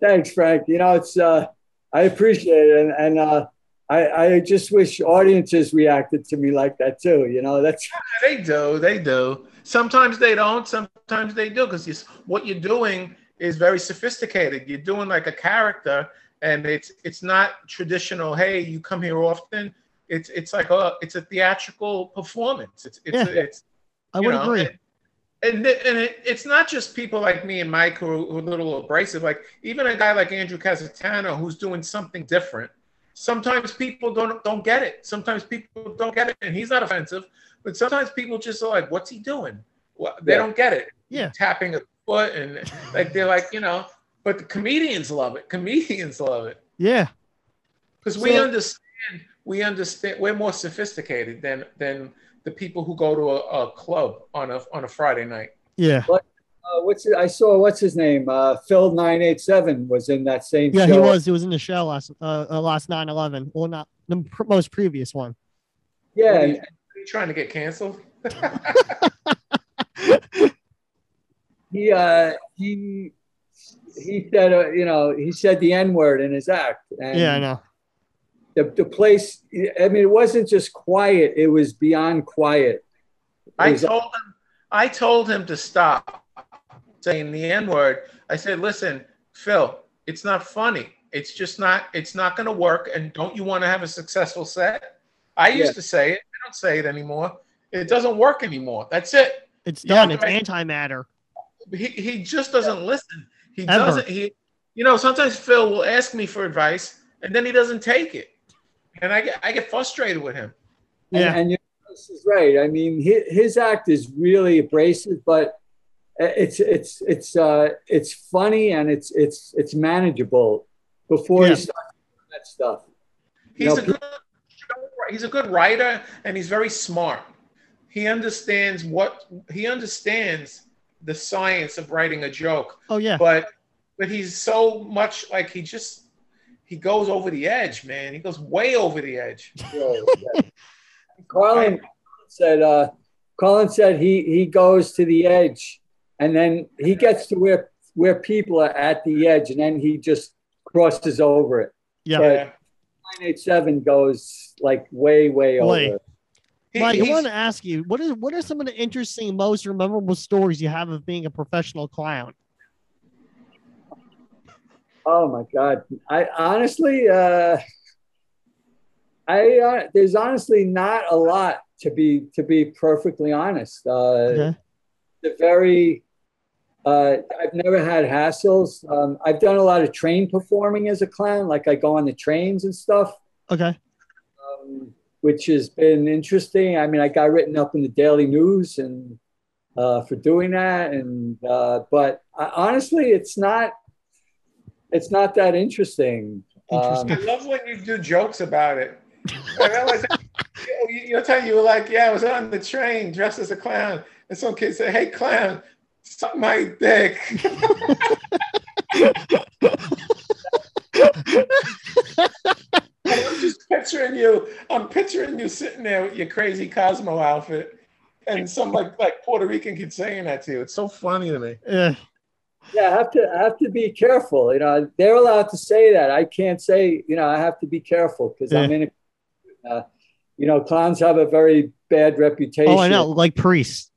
Speaker 4: Thanks, Frank. You know, it's uh, I appreciate it, and, and uh, I I just wish audiences reacted to me like that too. You know, that's
Speaker 3: They do. They do. Sometimes they don't. Sometimes they do because what you're doing is very sophisticated. You're doing like a character, and it's it's not traditional. Hey, you come here often. It's it's like a it's a theatrical performance. It's it's
Speaker 1: Yeah.
Speaker 3: it's
Speaker 1: I
Speaker 3: you
Speaker 1: would
Speaker 3: know,
Speaker 1: agree.
Speaker 3: And, and, th- and it, it's not just people like me and Mike who are, who are a little abrasive. Like even a guy like Andrew Casatano who's doing something different. Sometimes people don't don't get it. Sometimes people don't get it, and he's not offensive. But sometimes people just are like, "What's he doing?" Well, they
Speaker 4: Yeah.
Speaker 3: don't get it.
Speaker 1: Yeah.
Speaker 3: tapping a foot and like they're like you know. But the comedians love it. Comedians love it
Speaker 1: Yeah.
Speaker 3: because we
Speaker 1: So-
Speaker 3: understand we understand we're more sophisticated than than the people who go to a, a club on a on a friday night
Speaker 1: Yeah.
Speaker 4: uh, what's it, I saw what's his name uh, Phil nine eight seven was in that same
Speaker 1: Yeah,
Speaker 4: show.
Speaker 1: he was. He was in the show last uh, uh last 9/11. Well, not the pr- most previous one.
Speaker 4: Yeah,
Speaker 3: What are you,
Speaker 4: and-
Speaker 3: are you trying to get canceled
Speaker 4: he uh, he he said uh, you know he said the n word in his act and
Speaker 1: Yeah, I know.
Speaker 4: the, the place i mean it wasn't just quiet it was beyond quiet
Speaker 3: i
Speaker 4: Is that-
Speaker 3: told him i told him to stop saying the n word i said listen phil it's not funny it's just not it's not going to work and don't you want to have a successful set i used
Speaker 4: Yeah.
Speaker 3: to say it i don't say it anymore it doesn't work anymore that's it
Speaker 1: It's
Speaker 3: Yeah,
Speaker 1: done. it's
Speaker 3: right.
Speaker 1: antimatter.
Speaker 3: he, he just doesn't listen. He
Speaker 1: Ever.
Speaker 3: doesn't. He, you know, sometimes Phil will ask me for advice and then he doesn't take it, and I get I get frustrated with him.
Speaker 4: And-
Speaker 1: Yeah.
Speaker 4: And, you know, this is right. I mean, his, his act is really abrasive, but it's it's it's uh, it's funny and it's it's it's manageable before
Speaker 1: Yeah.
Speaker 4: you start doing that stuff.
Speaker 3: He's
Speaker 4: No,
Speaker 3: a good he's a good writer and he's very smart. He understands what he understands the science of writing a joke,
Speaker 1: Oh yeah.
Speaker 3: but but he's so much like he just he goes over the edge, man. He goes way over the edge.
Speaker 4: Carlin said, uh, Colin said he he goes to the edge, and then he gets to where where people are at the edge, and then he just crosses over it.
Speaker 1: Yeah.
Speaker 4: But 987 goes like way way over.
Speaker 1: Way.
Speaker 3: He-
Speaker 1: Mike, I
Speaker 3: he's-
Speaker 1: want to ask you, what is what are some of the interesting, most memorable stories you have of being a professional clown?
Speaker 4: Oh my God! I honestly, uh, I uh, there's honestly not a lot to be to be perfectly honest. Uh,
Speaker 1: Okay.
Speaker 4: The very, uh, I've never had hassles. Um, I've done a lot of train performing as a clown, like I go on the trains and stuff,
Speaker 1: Okay.
Speaker 4: um, which has been interesting. I mean, I got written up in the Daily News and uh, for doing that, and uh, but I, honestly, it's not. It's not that interesting. Um,
Speaker 1: Interesting.
Speaker 3: I love when you do jokes about it. I realize that, you- you- you're telling you were like, yeah, I was on the train dressed as a clown, and some kid said, "Hey, clown, suck my dick." I'm just picturing you. I'm picturing you sitting there with your crazy Cosmo outfit, and some like like Puerto Rican kid saying that to you. It's so funny to me.
Speaker 1: Eh,
Speaker 4: yeah, I have to I have to be careful. You know, they're allowed to say that. I can't say. You know, I have to be careful because I'm in. A, uh, you know, clowns have a very bad reputation.
Speaker 1: oh, I know, like priests.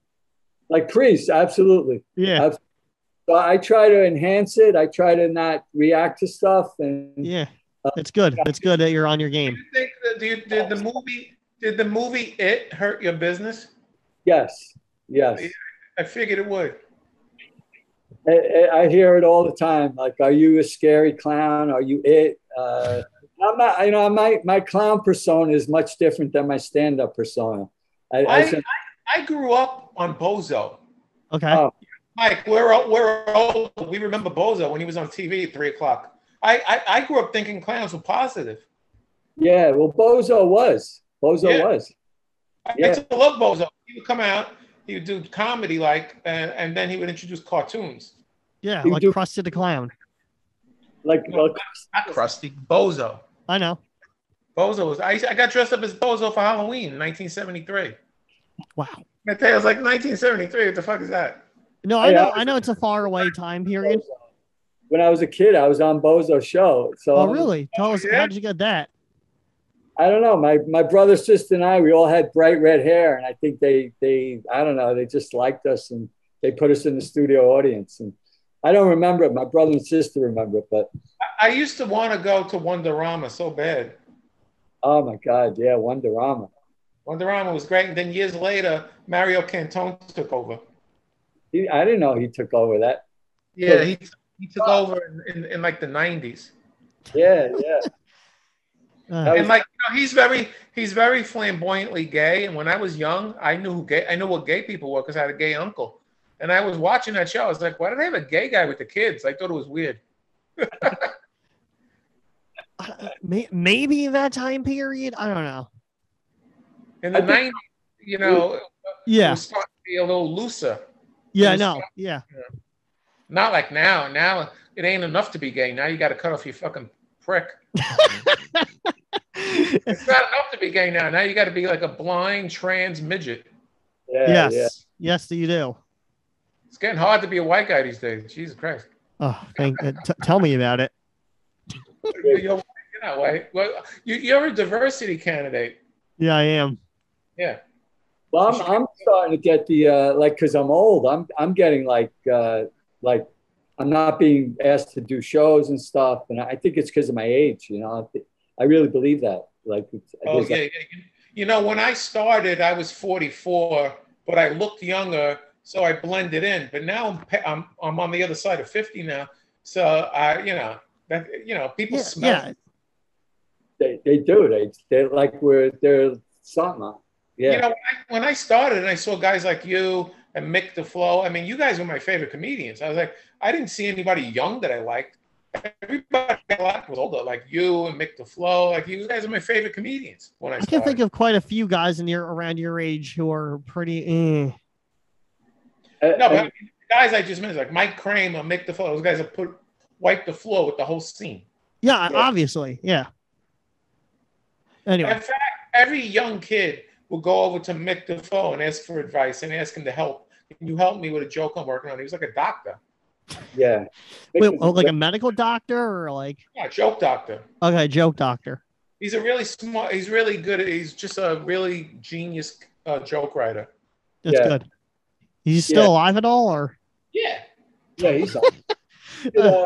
Speaker 4: Like priests, absolutely.
Speaker 3: Uh,
Speaker 1: Yeah.
Speaker 4: So I try to enhance it. I try to not react to stuff. And
Speaker 1: Yeah. That's good. That's good that you're on your game.
Speaker 3: Do you think that do you, did the movie did the movie It hurt your business?
Speaker 4: yes, yes,
Speaker 3: I figured it would.
Speaker 4: I, I- I hear it all the time. Like, are you a scary clown? Are you it? Uh, I'm not. You know, my my clown persona is much different than my stand-up persona. I, I,
Speaker 3: I,
Speaker 4: said,
Speaker 3: I, I grew up on Bozo.
Speaker 1: Okay.
Speaker 4: Oh.
Speaker 3: Mike, we're o- we're old. We remember Bozo when he was on TV at three o'clock. I, I, I grew up thinking clowns were positive.
Speaker 4: yeah. Well, Bozo was. Bozo
Speaker 3: Yeah.
Speaker 4: was.
Speaker 3: I
Speaker 4: Yeah.
Speaker 3: used to love Bozo. He would come out, he would do comedy like, and, and then he would introduce cartoons.
Speaker 1: Yeah.
Speaker 4: You
Speaker 1: Like
Speaker 4: do-
Speaker 1: Krusty the Clown.
Speaker 4: Like, well,
Speaker 3: Not Krusty, Bozo.
Speaker 1: I know.
Speaker 3: Bozo was. I, used- I got dressed up as Bozo for Halloween, in 1973.
Speaker 1: Wow.
Speaker 3: Mateo's like 1973. What the fuck is that?
Speaker 1: No, I
Speaker 4: Yeah.
Speaker 1: know. I know it's a far away time period.
Speaker 4: when I was a kid, I was on Bozo show. So
Speaker 1: Oh, really? Tell us,
Speaker 3: yeah?
Speaker 1: how did you get that?
Speaker 4: I don't know. My my brother, sister, and I, we all had bright red hair, and I think they they I don't know. They just liked us, and they put us in the studio audience. And I don't remember it. My brother and sister remember it, but
Speaker 3: I- I used to want to go to Wonderama so bad.
Speaker 4: oh my god, yeah, Wonderama.
Speaker 3: Wonderama was great. And then years later, Mario Cantone took over.
Speaker 4: He, I didn't know he took over that.
Speaker 3: Yeah, he, he took over in, in, in like the 90s.
Speaker 4: Yeah, yeah.
Speaker 1: Uh,
Speaker 3: And like you know, he's very he's very flamboyantly gay. And when I was young, I knew who gay I knew what gay people were because I had a gay uncle. And I was watching that show. I was like, why do they have a gay guy with the kids? I thought it was weird.
Speaker 1: may- maybe in that time period. I don't know.
Speaker 3: In the
Speaker 4: I think-
Speaker 3: 90s, you know, it
Speaker 1: Yeah.
Speaker 3: was starting to be a little looser.
Speaker 1: Yeah. I
Speaker 3: was-
Speaker 1: know. Yeah.
Speaker 3: Not like now. Now it ain't enough to be gay. Now you got to cut off your fucking prick. It's not enough to be gay now. Now you got to be like a blind trans midget.
Speaker 4: Yeah,
Speaker 1: yes.
Speaker 4: yeah.
Speaker 1: Yes, you do.
Speaker 3: It's getting hard to be a white guy these days. Jesus Christ.
Speaker 1: Oh, thank, uh, t- tell me about it.
Speaker 3: You're, you're not white. Well, you, you're a diversity candidate.
Speaker 1: Yeah, I am.
Speaker 3: Yeah.
Speaker 4: Well, I'm, I'm starting to get the uh, like because I'm old. I'm I'm getting like uh, like I'm not being asked to do shows and stuff, and I think it's because of my age. You know, I, thi- I really believe that. Like, it's,
Speaker 3: Oh,
Speaker 4: there's
Speaker 3: yeah, yeah. You know, when I started, I was 44, but I looked younger, so I blended in. But now I'm pa- I'm, I'm on the other side of 50 now, so I, you know, that you know, people
Speaker 1: Yeah,
Speaker 3: smell.
Speaker 1: yeah.
Speaker 4: they, they do. They they're like we're they're something. Yeah,
Speaker 3: You know, when I, when I started and I saw guys like you and Mick DeFlo, I mean, you guys were my favorite comedians. I was like, I didn't see anybody young that I liked. Everybody I liked was older, like you and Mick DeFlo. Like, you guys are my favorite comedians when I
Speaker 1: I
Speaker 3: started.
Speaker 1: can think of quite a few guys in your around your age who are pretty. eh.
Speaker 4: Uh,
Speaker 3: No, but I
Speaker 4: uh,
Speaker 3: mean, the guys I just mentioned, like Mike Kramer, Mick DeFlo, those guys have put wiped the floor with the whole scene.
Speaker 1: Yeah,
Speaker 4: Yeah.
Speaker 1: obviously. Yeah.
Speaker 3: In
Speaker 1: Anyway,
Speaker 3: fact, every young kid would go over to Mick Defoe and ask for advice and ask him to help. Can you help me with a joke I'm working on? He was like a doctor,
Speaker 4: Yeah.
Speaker 1: Wait, oh, like a medical doctor or like
Speaker 3: yeah, a joke doctor.
Speaker 1: okay, joke doctor.
Speaker 3: He's a really smart. He's really good. at- He's just a really genius uh, joke writer.
Speaker 1: That's
Speaker 4: Yeah.
Speaker 1: good. He's still
Speaker 4: Yeah.
Speaker 1: alive at all, or
Speaker 3: Yeah,
Speaker 4: yeah, he's on. He, uh,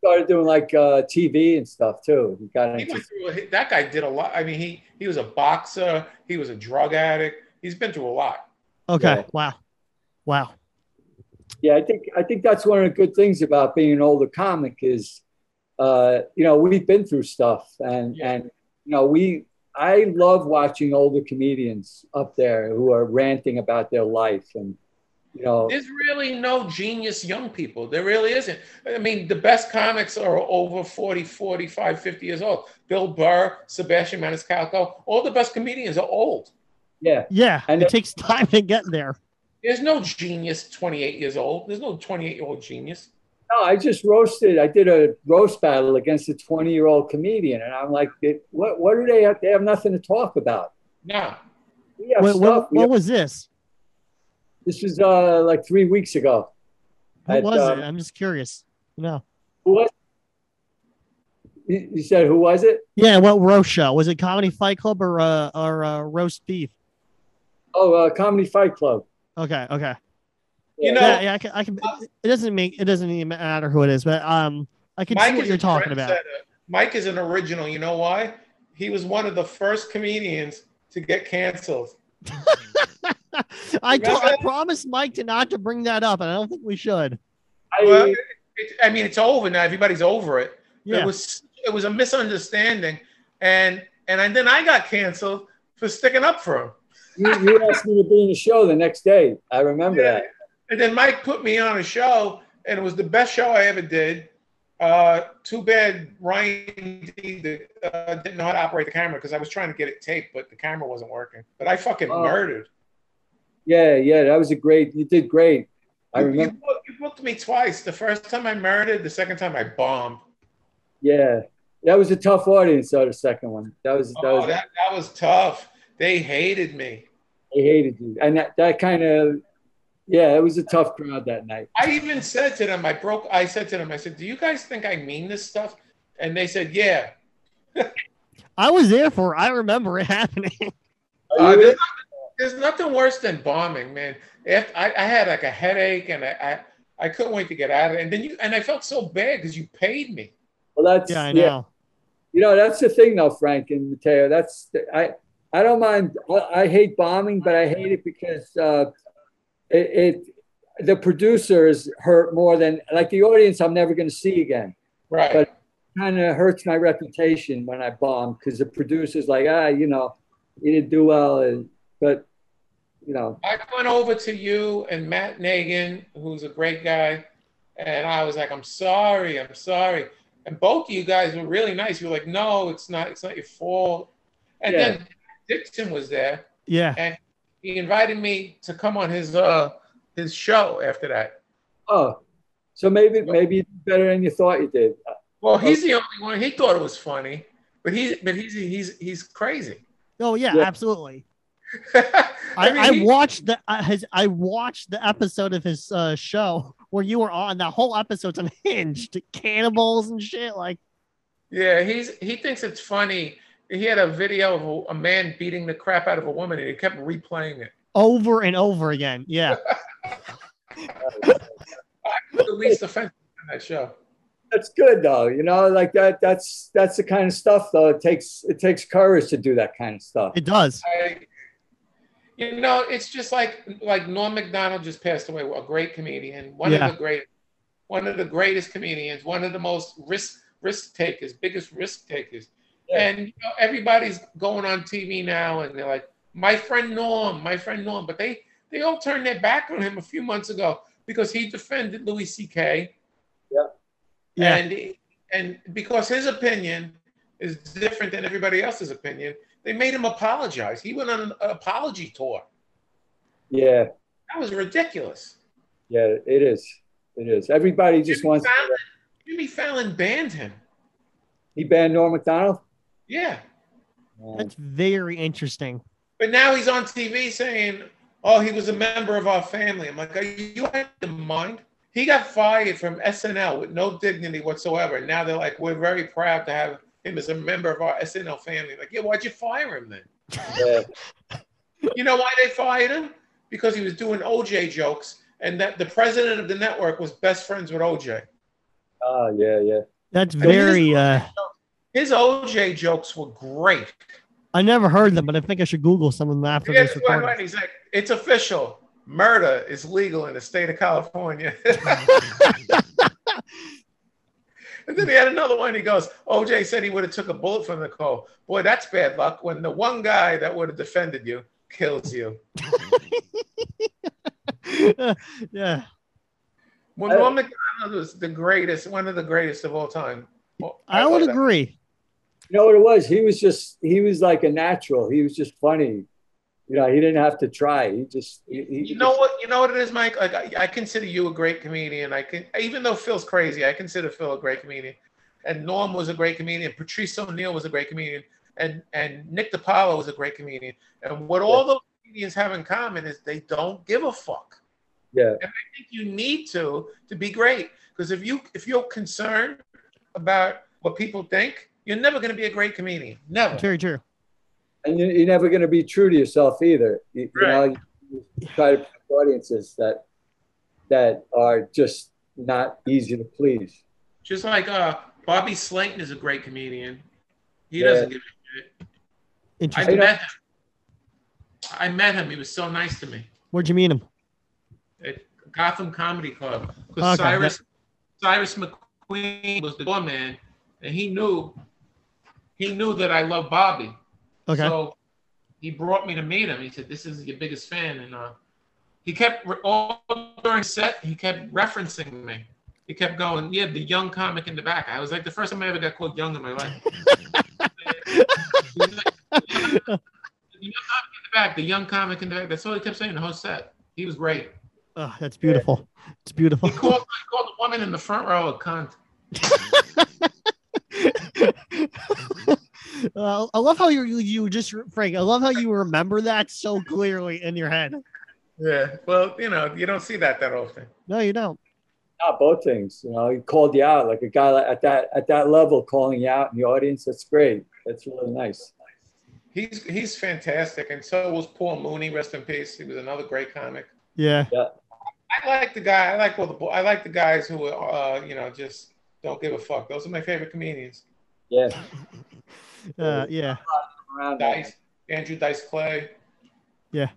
Speaker 4: started doing like uh, TV and stuff too. He got
Speaker 3: he
Speaker 4: into
Speaker 3: went through. a- That guy did a lot. I mean, he he was a boxer. He was a drug addict. He's been through a lot.
Speaker 1: okay,
Speaker 4: Yeah.
Speaker 1: wow, wow,
Speaker 4: Yeah, I think I think that's one of the good things about being an older comic is, uh, you know, we've been through stuff, and
Speaker 3: Yeah.
Speaker 4: and you know, we I love watching older comedians up there who are ranting about their life, and you know,
Speaker 3: There's really no genius young people. There really isn't. I mean, the best comics are over 40, 45, 50 years old. Bill Burr, Sebastian Maniscalco, all the best comedians are old.
Speaker 4: yeah,
Speaker 1: yeah.
Speaker 4: And
Speaker 1: it
Speaker 4: it-
Speaker 1: takes time to get there.
Speaker 3: There's no genius 28 years old. There's no 28 year old genius.
Speaker 4: No, I just roasted. I did a roast battle against a 20 year old comedian, and I'm like, "They- what, what do they have? They have nothing to talk about.
Speaker 3: No.
Speaker 4: We have
Speaker 1: Wait,
Speaker 4: stuff.
Speaker 1: what,
Speaker 4: we
Speaker 1: what
Speaker 4: have-
Speaker 1: was this?
Speaker 4: this was uh, like three weeks ago.
Speaker 1: What
Speaker 4: At,
Speaker 1: was
Speaker 4: uh,
Speaker 3: um,
Speaker 1: it? I'm just curious. No,
Speaker 4: Who was? You you said who was it?
Speaker 1: yeah. What roast show was it? Comedy Fight Club or uh, or uh, roast beef?
Speaker 4: Oh, uh, Comedy Fight Club.
Speaker 1: Okay, okay.
Speaker 3: You know,
Speaker 1: Yeah, yeah. I can. I can. It doesn't make. It doesn't even matter who it is, but um, I can see what
Speaker 3: is
Speaker 1: you're
Speaker 3: a
Speaker 1: talking about.
Speaker 3: trendsetter. Mike is an original. You know why? He was one of the first comedians to get canceled.
Speaker 1: I told, I
Speaker 3: Remember?
Speaker 1: promised Mike to not to bring that up, and I don't think we should.
Speaker 4: I,
Speaker 3: Well, it, I mean, it's over now. Everybody's over it.
Speaker 1: Yeah.
Speaker 3: It was it was a misunderstanding, and and I, then I got canceled for sticking up for him.
Speaker 4: you, you asked me to be in the show the next day. I remember that.
Speaker 3: And then Mike put me on a show, and it was the best show I ever did. Uh, too bad Ryan D did, uh, didn't know how to operate the camera because I was trying to get it taped, but the camera wasn't working. But I fucking
Speaker 4: Oh.
Speaker 3: murdered.
Speaker 4: Yeah, yeah, that was a great. You did great. I
Speaker 3: You-
Speaker 4: remember.
Speaker 3: You, booked, you booked me twice. The first time I murdered, the second time I bombed.
Speaker 4: Yeah, that was a tough audience. Though the second one, that was that
Speaker 3: oh,
Speaker 4: was.
Speaker 3: that, that was tough. They hated me.
Speaker 4: They hated you, and that that kind of. Yeah, it was a tough crowd that night.
Speaker 3: I even said to them, I broke. I said to them, I said, "Do you guys think I mean this stuff?" And they said, "Yeah."
Speaker 1: I was there for. it. I remember it happening.
Speaker 3: Uh,
Speaker 4: You-
Speaker 3: there's, nothing, there's nothing worse than bombing, man. If I, I had like a headache and I, I I couldn't wait to get out of it, and then you and I felt so bad because you paid me.
Speaker 4: well, that's
Speaker 1: Yeah, I
Speaker 4: yeah.
Speaker 1: know.
Speaker 4: You know, that's the thing, though, Frank and Mateo. That's I. I don't mind. I, I hate bombing, but I hate it because uh, it, it the producers hurt more than like the audience. I'm never going to see again.
Speaker 3: Right.
Speaker 4: But- Kind of hurts my reputation when I bomb because the producers like ah, you know, you didn't do well, and, but you know,
Speaker 3: I went over to you and Matt Nagan, who's a great guy, and I was like, "I'm sorry, I'm sorry." And both of you guys were really nice. You were like, "No, it's not. It's not your fault." And
Speaker 4: Yeah.
Speaker 3: then Dixon was there.
Speaker 1: Yeah.
Speaker 3: he invited me to come on his uh his show after that.
Speaker 4: oh, so maybe maybe you did better than you thought you did.
Speaker 3: Well, he's the only one. He thought it was funny, but he but he's he's he's crazy.
Speaker 1: Oh yeah,
Speaker 4: Yeah.
Speaker 1: absolutely.
Speaker 3: I,
Speaker 1: I,
Speaker 3: mean,
Speaker 1: I
Speaker 3: he-
Speaker 1: watched the uh, his. I watched the episode of his uh, show where you were on. The whole episode's unhinged, cannibals and shit. Like,
Speaker 3: yeah, he's he thinks it's funny. He had a video of a, a man beating the crap out of a woman, and he kept replaying it.
Speaker 1: over and over again. Yeah.
Speaker 3: It was the least offensive on that show.
Speaker 4: That's good though, you know, like that. That's that's the kind of stuff though. It takes it takes courage to do that kind of stuff.
Speaker 1: It does.
Speaker 3: I, you know, it's just like like Norm Macdonald just passed away, a great comedian, one
Speaker 1: Yeah.
Speaker 3: of the great, one of the greatest comedians, one of the most risk risk takers, biggest risk takers.
Speaker 4: Yeah.
Speaker 3: And you know, everybody's going on TV now, and they're like, "My friend Norm, my friend Norm," but they they all turned their back on him a few months ago because he defended Louis C.K.
Speaker 1: Yeah.
Speaker 3: And and because his opinion is different than everybody else's opinion, they made him apologize. He went on an apology tour.
Speaker 4: Yeah,
Speaker 3: That was ridiculous.
Speaker 4: yeah, it is. It is. Everybody just
Speaker 3: Jimmy
Speaker 4: wants.
Speaker 3: Fallon, Jimmy Fallon banned him.
Speaker 4: He banned Norm Oh, Macdonald.
Speaker 3: Yeah.
Speaker 1: That's very interesting.
Speaker 3: But now he's on TV saying, "Oh, he was a member of our family." I'm like, "Are you out of your mind?" He got fired from SNL with no dignity whatsoever. Now they're like, "We're very proud to have him as a member of our SNL family." Like, yeah, why'd you fire him then?
Speaker 4: Yeah.
Speaker 3: You know why they fired him? Because he was doing OJ jokes, and that the president of the network was best friends with OJ.
Speaker 4: Oh, yeah, yeah.
Speaker 1: That's
Speaker 3: mean, this
Speaker 1: very.
Speaker 3: is-
Speaker 1: Uh,
Speaker 3: His OJ jokes were great.
Speaker 1: I never heard them, but I think I should Google some of them after
Speaker 3: Yeah,
Speaker 1: this
Speaker 3: that's why- why
Speaker 1: recording.
Speaker 3: He's like, it's official. Murder is legal in the state of California. and then he had another one. He goes, OJ said he would have took a bullet from Nicole. Boy, that's bad luck when the one guy that would have defended you kills you.
Speaker 1: yeah,
Speaker 3: Well,
Speaker 4: I-
Speaker 3: Norm McDonald was the greatest, one of the greatest of all time. Well,
Speaker 1: I
Speaker 3: love
Speaker 1: would
Speaker 3: that.
Speaker 1: agree.
Speaker 4: You know what it was? He was just he was like a natural. He was just funny. You know, he didn't have to try. He just he, he
Speaker 3: You know what? You know what it is, Mike. Like I, I consider you a great comedian. I can, even though Phil's crazy, I consider Phil a great comedian. And Norm was a great comedian. Patrice O'Neill was a great comedian. And and Nick DiPaolo was a great comedian. And what all those comedians have in common is they don't give a fuck.
Speaker 4: Yeah.
Speaker 3: And I think you need to to be great because if you if you're concerned about what people think, you're never going to be a great comedian. Never.
Speaker 1: Very true.
Speaker 4: and you, you're never going to be true to yourself either. You, you know,
Speaker 3: Right.
Speaker 4: you, you try to pick audiences that that are just not easy to please.
Speaker 3: Just like uh, Bobby Slayton is a great comedian. He
Speaker 4: Yeah.
Speaker 3: doesn't give a shit. I
Speaker 1: Interesting.
Speaker 4: don't-
Speaker 3: met him. I met him. He was so nice to me
Speaker 1: Where'd you meet him?
Speaker 3: at Gotham Comedy Club. 'Cause
Speaker 1: Okay,
Speaker 3: Cyrus Cyrus McQueen was the doorman, and he knew he knew that I loved Bobby.
Speaker 1: Okay.
Speaker 3: So he brought me to meet him. He said, "This is your biggest fan," and uh, he kept re- all during set. He kept referencing me. He kept going, "Yeah, the young comic in the back." I was like, the first time I ever got called young in my life. He's like, the young comic in the back, the young comic in the back. That's all he kept saying the whole set. He was great.
Speaker 1: oh, that's beautiful. It's beautiful.
Speaker 3: He called, he called the woman in the front row a cunt.
Speaker 1: Uh, I love how you you just Frank. I love how you remember that so clearly in your head.
Speaker 3: Yeah. Well, you know, you don't see that that often.
Speaker 1: No, you don't.
Speaker 4: Not both things. You know, he called you out like a guy like, at that at that level calling you out in the audience. That's great. That's really nice.
Speaker 3: He's he's fantastic, and so was Paul Mooney. Rest in peace. He was another great comic.
Speaker 1: Yeah,
Speaker 3: I like the guy. I like all the bo- I like the guys who are uh, you know just don't give a fuck. Those are my favorite comedians.
Speaker 4: Yeah.
Speaker 1: uh, yeah.
Speaker 4: Around that.
Speaker 3: Dice, Andrew Dice Clay.
Speaker 1: Yeah.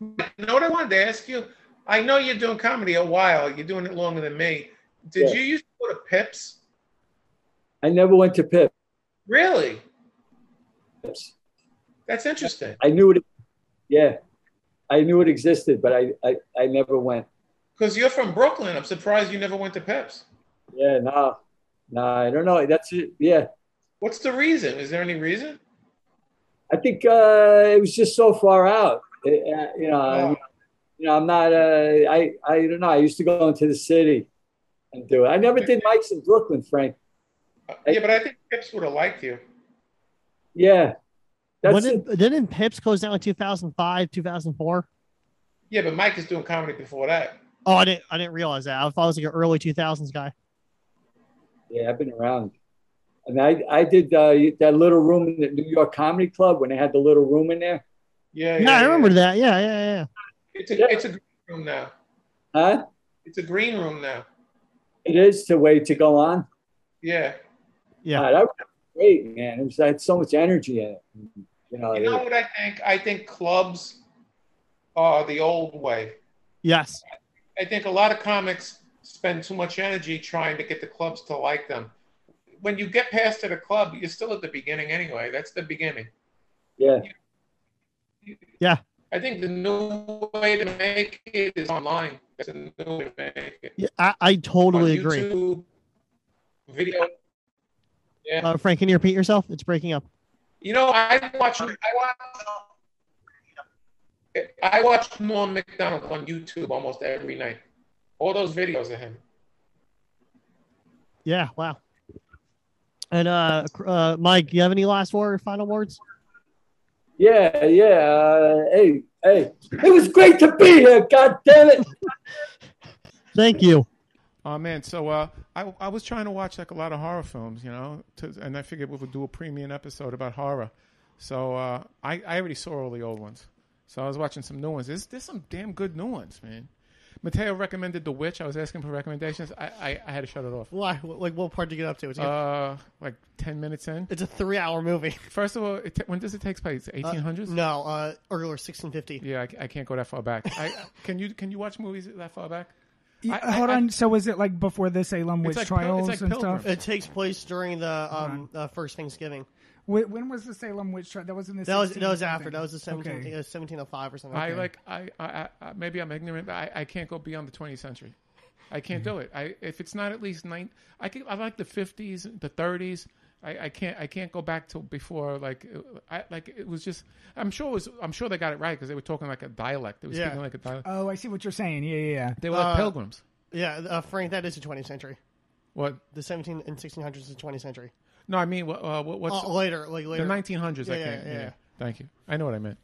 Speaker 3: You know what I wanted to ask you? I know you're doing comedy a while. You're doing it longer than me. Did
Speaker 4: Yeah.
Speaker 3: you used to go to Pips?
Speaker 4: I never went to Pips.
Speaker 3: Really? That's interesting.
Speaker 4: I knew it. Yeah, I knew it existed, but I I, I never went.
Speaker 3: Because you're from Brooklyn. I'm surprised you never went to Pips.
Speaker 4: Yeah, no, no, I don't know. That's it. Yeah,
Speaker 3: What's the reason? Is there any reason?
Speaker 4: I think uh, it was just so far out. It, uh, you know, I'm, you know, I'm not. Uh, I I don't know. I used to go into the city and do it. I never did mics in Brooklyn, Frank.
Speaker 3: Yeah, but I think Pips would have liked you.
Speaker 4: Yeah, that's it.
Speaker 1: Wasn't- didn't Pips close down in two thousand five, two thousand four?
Speaker 3: Yeah, but Mike is doing comedy before that.
Speaker 1: Oh, I didn't. I didn't realize that. I thought I was like an early two thousands guy.
Speaker 4: Yeah, I've been around. And I I did uh, that little room in the New York Comedy Club when they had the little room in there.
Speaker 3: Yeah,
Speaker 1: Yeah, I remember that. Yeah, yeah, yeah.
Speaker 3: It's a
Speaker 4: Yeah.
Speaker 3: it's a green room now.
Speaker 4: Huh?
Speaker 3: It's a green room now.
Speaker 4: It is the way to go on.
Speaker 3: Yeah.
Speaker 1: Yeah.
Speaker 4: God, that was great, man. It was I had so much energy in it. You know,
Speaker 3: You know what I think? I think clubs are the old way.
Speaker 1: Yes.
Speaker 3: I think a lot of comics spend too much energy trying to get the clubs to like them. When you get past to the club, you're still at the beginning anyway. That's the beginning.
Speaker 4: yeah,
Speaker 3: I think the new way to make it is online. That's the new way to make it.
Speaker 1: Yeah, I, I totally
Speaker 3: On
Speaker 1: agree.
Speaker 3: YouTube, video. Yeah.
Speaker 1: Uh, Frank, can you repeat yourself? It's breaking up.
Speaker 3: You know, I watch I watch I watch Norm McDonald on YouTube almost every night. All those videos of him.
Speaker 1: Yeah. Wow. And uh, cr- uh, Mike, you have any last word, final words?
Speaker 4: Yeah, yeah. Uh, hey, hey, it was great to be here. God damn it.
Speaker 1: Thank you.
Speaker 3: Oh man, so uh, I I was trying to watch like a lot of horror films, you know, to, and I figured we would do a premium episode about horror. So uh, I I already saw all the old ones, so I was watching some new ones. There's there's some damn good new ones, man. Mateo recommended The Witch. I was asking for recommendations. I I, I had to shut it off.
Speaker 1: Why? Wh- Like, what part did you get up to? It's,
Speaker 3: Uh, like ten minutes in.
Speaker 1: it's a three-hour movie.
Speaker 3: First of all, it ta- when does it take place? Eighteen hundreds.
Speaker 1: No, uh, or, or 1650.
Speaker 3: Yeah, I, I can't go that far back. I, can you can you watch movies that far back?
Speaker 7: Yeah,
Speaker 3: I-
Speaker 7: Hold
Speaker 3: I-
Speaker 7: on. So was it like before the Salem witch
Speaker 3: like Pil- it's
Speaker 7: trials
Speaker 3: like
Speaker 7: and
Speaker 3: Pilgrim.
Speaker 7: stuff?
Speaker 1: It takes place during the um, uh, first Thanksgiving.
Speaker 7: Wh- When was the Salem witch trial? That was in the.
Speaker 1: That was that was
Speaker 7: 16
Speaker 1: after.
Speaker 7: something.
Speaker 1: That was the 17,
Speaker 7: Okay.
Speaker 1: uh, 1705 or something.
Speaker 3: I like I, I, I- I maybe I'm ignorant, but I, I can't go beyond the 20th century. I can't
Speaker 1: Mm-hmm.
Speaker 3: do it. I if it's not at least nine, I can, I like the 50s, the 30s. I, I can't I can't go back to before like I like it was just I'm sure it was I'm sure they got it right because they were talking like a dialect. They were
Speaker 1: Yeah.
Speaker 3: speaking like a dialect.
Speaker 7: Oh, I see what you're saying. Yeah, yeah, yeah.
Speaker 3: They were like
Speaker 1: Uh,
Speaker 3: pilgrims.
Speaker 1: yeah, uh, Frank. That is the 20th century.
Speaker 3: What?
Speaker 1: The 17 and 1600s is the 20th century.
Speaker 3: No, I mean what? Uh, what what's
Speaker 1: Uh, later, like later.
Speaker 3: The 1900s, I
Speaker 1: Yeah,
Speaker 3: think.
Speaker 1: yeah,
Speaker 3: Yeah,
Speaker 1: yeah.
Speaker 3: Thank you. I know what I meant.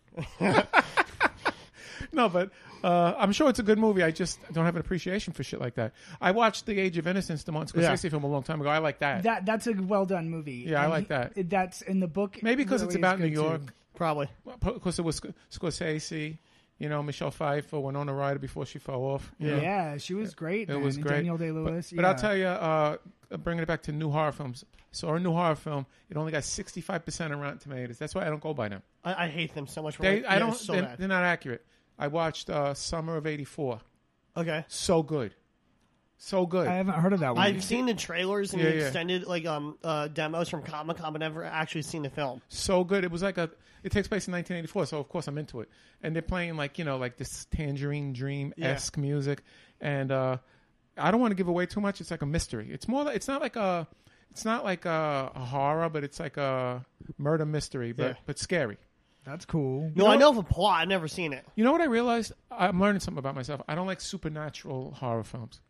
Speaker 3: no, but uh, I'm sure it's a good movie. I just don't have an appreciation for shit like that. I watched The Age of Innocence, the Martin
Speaker 1: Yeah.
Speaker 3: Scorsese film, a long time ago. I like that.
Speaker 7: That that's a well done movie.
Speaker 3: Yeah, I
Speaker 7: And
Speaker 3: like
Speaker 7: he-
Speaker 3: that.
Speaker 7: That's in the book.
Speaker 3: Maybe because
Speaker 7: really
Speaker 3: it's
Speaker 7: is
Speaker 3: about New
Speaker 7: good, too.
Speaker 3: York.
Speaker 1: Probably.
Speaker 3: Because it was Sc- Scorsese, you know, Michelle Pfeiffer, Winona Ryder before she fell off. you know.
Speaker 7: Yeah. she was great.
Speaker 3: It
Speaker 7: man.
Speaker 3: was
Speaker 7: And
Speaker 3: great.
Speaker 7: Daniel Day
Speaker 3: But-
Speaker 7: Lewis.
Speaker 3: But, I'll tell you, uh, bringing it back to new horror films. So our new horror film, it only got 65% on Rotten Tomatoes. That's why I don't go by them.
Speaker 1: I, I hate them so much. For
Speaker 3: They,
Speaker 1: like,
Speaker 3: I
Speaker 1: yeah,
Speaker 3: don't.
Speaker 1: So
Speaker 3: they're,
Speaker 1: bad.
Speaker 3: they're not accurate. I watched uh, Summer of '84.
Speaker 1: okay.
Speaker 3: So good, so good.
Speaker 7: I haven't heard of that one.
Speaker 1: I've seen the trailers and
Speaker 3: Yeah,
Speaker 1: the
Speaker 3: yeah.
Speaker 1: extended like um uh, demos from Comic Con, but never actually seen the film.
Speaker 3: so good. It was like a. It takes place in 1984, so of course I'm into it. And they're playing like you know like this Tangerine Dream esque music, and uh, I don't want to give away too much. It's like a mystery. It's more. Like, it's not like a. It's not like a, a horror, but it's like a murder mystery, but
Speaker 1: Yeah.
Speaker 3: but scary.
Speaker 7: That's cool.
Speaker 1: No, I know of a plot. I've never seen it.
Speaker 3: You know what I realized? I'm learning something about myself. I don't like supernatural horror films.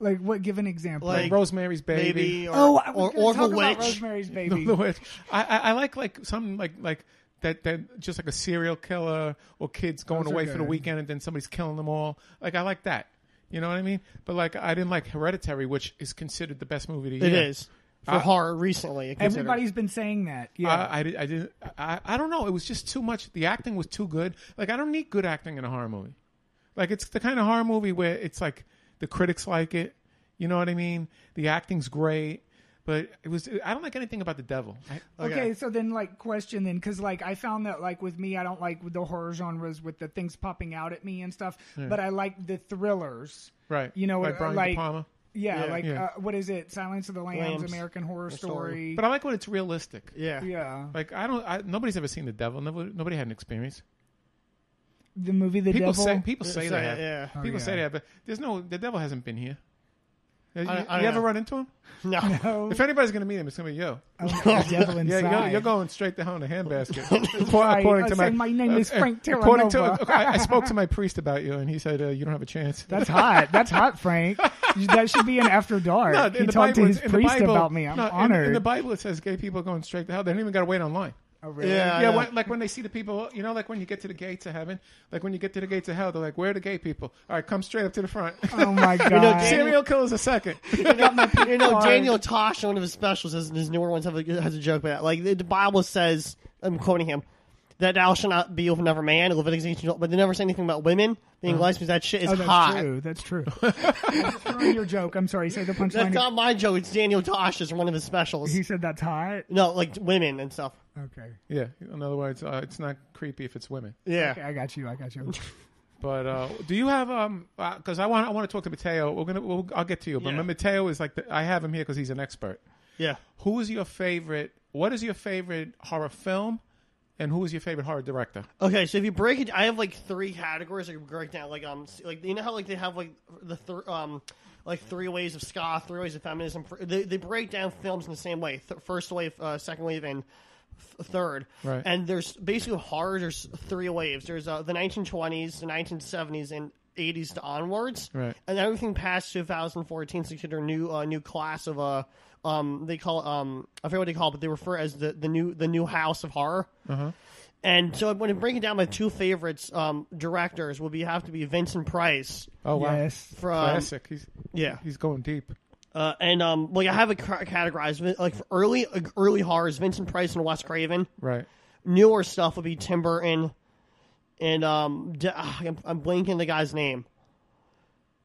Speaker 7: Like what? Give an example.
Speaker 1: Like-
Speaker 3: Like Rosemary's Baby.
Speaker 1: Maybe or
Speaker 7: oh, I was
Speaker 1: or,
Speaker 7: gonna
Speaker 1: or
Speaker 7: talk
Speaker 1: the
Speaker 7: about
Speaker 1: witch.
Speaker 7: Rosemary's
Speaker 3: No,
Speaker 7: Baby.
Speaker 3: the witch. I, I, I like like something like like that that just like a serial killer or kids going
Speaker 7: Those are
Speaker 3: away for the
Speaker 7: good.
Speaker 3: weekend and then somebody's killing them all. Like I like that. You know what I mean? But like I didn't like Hereditary, which is considered the best movie of the
Speaker 1: It
Speaker 3: year.
Speaker 1: is for horror recently. it considered.
Speaker 7: Everybody's been saying that. Yeah.
Speaker 3: I, I, did- I didn't. I, I don't know. It was just too much. The acting was too good. Like I don't need good acting in a horror movie. Like it's the kind of horror movie where it's like the critics like it. You know what I mean? The acting's great, but it was. I don't like anything about the devil. I,
Speaker 7: Okay. so then like question then because like I found that like with me I don't like the horror genres with the things popping out at me and stuff, but I like the thrillers.
Speaker 3: right.
Speaker 7: You know,
Speaker 3: like
Speaker 7: uh,
Speaker 3: Brian
Speaker 7: like-
Speaker 3: De Palma.
Speaker 7: Yeah,
Speaker 1: Yeah.
Speaker 7: like
Speaker 3: Yeah.
Speaker 7: Uh, what is it? Silence of the Lambs,
Speaker 1: Lambs.
Speaker 7: American Horror
Speaker 1: Story.
Speaker 7: Story.
Speaker 3: But I like when it's realistic.
Speaker 1: yeah.
Speaker 7: yeah,
Speaker 3: Like I don't. I, nobody's ever seen the devil. Nobody, nobody had an experience.
Speaker 7: the movie The
Speaker 3: People
Speaker 7: Devil.
Speaker 3: say people say
Speaker 1: Say
Speaker 3: that.
Speaker 1: it, yeah.
Speaker 7: Oh,
Speaker 3: People say
Speaker 7: yeah.
Speaker 3: that, but there's no. The devil hasn't been here. You,
Speaker 1: I
Speaker 3: you ever
Speaker 1: know.
Speaker 3: run into him?
Speaker 1: No.
Speaker 7: Oh,
Speaker 3: If anybody's gonna meet him, it's gonna be you.
Speaker 7: oh, the devil
Speaker 3: Yeah,
Speaker 7: inside.
Speaker 3: you're, you're going straight to hell in a handbasket. According,
Speaker 7: Right.
Speaker 3: according
Speaker 7: I
Speaker 3: to
Speaker 7: said, "My name is
Speaker 3: uh,
Speaker 7: Frank
Speaker 3: According to,
Speaker 7: Terranova."
Speaker 3: I, I spoke to my priest about you, and he said uh, you don't have a chance.
Speaker 7: That's hot. That's hot, Frank. That should be an after dark.
Speaker 3: No,
Speaker 7: he talked to
Speaker 3: it's-
Speaker 7: his
Speaker 3: in the
Speaker 7: priest
Speaker 3: Bible-
Speaker 7: about me. I'm
Speaker 3: no, in-
Speaker 7: honored.
Speaker 3: In, the Bible, it says gay people going straight to hell. They don't even got to wait online.
Speaker 7: oh, really?
Speaker 1: Yeah. I
Speaker 3: yeah,
Speaker 1: know.
Speaker 3: when, like when they see the people, you know, like when you get to the gates of heaven, like when you get to the gates of hell, they're like, "Where are the gay people? All right, come straight up to the front."
Speaker 7: Oh my god. Oh,
Speaker 3: Serial killers a second.
Speaker 1: you know, Daniel Tosh, one of his specials, has, his newer ones have a, has a joke about it. Like the, the Bible says, I'm quoting him, that thou shalt not be with another man. Leviticus 18, but they never say anything about women being lesbians. That shit is
Speaker 7: Oh, that's
Speaker 1: hot.
Speaker 7: true. That's true. I just ruined your joke. I'm sorry. Say the
Speaker 1: That's
Speaker 7: punchline.
Speaker 1: not my joke. It's Daniel Tosh's one of his specials.
Speaker 7: He said that's hot.
Speaker 1: no, like women and stuff.
Speaker 7: Okay.
Speaker 3: Yeah. In other words, uh, it's not creepy if it's women.
Speaker 1: Yeah.
Speaker 7: Okay, I got you. I got you.
Speaker 3: But uh, do you have um? Because I want I want to talk to Mateo. We're gonna we'll, I'll get to you. But
Speaker 1: Yeah.
Speaker 3: Mateo is like the, I have him here because he's an expert.
Speaker 1: Yeah.
Speaker 3: Who is your favorite? What is your favorite horror film? And who is your favorite horror director?
Speaker 1: Okay, so if you break it, I have like three categories I can break down. Like um, s- like you know how like they have like the th- um, like three ways of ska, three ways of feminism. Fr- They, they break down films in the same way: th- first wave, uh, second wave, and th- third.
Speaker 3: Right.
Speaker 1: And there's basically horror. There's three waves. There's uh, the 1920s, the 1970s, and 80s to onwards.
Speaker 3: Right.
Speaker 1: And everything past 2014 is considered a new uh, new class of uh um they call it, um I forget what they call it, but they refer as the the new the new house of horror. And so when I break it down, my two favorites um, directors will be have to be Vincent Price.
Speaker 3: Oh wow,
Speaker 2: Yes.
Speaker 1: From,
Speaker 3: classic. He's
Speaker 1: Um, Yeah,
Speaker 3: he's going deep.
Speaker 1: uh, and um, like I have it cr- categorized like for early uh, early horrors, Vincent Price and Wes Craven.
Speaker 3: Right.
Speaker 1: Newer stuff would be Tim Burton, and um, d- ah, I'm, I'm blanking the guy's name.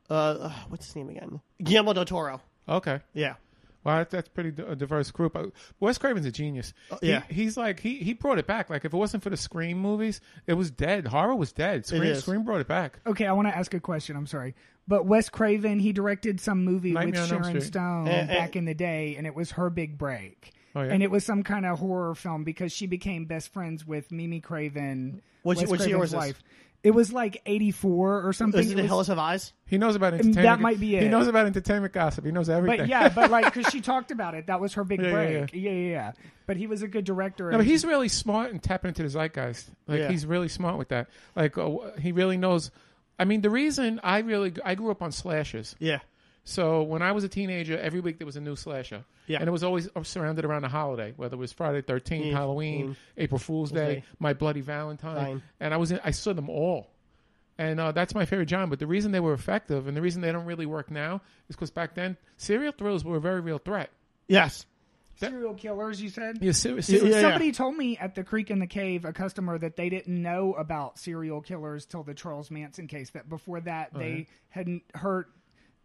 Speaker 1: Uh, ah, what's his name again? Guillermo del Toro.
Speaker 3: Okay.
Speaker 1: Yeah,
Speaker 3: Well, that, that's pretty d- a diverse group. Uh, Wes Craven's a genius.
Speaker 2: Oh,
Speaker 3: He-
Speaker 1: yeah.
Speaker 3: he's like he he brought it back. Like if it wasn't for the Scream movies, it was dead. Horror was dead. Scream
Speaker 1: is.
Speaker 3: Scream brought it back.
Speaker 2: Okay, I want to ask a question. I'm sorry, but Wes Craven he directed some movie
Speaker 3: Nightmare
Speaker 2: with
Speaker 3: on Elm
Speaker 2: Sharon
Speaker 3: Street.
Speaker 2: Stone
Speaker 1: Eh, eh.
Speaker 2: back in the day, and it was her big break.
Speaker 3: Oh, yeah?
Speaker 2: And it was some kind of horror film because she became best friends with Mimi Craven,
Speaker 1: Which-
Speaker 2: Wes
Speaker 1: which year
Speaker 2: Craven's
Speaker 1: was this?
Speaker 2: wife. It was like '84 or something.
Speaker 1: is it
Speaker 2: It
Speaker 1: The
Speaker 2: was-
Speaker 1: Hills Have Eyes?
Speaker 3: He knows about
Speaker 2: that
Speaker 3: entertainment.
Speaker 2: might be
Speaker 3: He
Speaker 2: it.
Speaker 3: knows about entertainment gossip. He knows everything.
Speaker 2: but yeah, but like because she talked about it, that was her big
Speaker 3: Yeah, yeah,
Speaker 2: break. Yeah yeah. yeah, But he was a good director.
Speaker 3: No,
Speaker 2: and-
Speaker 3: but he's really smart and tapping into the zeitgeist. Like
Speaker 1: Yeah.
Speaker 3: he's really smart with that. Like uh, wh- he really knows. I mean, the reason I really I grew up on slashes.
Speaker 1: Yeah,
Speaker 3: So when I was a teenager, every week there was a new slasher.
Speaker 1: Yeah.
Speaker 3: And it was always surrounded around a holiday, whether it was Friday 13th, Halloween, April Mm-hmm. Fool's Day,
Speaker 1: Day.
Speaker 3: My Bloody Valentine.
Speaker 1: Fine.
Speaker 3: And I was in, I saw them all. And uh, that's my favorite genre. But the reason they were effective and the reason they don't really work now is because back then, serial thrillers were a very real threat.
Speaker 1: yes,
Speaker 2: serial killers. You said
Speaker 3: Yeah, ser-
Speaker 1: Yeah,
Speaker 3: ser-
Speaker 1: yeah.
Speaker 2: Somebody told me at the Creek in the Cave, a customer, that they didn't know about serial killers till the Charles Manson case. That before that,
Speaker 3: Oh,
Speaker 2: they hadn't heard,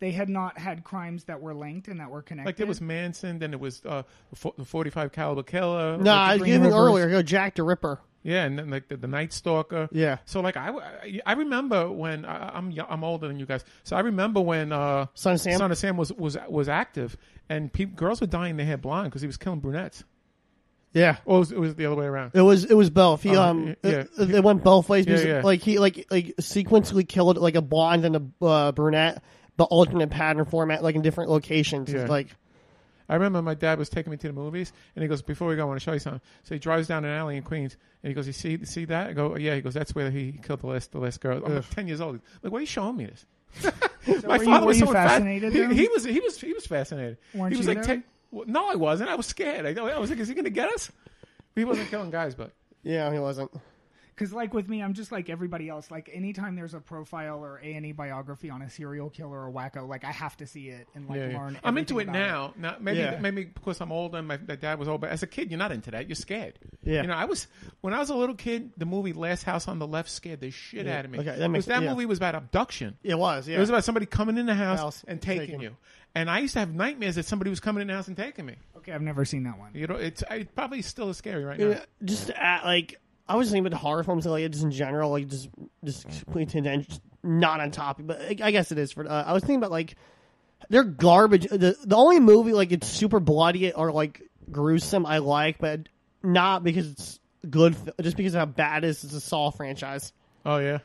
Speaker 2: they had not had crimes that were linked and that were connected.
Speaker 3: Like there was Manson, then it was uh, fo- the 45 caliber killer.
Speaker 1: no, I
Speaker 3: Like,
Speaker 1: was
Speaker 3: Green
Speaker 1: giving
Speaker 3: River.
Speaker 1: earlier. Go Jack the Ripper.
Speaker 3: Yeah, and then like the, the Night Stalker.
Speaker 1: Yeah.
Speaker 3: So like I, I- I remember when I, I'm yo- I'm older than you guys. So I remember when uh,
Speaker 1: Son of Sam?
Speaker 3: Son of Sam was was was active, and peop girls were dyeing their hair blonde because he was killing brunettes.
Speaker 1: Yeah,
Speaker 3: Or it was, it was the other way around.
Speaker 1: It was it was both. He
Speaker 3: Uh,
Speaker 1: um
Speaker 3: yeah.
Speaker 1: it, it went both ways
Speaker 3: Yeah,
Speaker 1: because
Speaker 3: yeah.
Speaker 1: like he like like sequentially killed like a blonde and a uh, brunette, but alternate pattern format like in different locations. It's
Speaker 3: Yeah.
Speaker 1: Like
Speaker 3: I remember my dad was taking me to the movies, and he goes, "Before we go, I want to show you something." So he drives down an alley in Queens, and he goes, "You see, see that?" I go, "Oh, "Yeah." He goes, "That's where he killed the last, the last girl." I'm like ten years old. Like, why are you showing me this? my
Speaker 2: were you- were you
Speaker 3: so fa-
Speaker 2: fascinated
Speaker 3: He,
Speaker 2: then?
Speaker 3: he was, he was, he was fascinated.
Speaker 2: Weren't
Speaker 3: he was
Speaker 2: you
Speaker 3: like,
Speaker 2: though?
Speaker 3: "Take- well, "No, I wasn't. I was scared. I, I was like, is he going to get us?" He wasn't killing guys, but
Speaker 1: yeah, he wasn't.
Speaker 2: because like with me, I'm just like everybody else. Like anytime there's a profile or a and e biography on a serial killer or wacko, like I have to see it and like
Speaker 3: Yeah, yeah.
Speaker 2: learn.
Speaker 3: I'm into
Speaker 2: everything
Speaker 3: it
Speaker 2: about
Speaker 3: now. Now maybe
Speaker 1: Yeah.
Speaker 3: maybe because I'm older, and my, my dad was old. But as a kid, you're not into that. You're scared.
Speaker 1: Yeah.
Speaker 3: You know, I was when I was a little kid. The movie Last House on the Left scared the shit out of me.
Speaker 1: Okay, that makes-
Speaker 3: because that
Speaker 1: yeah.
Speaker 3: movie was about abduction.
Speaker 1: It was yeah.
Speaker 3: It was about somebody coming in the house,
Speaker 1: House,
Speaker 3: and taking,
Speaker 1: taking.
Speaker 3: you. And I used to have nightmares that somebody was coming in the house and taking me.
Speaker 2: Okay, I've never seen that one.
Speaker 3: You know, it's I, it probably still is scary right now.
Speaker 1: Yeah, just to add, like I was thinking about horror films like just in general like just just
Speaker 3: Mm-hmm.
Speaker 1: completely tangent- just not on topic, but I- I guess it is for. Uh, I was thinking about like they're garbage. The the only movie like it's super bloody or like gruesome I like, but not because it's good, just because of how bad it is. It's a Saw franchise.
Speaker 3: Oh yeah.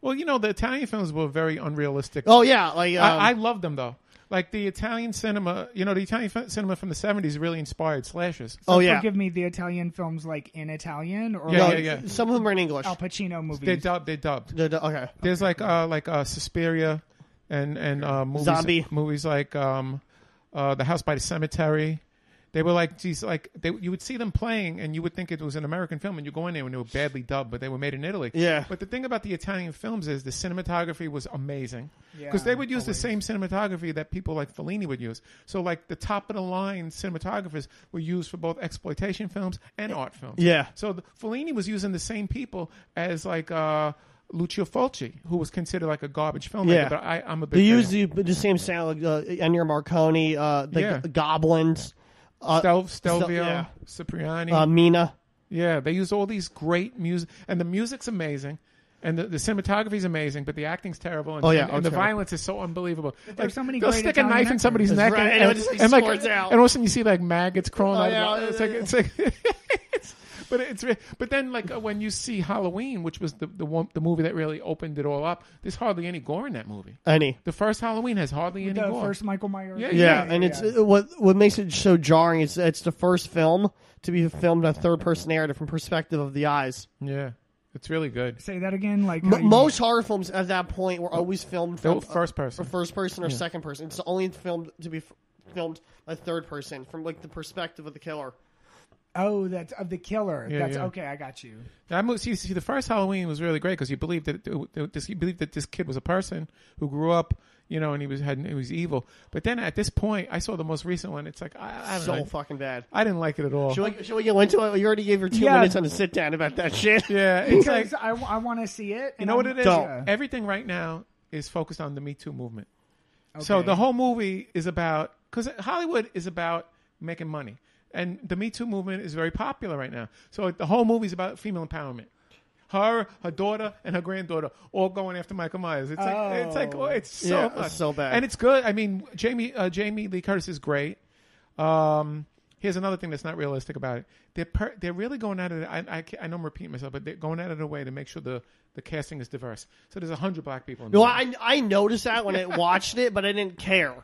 Speaker 3: Well, you know, the Italian films were very unrealistic.
Speaker 1: Oh yeah, like um,
Speaker 3: I, I love them though. Like the Italian cinema, you know, the Italian fi- cinema from the '70s really inspired slashes.
Speaker 1: oh yeah. Uh,
Speaker 2: Forgive me, the Italian films like in Italian or
Speaker 3: Yeah,
Speaker 2: like
Speaker 3: yeah, yeah.
Speaker 1: Some of them are in English.
Speaker 2: Al Pacino movies.
Speaker 3: They're dubbed. They're dubbed.
Speaker 1: The- the- okay.
Speaker 3: There's like uh like uh Suspiria and and uh movies
Speaker 1: Zombie.
Speaker 3: movies like um uh The House by the Cemetery. They were like geez like they you would see them playing and you would think it was an American film and you go in there and they were badly dubbed but they were made in Italy.
Speaker 1: Yeah.
Speaker 3: But the thing about the Italian films is the cinematography was amazing. Because
Speaker 2: Yeah,
Speaker 3: they would use the same cinematography that people like Fellini would use. So like the top of the line cinematographers were used for both exploitation films and art films.
Speaker 1: Yeah.
Speaker 3: So the, Fellini was using the same people as like uh, Lucio Fulci, who was considered like a garbage filmmaker.
Speaker 1: Yeah.
Speaker 3: But I, I'm a big.
Speaker 1: They use
Speaker 3: fan.
Speaker 1: the, the same sound, like uh, Ennio Marconi, uh, the
Speaker 3: Yeah.
Speaker 1: g- goblins, uh,
Speaker 3: Stel,
Speaker 1: Stel-
Speaker 3: Stelvio,
Speaker 1: yeah.
Speaker 3: Cipriani.
Speaker 1: uh, Mina.
Speaker 3: yeah, they use all these great music, and the music's amazing. And the, the cinematography is amazing, but the acting's terrible. And,
Speaker 1: Oh, yeah,
Speaker 3: and,
Speaker 1: oh,
Speaker 3: the
Speaker 1: terrible.
Speaker 3: violence is so unbelievable.
Speaker 2: there's so many
Speaker 3: they'll
Speaker 2: great
Speaker 3: stick a
Speaker 2: Italian
Speaker 3: knife in
Speaker 2: actors.
Speaker 3: somebody's
Speaker 1: That's
Speaker 3: neck,
Speaker 1: right,
Speaker 3: and,
Speaker 1: and it
Speaker 3: and-
Speaker 1: just, like,
Speaker 3: and, like,
Speaker 1: squirts out.
Speaker 3: and all of a sudden you see like maggots crawling
Speaker 1: Oh,
Speaker 3: out.
Speaker 1: yeah,
Speaker 3: of the, it's like it's like, it's, but it's re- but then like uh, when you see Halloween, which was the the one the movie that really opened it all up. There's hardly any gore in that movie.
Speaker 1: Any.
Speaker 3: The first Halloween has hardly any
Speaker 2: the
Speaker 3: gore.
Speaker 2: first Michael Myers.
Speaker 3: Yeah,
Speaker 1: Yeah, and it's
Speaker 2: yeah.
Speaker 1: uh what what makes it so jarring is that it's the first film to be filmed in a third person narrative from perspective of the eyes.
Speaker 3: yeah, it's really good.
Speaker 2: Say that again. Like how
Speaker 1: M-
Speaker 2: you-
Speaker 1: most horror films at that point were always filmed
Speaker 3: They were
Speaker 1: from
Speaker 3: first person.
Speaker 1: or first person or second person. It's the only filmed to be f- filmed by third person from like the perspective of the killer.
Speaker 2: Oh, that's of the killer.
Speaker 3: Yeah,
Speaker 2: that's
Speaker 3: yeah.
Speaker 2: okay. I got you.
Speaker 3: That movie, see, see, the first Halloween was really great because you believed that that this, you believed that this kid was a person who grew up, you know, and he was had he was evil. But then at this point, I saw the most recent one. It's like I, I don't
Speaker 1: so
Speaker 3: know.
Speaker 1: fucking bad.
Speaker 3: I didn't like it at all.
Speaker 1: Should we, should we get one to it? You already gave her two
Speaker 2: Yeah.
Speaker 1: minutes on the sit down about that shit.
Speaker 3: Yeah, it's like
Speaker 2: Because I, I want to see it.
Speaker 3: you know what it is.
Speaker 2: Yeah.
Speaker 3: Everything right now is focused on the Me Too movement. So
Speaker 2: Okay.
Speaker 3: the whole movie is about because Hollywood is about making money, and the Me Too movement is very popular right now. So the whole movie is about female empowerment. Her, her daughter, and her granddaughter all going after Michael Myers. It's like it's like oh, it's so
Speaker 1: Yeah,
Speaker 3: much.
Speaker 1: so bad.
Speaker 3: and it's good. I mean, Jamie uh, Jamie Lee Curtis is great. Um, here's another thing that's not realistic about it. They're per- they're really going out of the, I, I ca- I know I'm repeating myself, but they're going out of their way to make sure the the casting is diverse. So there's hundred black people. In the
Speaker 1: No,
Speaker 3: movie.
Speaker 1: I I noticed that when I watched it, but I didn't care.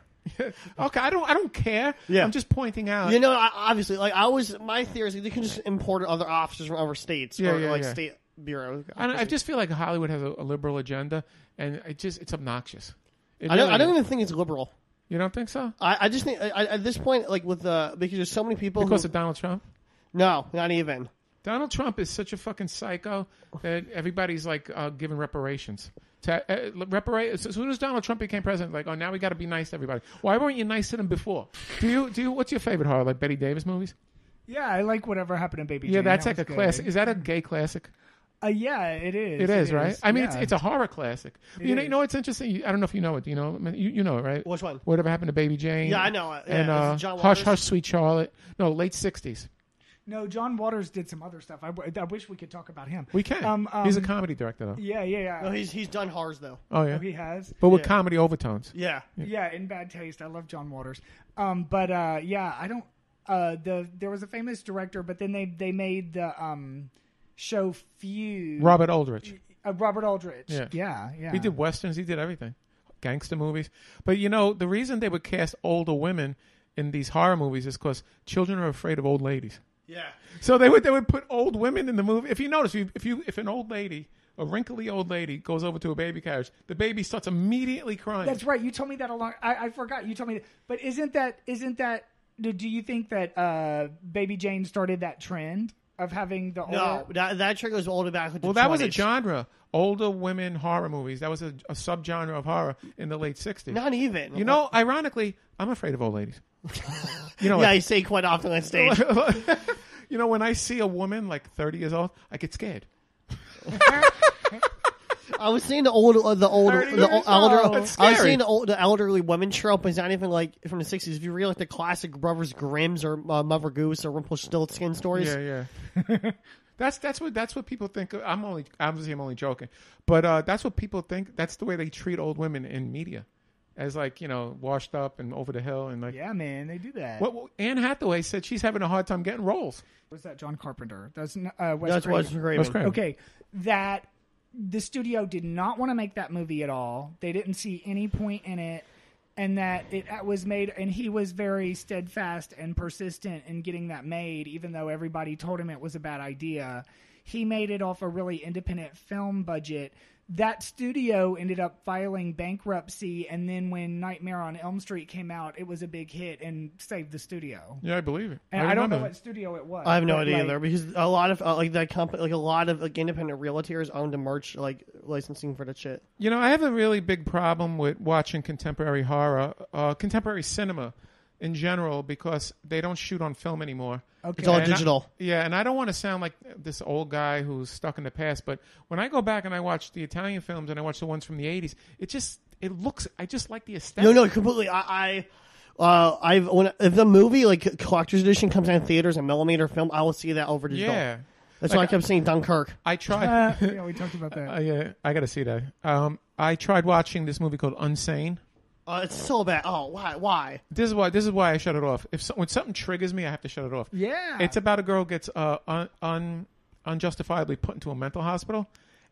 Speaker 3: okay, I don't I don't care.
Speaker 1: Yeah.
Speaker 3: I'm just pointing out.
Speaker 1: You know, I, obviously, like I was, my theory is they can just import other officers from other states
Speaker 3: Yeah,
Speaker 1: or
Speaker 3: yeah,
Speaker 1: like
Speaker 3: yeah.
Speaker 1: state bureau.
Speaker 3: I, don't- I just feel like Hollywood has a, a liberal agenda, and it just it's obnoxious. It
Speaker 1: I don't,
Speaker 3: really
Speaker 1: I don't
Speaker 3: is.
Speaker 1: even Oh, think it's liberal.
Speaker 3: You don't think so?
Speaker 1: I, I just think I, I- at this point, like with the because there's so many people.
Speaker 3: Because
Speaker 1: who,
Speaker 3: of Donald Trump.
Speaker 1: no, not even.
Speaker 3: Donald Trump is such a fucking psycho that everybody's like uh, giving reparations. To, uh, repara- as soon as Donald Trump became president, like, oh, now we got to be nice to everybody. Why weren't you nice to them before? Do you do you, what's your favorite horror? Like Betty Davis movies?
Speaker 2: Yeah, I like whatever happened to Baby.
Speaker 3: Yeah,
Speaker 2: Jane.
Speaker 3: that's
Speaker 2: That
Speaker 3: like
Speaker 2: was
Speaker 3: a
Speaker 2: good.
Speaker 3: classic. Is that a gay classic?
Speaker 2: Uh, yeah, it
Speaker 3: It
Speaker 2: is.
Speaker 3: is, right? I mean, it's
Speaker 2: Yeah.
Speaker 3: it's a horror classic. you know, you
Speaker 2: is.
Speaker 3: know, it's interesting. You- I don't know if you know it. Do you know? I mean, You, you know it, right?
Speaker 1: Which one?
Speaker 3: Whatever happened to Baby Jane?
Speaker 1: Yeah, I know it. Yeah,
Speaker 3: and
Speaker 1: is it
Speaker 3: uh,
Speaker 1: John
Speaker 3: Hush,
Speaker 1: Waters?
Speaker 3: Hush, Sweet Charlotte. No, late '60s.
Speaker 2: No, John Waters did some other stuff. I, w- I wish we could talk about him.
Speaker 3: We can.
Speaker 2: Um, um,
Speaker 3: He's a comedy director, though.
Speaker 2: Yeah, yeah, yeah.
Speaker 1: No, he's he's done hars though.
Speaker 3: Oh yeah,
Speaker 2: he has.
Speaker 3: but with
Speaker 1: yeah.
Speaker 3: comedy overtones.
Speaker 1: Yeah,
Speaker 2: yeah in bad taste i love john waters um but uh yeah i don't uh the there was a famous director but then they they made the um show feud
Speaker 3: Robert Aldrich.
Speaker 2: uh, robert aldrich
Speaker 3: Yeah.
Speaker 2: yeah yeah,
Speaker 3: He did
Speaker 1: Uh-huh.
Speaker 3: westerns. He did everything, gangster movies. But you know, the reason they would cast older women in these horror movies is because children are afraid of old ladies.
Speaker 1: yeah.
Speaker 3: So they would they would put old women in the movie. If you notice, if you, if you if an old lady, a wrinkly old lady, goes over to a baby carriage, the baby starts immediately crying.
Speaker 2: that's right you told me that a long i, I forgot you told me that. but isn't that isn't that do do you think that uh baby jane started that trend of having the
Speaker 1: No,
Speaker 2: older-
Speaker 1: that, that trick was all about.
Speaker 3: well, that was a
Speaker 1: John.
Speaker 3: genre. Older women horror movies. That was a, a subgenre of horror in the late '60s.
Speaker 1: Not even.
Speaker 3: you know, ironically, I'm afraid of old ladies. you know,
Speaker 1: Yeah, I say quite often on stage.
Speaker 3: you know, when I see a woman like 30 years old, I get scared.
Speaker 1: I was seeing the old, uh, the old,
Speaker 3: Thirty
Speaker 1: the
Speaker 3: years
Speaker 1: old, elder.
Speaker 3: old. That's
Speaker 1: I was
Speaker 3: scary.
Speaker 1: seeing the old, the elderly women trope. It's not even like from the sixties. If you read like the classic Brothers Grimm's or uh, Mother Goose or Rumpelstiltskin stories,
Speaker 3: Yeah, yeah. that's that's what that's what people think. Of. I'm only obviously I'm only joking, but uh, that's what people think. That's the way they treat old women in media, as like you know washed up and over the hill and like.
Speaker 2: yeah man they do that
Speaker 3: What, what- Anne Hathaway said she's having a hard time getting roles.
Speaker 2: was that john carpenter that's n- uh Wes
Speaker 1: that's what's
Speaker 2: Craven.
Speaker 1: great.
Speaker 3: That's great.
Speaker 2: okay that the studio did not want to make that movie at all they didn't see any point in it and that it was made and he was very steadfast and persistent in getting that made even though everybody told him it was a bad idea he made it off a really independent film budget that studio ended up filing bankruptcy and then when nightmare on elm street came out it was a big hit and saved the studio
Speaker 3: Yeah, I believe it.
Speaker 2: and i, don't know
Speaker 3: remember.
Speaker 2: what studio it was
Speaker 1: I have no
Speaker 2: but,
Speaker 1: idea
Speaker 2: like,
Speaker 1: either because a lot of uh, like that company, like a lot of like independent realtors owned the merch like licensing for that shit.
Speaker 3: You know, I have a really big problem with watching contemporary horror, uh, contemporary cinema in general, because they don't shoot on film anymore.
Speaker 2: okay
Speaker 1: It's all
Speaker 3: And I-
Speaker 1: digital.
Speaker 3: yeah, and I don't want to sound like this old guy who's stuck in the past, but when I go back and I watch the Italian films and I watch the ones from the '80s, it just it looks. I just like the aesthetic.
Speaker 1: No, no, completely. I, I, uh, I've when if the movie like collector's edition comes out in theaters a millimeter film, I will see that over digital.
Speaker 3: yeah,
Speaker 1: that's why I kept saying Dunkirk.
Speaker 3: I tried.
Speaker 2: Uh, yeah we talked about that
Speaker 3: I, uh, I got to see that. Um, I tried watching this movie called Unsane.
Speaker 1: Uh, it's so bad. Oh, why? Why?
Speaker 3: This is why. This is why I shut it off. If so, when something triggers me, I have to shut it off.
Speaker 2: Yeah.
Speaker 3: It's about a girl gets uh, un, un, unjustifiably put into a mental hospital,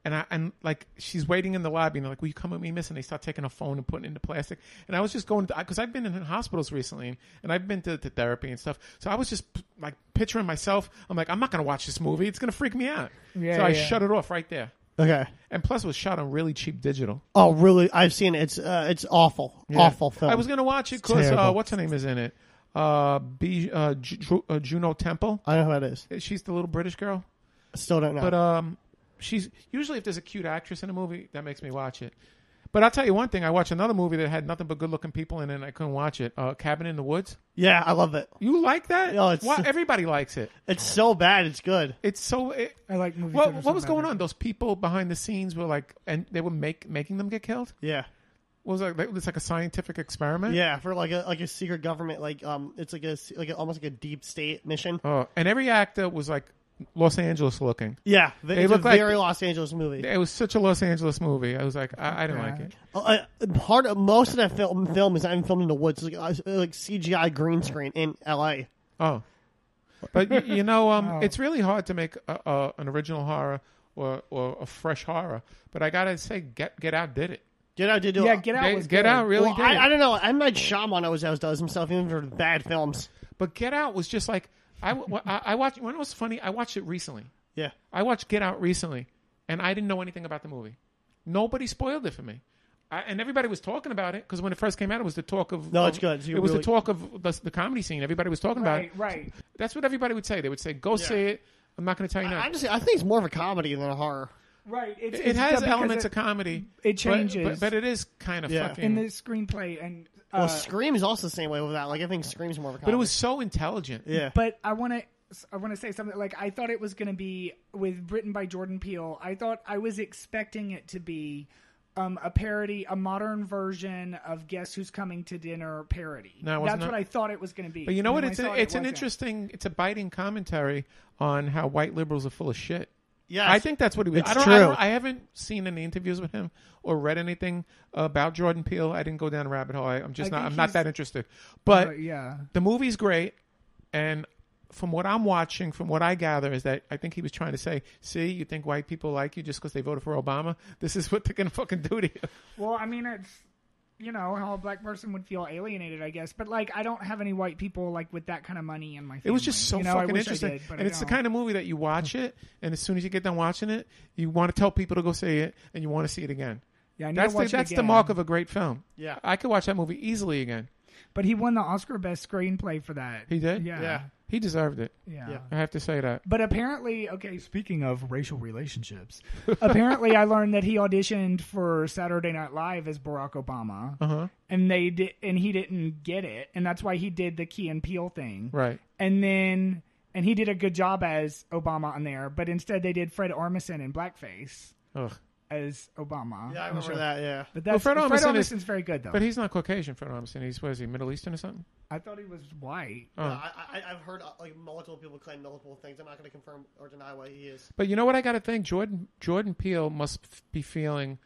Speaker 3: and I and like she's waiting in the lobby, and they're like, "Will you come with me, miss?" And they start taking her phone and putting it into plastic. And I was just going because I've been in hospitals recently, and, and I've been to, to therapy and stuff. So I was just p- like picturing myself. I'm like, I'm not gonna watch this movie. It's gonna freak me out.
Speaker 2: Yeah,
Speaker 3: so I
Speaker 2: yeah.
Speaker 3: shut it off right there.
Speaker 1: Okay.
Speaker 3: And plus, it was shot on really cheap digital.
Speaker 1: Oh, really? I've seen it. It's uh, it's awful,
Speaker 3: Yeah.
Speaker 1: awful film.
Speaker 3: I was gonna watch it because uh,
Speaker 1: terrible.
Speaker 3: what's her name is in it. uh, B, uh, Ju- uh, Juno Temple.
Speaker 1: I don't know who that is.
Speaker 3: She's the little British girl.
Speaker 1: Still don't know.
Speaker 3: But um, she's usually if there's a cute actress in a movie, that makes me watch it. But I'll tell you one thing: I watched another movie that had nothing but good-looking people in it, and I couldn't watch it. Uh, Cabin in the Woods.
Speaker 1: yeah, I love it.
Speaker 3: You like that?
Speaker 1: No, Oh, it's-
Speaker 3: Why- everybody likes it.
Speaker 1: It's so bad. It's good.
Speaker 3: It's so. It,
Speaker 2: I like movie
Speaker 3: what,
Speaker 2: theaters
Speaker 3: what was
Speaker 2: better.
Speaker 3: going on? Those people behind the scenes were like, and they were make making them get killed.
Speaker 1: Yeah,
Speaker 3: What was like? It was like a scientific experiment.
Speaker 1: yeah. For like a like a secret government, like um, it's like a like a, almost like a deep state mission.
Speaker 3: Oh, and every actor was like Los Angeles looking.
Speaker 1: Yeah,
Speaker 3: They
Speaker 1: it's
Speaker 3: look
Speaker 1: a
Speaker 3: like-
Speaker 1: very Los Angeles movie.
Speaker 3: It was such a Los Angeles movie. I was like, I, I didn't like it.
Speaker 1: Uh, part of most of that film film is not even filmed in the woods, It's like, uh, like CGI green screen in L.A.
Speaker 3: Oh, but y- you know, um,
Speaker 2: Wow.
Speaker 3: it's really hard to make a, a, an original horror or, or a fresh horror. But I gotta say, Get Get Out did it.
Speaker 1: Get out to do
Speaker 2: Yeah, Get Out
Speaker 3: They-
Speaker 2: was
Speaker 3: Get
Speaker 2: good.
Speaker 3: Out really
Speaker 1: Well,
Speaker 3: did. it.
Speaker 1: I, I don't know. I'm not Shyamalan always always does himself even for bad films.
Speaker 3: But Get Out was just like I, w- I, I watched. When it was funny, I watched it recently.
Speaker 1: Yeah,
Speaker 3: I watched Get Out recently, and I didn't know anything about the movie. Nobody spoiled it for me, I, and everybody was talking about it because when it first came out, it was the talk of.
Speaker 1: No, it's
Speaker 3: of-
Speaker 1: good.
Speaker 3: It
Speaker 1: You
Speaker 3: was the
Speaker 1: really-
Speaker 3: talk of the, the comedy scene. Everybody was talking about
Speaker 2: Right,
Speaker 3: it.
Speaker 2: right.
Speaker 3: That's what everybody would say. They would say, "Go see it." I'm not going to tell you now.
Speaker 1: I just I think it's more of a comedy than a horror.
Speaker 2: Right. It's,
Speaker 3: it has
Speaker 2: because
Speaker 3: elements
Speaker 2: it-
Speaker 3: of comedy.
Speaker 2: it
Speaker 3: but-
Speaker 2: changes.
Speaker 3: but, but, it is kind of
Speaker 1: Yeah.
Speaker 3: fucking.
Speaker 2: in the screenplay and uh,
Speaker 1: Well, Scream is also the same way with that. Like I think Scream's more of a comedy.
Speaker 3: but it was so intelligent.
Speaker 1: yeah.
Speaker 2: but I want to I want to say something like I thought it was going to be with written by Jordan Peele. I thought I was expecting it to be um, a parody, a modern version of Guess Who's Coming to Dinner parody.
Speaker 3: No, it was
Speaker 2: That's
Speaker 3: not-
Speaker 2: what I thought it was going to be.
Speaker 3: But you know
Speaker 2: And
Speaker 3: what?
Speaker 2: when
Speaker 3: It's
Speaker 2: I
Speaker 3: a,
Speaker 2: saw it, it
Speaker 3: it's an
Speaker 2: wasn't.
Speaker 3: interesting, it's a biting commentary on how white liberals are full of shit.
Speaker 1: Yes.
Speaker 3: I think that's what he was.
Speaker 1: It's
Speaker 3: I don't, I,
Speaker 1: true.
Speaker 3: don't- I haven't seen any interviews with him or read anything about Jordan Peele. I didn't go down a rabbit hole. I, I'm just
Speaker 2: I
Speaker 3: not.
Speaker 2: think
Speaker 3: I'm not
Speaker 2: he's-
Speaker 3: that interested. But
Speaker 2: Uh, yeah.
Speaker 3: the movie's great, and from what I'm watching, from what I gather, is that I think he was trying to say, "See, you think white people like you just because they voted for Obama? This is what they're gonna fucking do to you."
Speaker 2: Well, I mean, it's you know how a black person would feel alienated, I guess. But like, I don't have any white people like with that kind of money in my. Family.
Speaker 3: It was just so
Speaker 2: Mm, you know, I
Speaker 3: fucking
Speaker 2: wish I
Speaker 3: interesting.
Speaker 2: did, but
Speaker 3: and
Speaker 2: I
Speaker 3: it's the
Speaker 2: don't.
Speaker 3: kind of movie that you watch it, and as soon as you get done watching it, you want to tell people to go see it, and you want to see it again.
Speaker 2: yeah. I need to
Speaker 3: That's the,
Speaker 2: watch it
Speaker 3: that's the
Speaker 2: again.
Speaker 3: mark of a great film.
Speaker 1: Yeah.
Speaker 3: I could watch that movie easily again.
Speaker 2: But he won the Oscar best screenplay for that.
Speaker 3: He did?
Speaker 2: Yeah. Yeah.
Speaker 1: Yeah.
Speaker 3: He deserved it.
Speaker 2: yeah.
Speaker 3: I have to say that.
Speaker 2: But apparently, okay, speaking of racial relationships, apparently I learned that he auditioned for Saturday Night Live as Barack Obama.
Speaker 3: Uh-huh.
Speaker 2: And they did, and he didn't get it, and that's why he did the Key and Peele thing.
Speaker 3: Right.
Speaker 2: And then and he did a good job as Obama on there, but instead they did Fred Armisen in blackface
Speaker 3: Ugh.
Speaker 2: as Obama.
Speaker 1: Yeah, I
Speaker 2: I'm
Speaker 1: remember
Speaker 2: sure.
Speaker 1: that. Yeah.
Speaker 2: But that's,
Speaker 3: Well, Fred
Speaker 2: Fred,
Speaker 3: Armisen is-
Speaker 2: Armisen's very good though.
Speaker 3: But he's not Caucasian, Fred Armisen. He's, what is he, Middle Eastern or something?
Speaker 2: I thought he was white.
Speaker 3: Oh.
Speaker 1: I, I, I've heard uh, like multiple people claim multiple things. I'm not going to confirm or deny what he is.
Speaker 3: But you know what I got to think? Jordan Jordan Peele must f- be feeling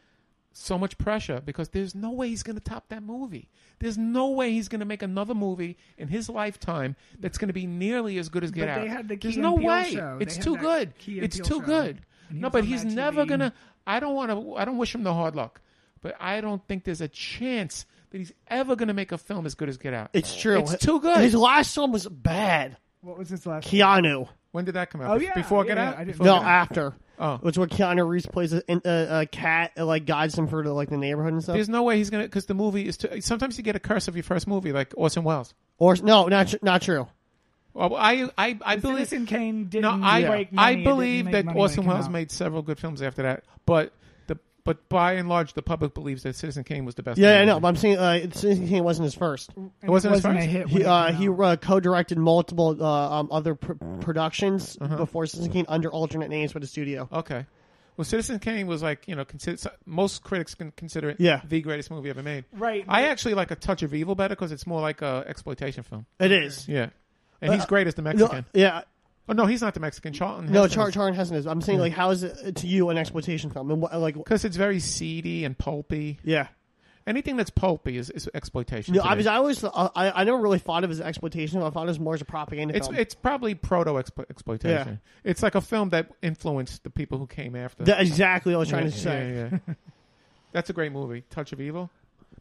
Speaker 3: so much pressure because there's no way he's going to top that movie. There's no way he's going to make another movie in his lifetime that's going to be nearly as good as Get
Speaker 2: But
Speaker 3: Out.
Speaker 2: they had the Key
Speaker 3: there's
Speaker 2: and
Speaker 3: no
Speaker 2: Peele
Speaker 3: way.
Speaker 2: show. They
Speaker 3: It's
Speaker 2: had
Speaker 3: too
Speaker 2: that
Speaker 3: good.
Speaker 2: Key and
Speaker 3: It's
Speaker 2: Peele
Speaker 3: too
Speaker 2: show.
Speaker 3: good.
Speaker 2: And he
Speaker 3: No,
Speaker 2: was
Speaker 3: but
Speaker 2: on
Speaker 3: he's
Speaker 2: Mad
Speaker 3: never
Speaker 2: TV.
Speaker 3: going to I don't want to I don't wish him the hard luck, but I don't think there's a chance that he's ever going to make a film as good as Get Out.
Speaker 1: It's true.
Speaker 3: It's too good.
Speaker 1: His last film was bad.
Speaker 2: What was his last?
Speaker 1: Keanu.
Speaker 3: when did that come out?
Speaker 2: Oh,
Speaker 3: Bef-
Speaker 2: yeah,
Speaker 3: Before Get
Speaker 2: yeah,
Speaker 3: Out?
Speaker 2: I didn't-
Speaker 3: Before
Speaker 1: No,
Speaker 3: Get Out?
Speaker 1: after.
Speaker 3: Oh.
Speaker 1: Which where Keanu Reeves plays a, a, a cat, uh, like guides him for the, like the neighborhood and stuff.
Speaker 3: There's no way he's gonna because the movie is. Too, sometimes you get a curse of your first movie, like Orson Welles.
Speaker 1: or no, not tr- not true.
Speaker 3: Well, I I I believe
Speaker 2: Citizen Kane didn't
Speaker 3: no I
Speaker 2: break money. It
Speaker 3: I
Speaker 2: didn't
Speaker 3: believe
Speaker 2: make
Speaker 3: that
Speaker 2: money when it
Speaker 3: Orson
Speaker 2: came
Speaker 3: Welles
Speaker 2: out.
Speaker 3: made several good films after that, but the but by and large the public believes that Citizen Kane was the best.
Speaker 1: Yeah,
Speaker 3: movie.
Speaker 1: I know. But I'm saying uh, it's- it wasn't his first.
Speaker 2: And
Speaker 3: It wasn't his
Speaker 2: a
Speaker 3: first?
Speaker 2: hit. when
Speaker 1: He
Speaker 2: it
Speaker 1: uh,
Speaker 2: came
Speaker 1: he
Speaker 2: out.
Speaker 1: uh, co-directed multiple uh, um, other pr- productions before Citizen Kane under alternate names with the studio.
Speaker 3: Okay. Well, Citizen Kane was like you know consider, most critics can consider it
Speaker 1: Yeah.
Speaker 3: the greatest movie ever made.
Speaker 2: Right.
Speaker 3: I actually like A Touch of Evil better because it's more like a exploitation film.
Speaker 1: It is.
Speaker 3: Yeah. And he's great as the
Speaker 1: uh, No,
Speaker 3: Mexican.
Speaker 1: yeah,
Speaker 3: oh no, he's not the Mexican. Charlton.
Speaker 1: no,
Speaker 3: Heston
Speaker 1: Char-
Speaker 3: is-
Speaker 1: Charlton Heston is. I'm saying like, how is it to you an exploitation film? And what, like,
Speaker 3: Because it's very seedy and pulpy.
Speaker 1: yeah.
Speaker 3: Anything that's pulpy is, is exploitation.
Speaker 1: No,
Speaker 3: today.
Speaker 1: I was. I always. Uh, I, I never really thought of it as exploitation. I thought it was more as a propaganda
Speaker 3: it's
Speaker 1: film.
Speaker 3: it's probably proto expo- exploitation. It's like a film that influenced the people who came after.
Speaker 1: That- exactly what I was trying
Speaker 3: Yeah,
Speaker 1: to say.
Speaker 3: yeah, yeah. That's a great movie, Touch of Evil.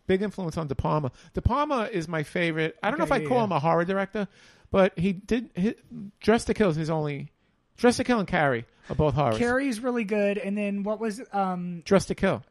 Speaker 3: Big influence on De Palma. De Palma is my favorite. I don't know
Speaker 2: Okay,
Speaker 3: if I
Speaker 2: yeah,
Speaker 3: call
Speaker 2: yeah.
Speaker 3: him a horror director, but he did. His, Dress to Kill is his only. Dress to Kill and Carrie are both horrors.
Speaker 2: Carrie's really good, and then what was um
Speaker 3: Dress to Kill.